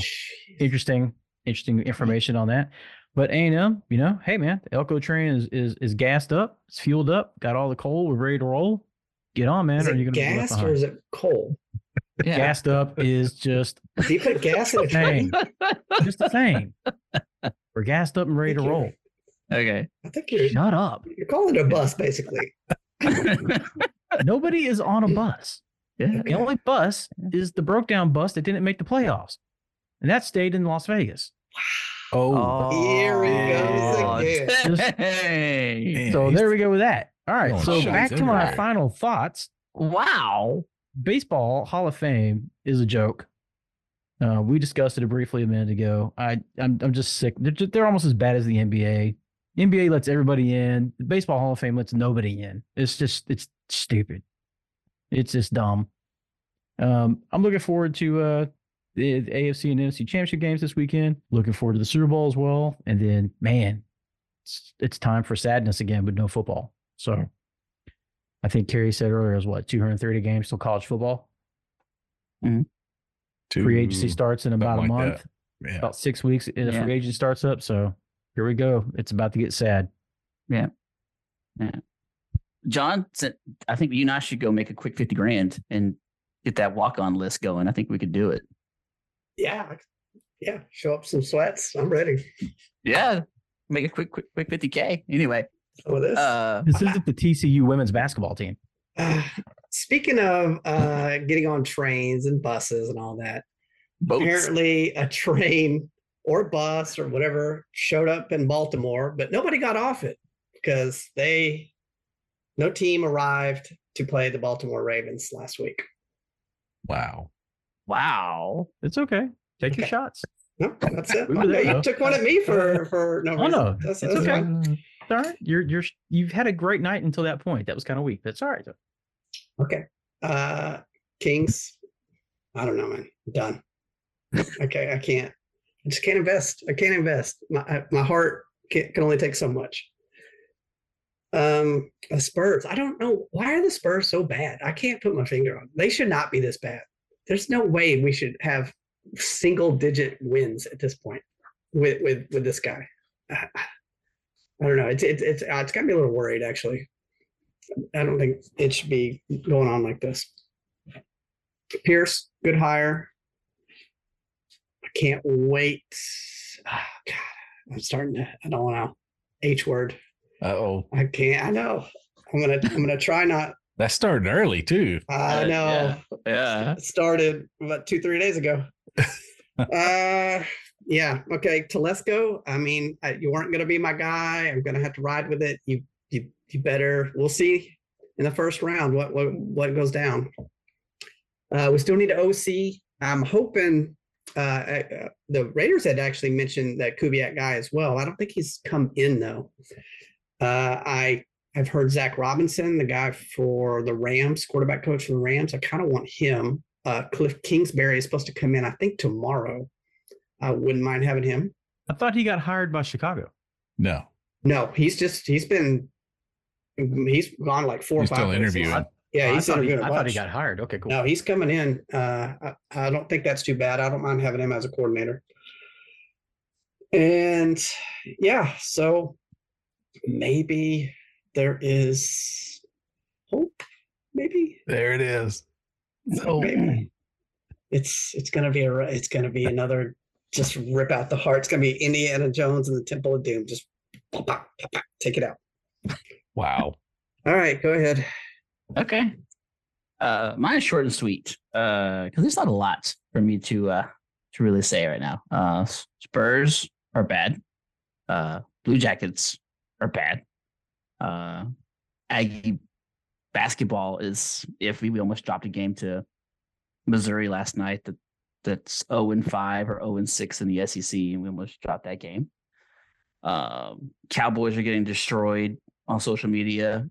interesting, interesting information on that. But A&M, you know, hey man, the Elko train is is is gassed up, it's fueled up, got all the coal, we're ready to roll. Get on, man. Is or it you're gonna be left gas or behind. is it coal? Yeah. gassed up is just Do you put gas in a Dang. train? just the same. We're gassed up and ready to Thank you. roll. okay. I think you're Shut up. you're calling it a bus, basically. Nobody is on a bus. yeah. The only bus is the broke down bus that didn't make the playoffs. And that stayed in Las Vegas. Oh, Here we Oh, go again. Hey. man, so he's- there we go with that. All right. Going So shots back to my everywhere. final thoughts. Wow. Baseball Hall of Fame is a joke. Uh, we discussed it briefly a minute ago. I I'm I'm just sick. They're ju- they're almost as bad as the NBA. NBA lets everybody in. The Baseball Hall of Fame lets nobody in. It's just it's stupid. It's just dumb. Um, I'm looking forward to uh the the AFC and NFC championship games this weekend. Looking forward to the Super Bowl as well. And then, man, it's it's time for sadness again, but no football. So I think Kerry said earlier it was what 230 games till college football. Free agency Two- starts in about a like that. month, Yeah. about six weeks. And Yeah. free agency starts up. So here we go. It's about to get sad. John said, I think you and I should go make a quick 50 grand and get that walk on list going. I think we could do it. Yeah. Yeah. Show up some sweats. I'm ready. Yeah. Make a quick, quick, quick 50K. Anyway, Some of this. uh, This isn't the TCU women's basketball team. Uh, speaking of uh, getting on trains and buses and all that, boats. apparently a train or bus or whatever showed up in Baltimore, but nobody got off it because they no team arrived to play the Baltimore Ravens last week. Wow. Wow. It's okay. Take your Okay. shots. No, that's it. We were there, Okay, though. you took one at me for for no Oh, reason. no, that's, it's that's okay. fine. It's all right. You're you're you've had a great night until that point. That was kind of weak. That's all right. though. Okay. Uh Kings. I don't know, man. I'm done. okay, I can't. I just can't invest. I can't invest. My I- my heart can, can only take so much. Um, the Spurs. I don't know why are the Spurs so bad. I can't put my finger on. it. They should not be this bad. There's no way we should have single digit wins at this point with with with this guy. I don't know. It's it's it's uh, it's got me a little worried actually. I don't think it should be going on like this. Pierce, good hire. I can't wait. Ah, God, I'm starting to. I don't want to. H word. Uh oh. I can't. I know. I'm gonna. I'm gonna try not. That started early too. I Uh, know. yeah. Yeah. It started about two, three days ago. uh, yeah. Okay. Telesco. I mean, I, you weren't gonna be my guy. I'm gonna have to ride with it. You, you, you better. We'll see in the first round what what what goes down. Uh, we still need an OC. I'm hoping. Uh, uh, the Raiders had actually mentioned that Kubiak guy as well. I don't think he's come in though. Uh, I I've heard Zach Robinson, the guy for the Rams, quarterback coach for the Rams. I kind of want him. Uh, Cliff Kingsbury is supposed to come in, I think, tomorrow. I wouldn't mind having him. I thought he got hired by Chicago. No. No, he's just he's been he's gone like four He's or five. still places. interviewing. Yeah, I he's thought he, interviewing. a I thought he bunch. got hired. Okay, cool. No, he's coming in. Uh, I, I don't think that's too bad. I don't mind having him as a coordinator. And yeah, so maybe there is hope. Maybe, There it is. Oh. So maybe it's it's gonna be a ri- it's gonna be another just rip out the heart. It's gonna be Indiana Jones and the Temple of Doom. Just pop, pop, pop, pop, take it out. wow. All right, go ahead. Okay. Uh, mine is short and sweet. Uh, because there's not a lot for me to uh to really say right now. Uh, S- Spurs are bad. Uh, Blue Jackets are bad. Uh, Aggie basketball is iffy. We almost dropped a game to Missouri last night. That that's zero and five or zero and six in the SEC, and we almost dropped that game. Um, Cowboys are getting destroyed on social media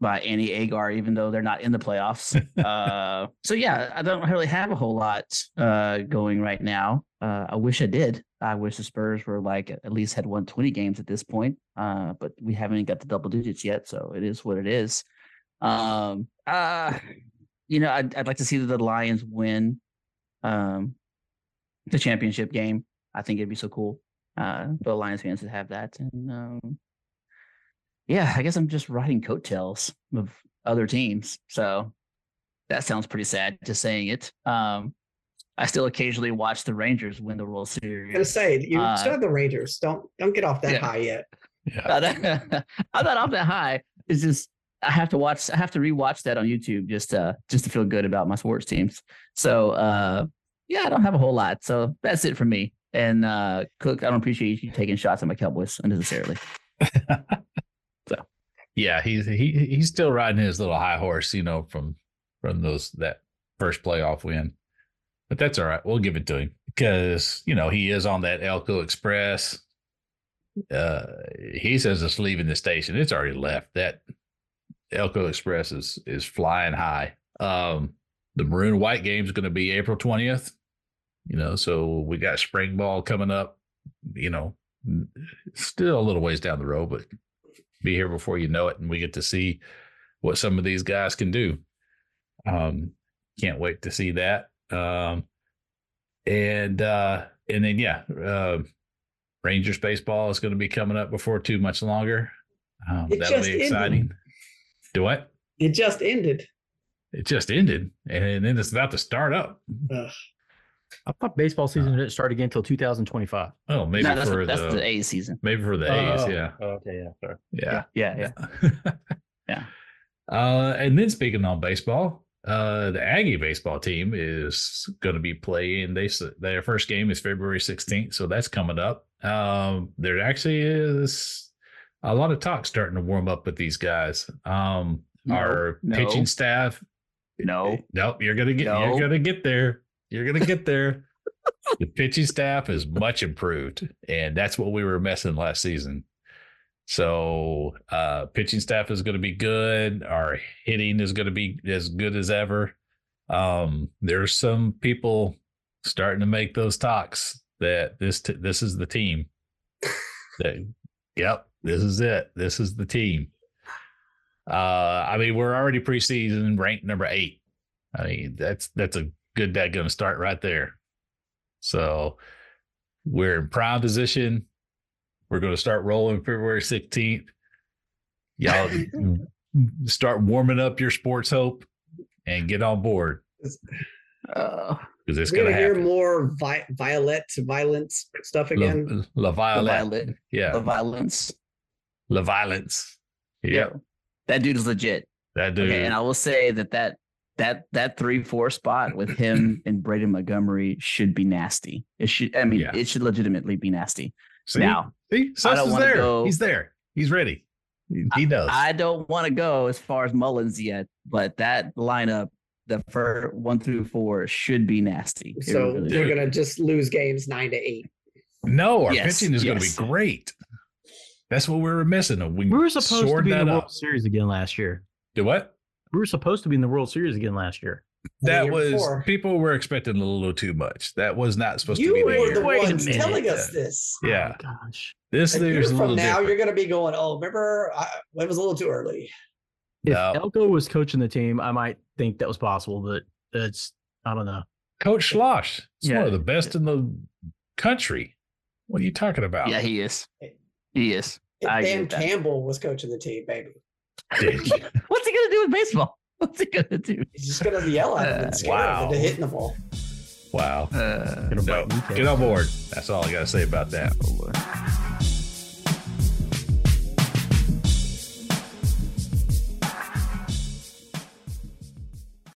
by Annie Agar, even though they're not in the playoffs. uh, so yeah, I don't really have a whole lot uh, going right now. Uh, I wish I did. I wish the Spurs were like at least had won 20 games at this point, uh, but we haven't got the double digits yet. So it is what it is. Um, uh, you know, I'd, I'd like to see the Lions win um, the championship game. I think it'd be so cool uh, for the Lions fans to have that. And um, yeah, I guess I'm just riding coattails of other teams. So that sounds pretty sad just saying it. Um, I still occasionally watch the Rangers win the World I'm gonna Series. say you Uh, still have the Rangers. Don't don't get off that Yeah. high yet. Yeah. I'm not off that high. It's just I have to watch. I have to rewatch that on YouTube just uh just to feel good about my sports teams. So uh yeah, I don't have a whole lot. So that's it for me. And uh, Cook, I don't appreciate you taking shots at my Cowboys unnecessarily. Yeah, he's he he's still riding his little high horse, you know, from from those that first playoff win. But that's all right. We'll give it to him because you know he is on that Elko Express. Uh, he says it's leaving the station. It's already left. That Elko Express is is flying high. Um, the maroon white game is going to be April twentieth. You know, so we got spring ball coming up. You know, still a little ways down the road, but be here before you know it and we get to see what some of these guys can do um can't wait to see that um and uh and then yeah uh rangers baseball is going to be coming up before too much longer um, It that'll just be ended. exciting do what It just ended. it just ended and then it's about to start up I thought baseball season didn't start again until 2025. oh maybe No, that's, for the, that's the, the A's season. maybe for the Oh, a's oh, yeah okay, yeah, sorry. yeah yeah, yeah. Yeah. yeah. Uh, and then speaking on baseball, uh, the Aggie baseball team is going to be playing. They s- their first game is February sixteenth, so that's coming up. Um, there actually is a lot of talk starting to warm up with these guys. Um, No, our no. pitching staff. No, Nope, you're gonna get. No. You're gonna get there. You're gonna get there. the pitching staff is much improved, and that's what we were missing last season. So uh pitching staff is going to be good. Our hitting is going to be as good as ever. Um there's some people starting to make those talks that this t- this is the team. that, yep, this is it. This is the team. Uh I mean we're already preseason ranked number 8. I mean that's that's a good that going to start right there. So we're in prime position. We're going to start rolling February 16th. Y'all start warming up your sports hope and get on board uh, because it's We're going to gonna hear happen. more vi- violet violence stuff again. La, La Uh, the, Violette. violent, the Yeah. violence. La Violence. Yeah. Yo, that dude is legit. That dude. Okay, and I will say that that that that three four spot with him and Braden Montgomery should be nasty. It should. I mean, Yeah. it should legitimately be nasty. see, Now, see? Sus don't is wanna there. go- He's there. He's ready. He, he knows. I don't want to go as far as Mullins yet, but that lineup, the first one through four, should be nasty. uh, It So really we're is. gonna just lose games nine to eight. no, our Yes, pitching is yes. going to be great. That's what we were missing. We, We were supposed to soared be in the that World up. Series again last year. Do what? We were supposed to be in the World Series again last year. the That year was before. people were expecting a little too much. That was not supposed to You be the were year. the Wait a ones minute. telling us this. Yeah, Oh, gosh. this a year there's a from little now, different. you're going to be going, oh, remember, I, it was a little too early. If No. Elko was coaching the team, I might think that was possible, but it's I don't know. Coach Schloss is one Yeah. of the best in the country. What are you talking about? Yeah, he is. He is. If I agree Dan with that. Campbell was coaching the team, baby. Dick. What's he gonna do with baseball? What's he gonna do? He's just going to yell at him Uh, and scare him wow. into hitting the ball. wow. Uh, No, get on board. That's all I got to say about that.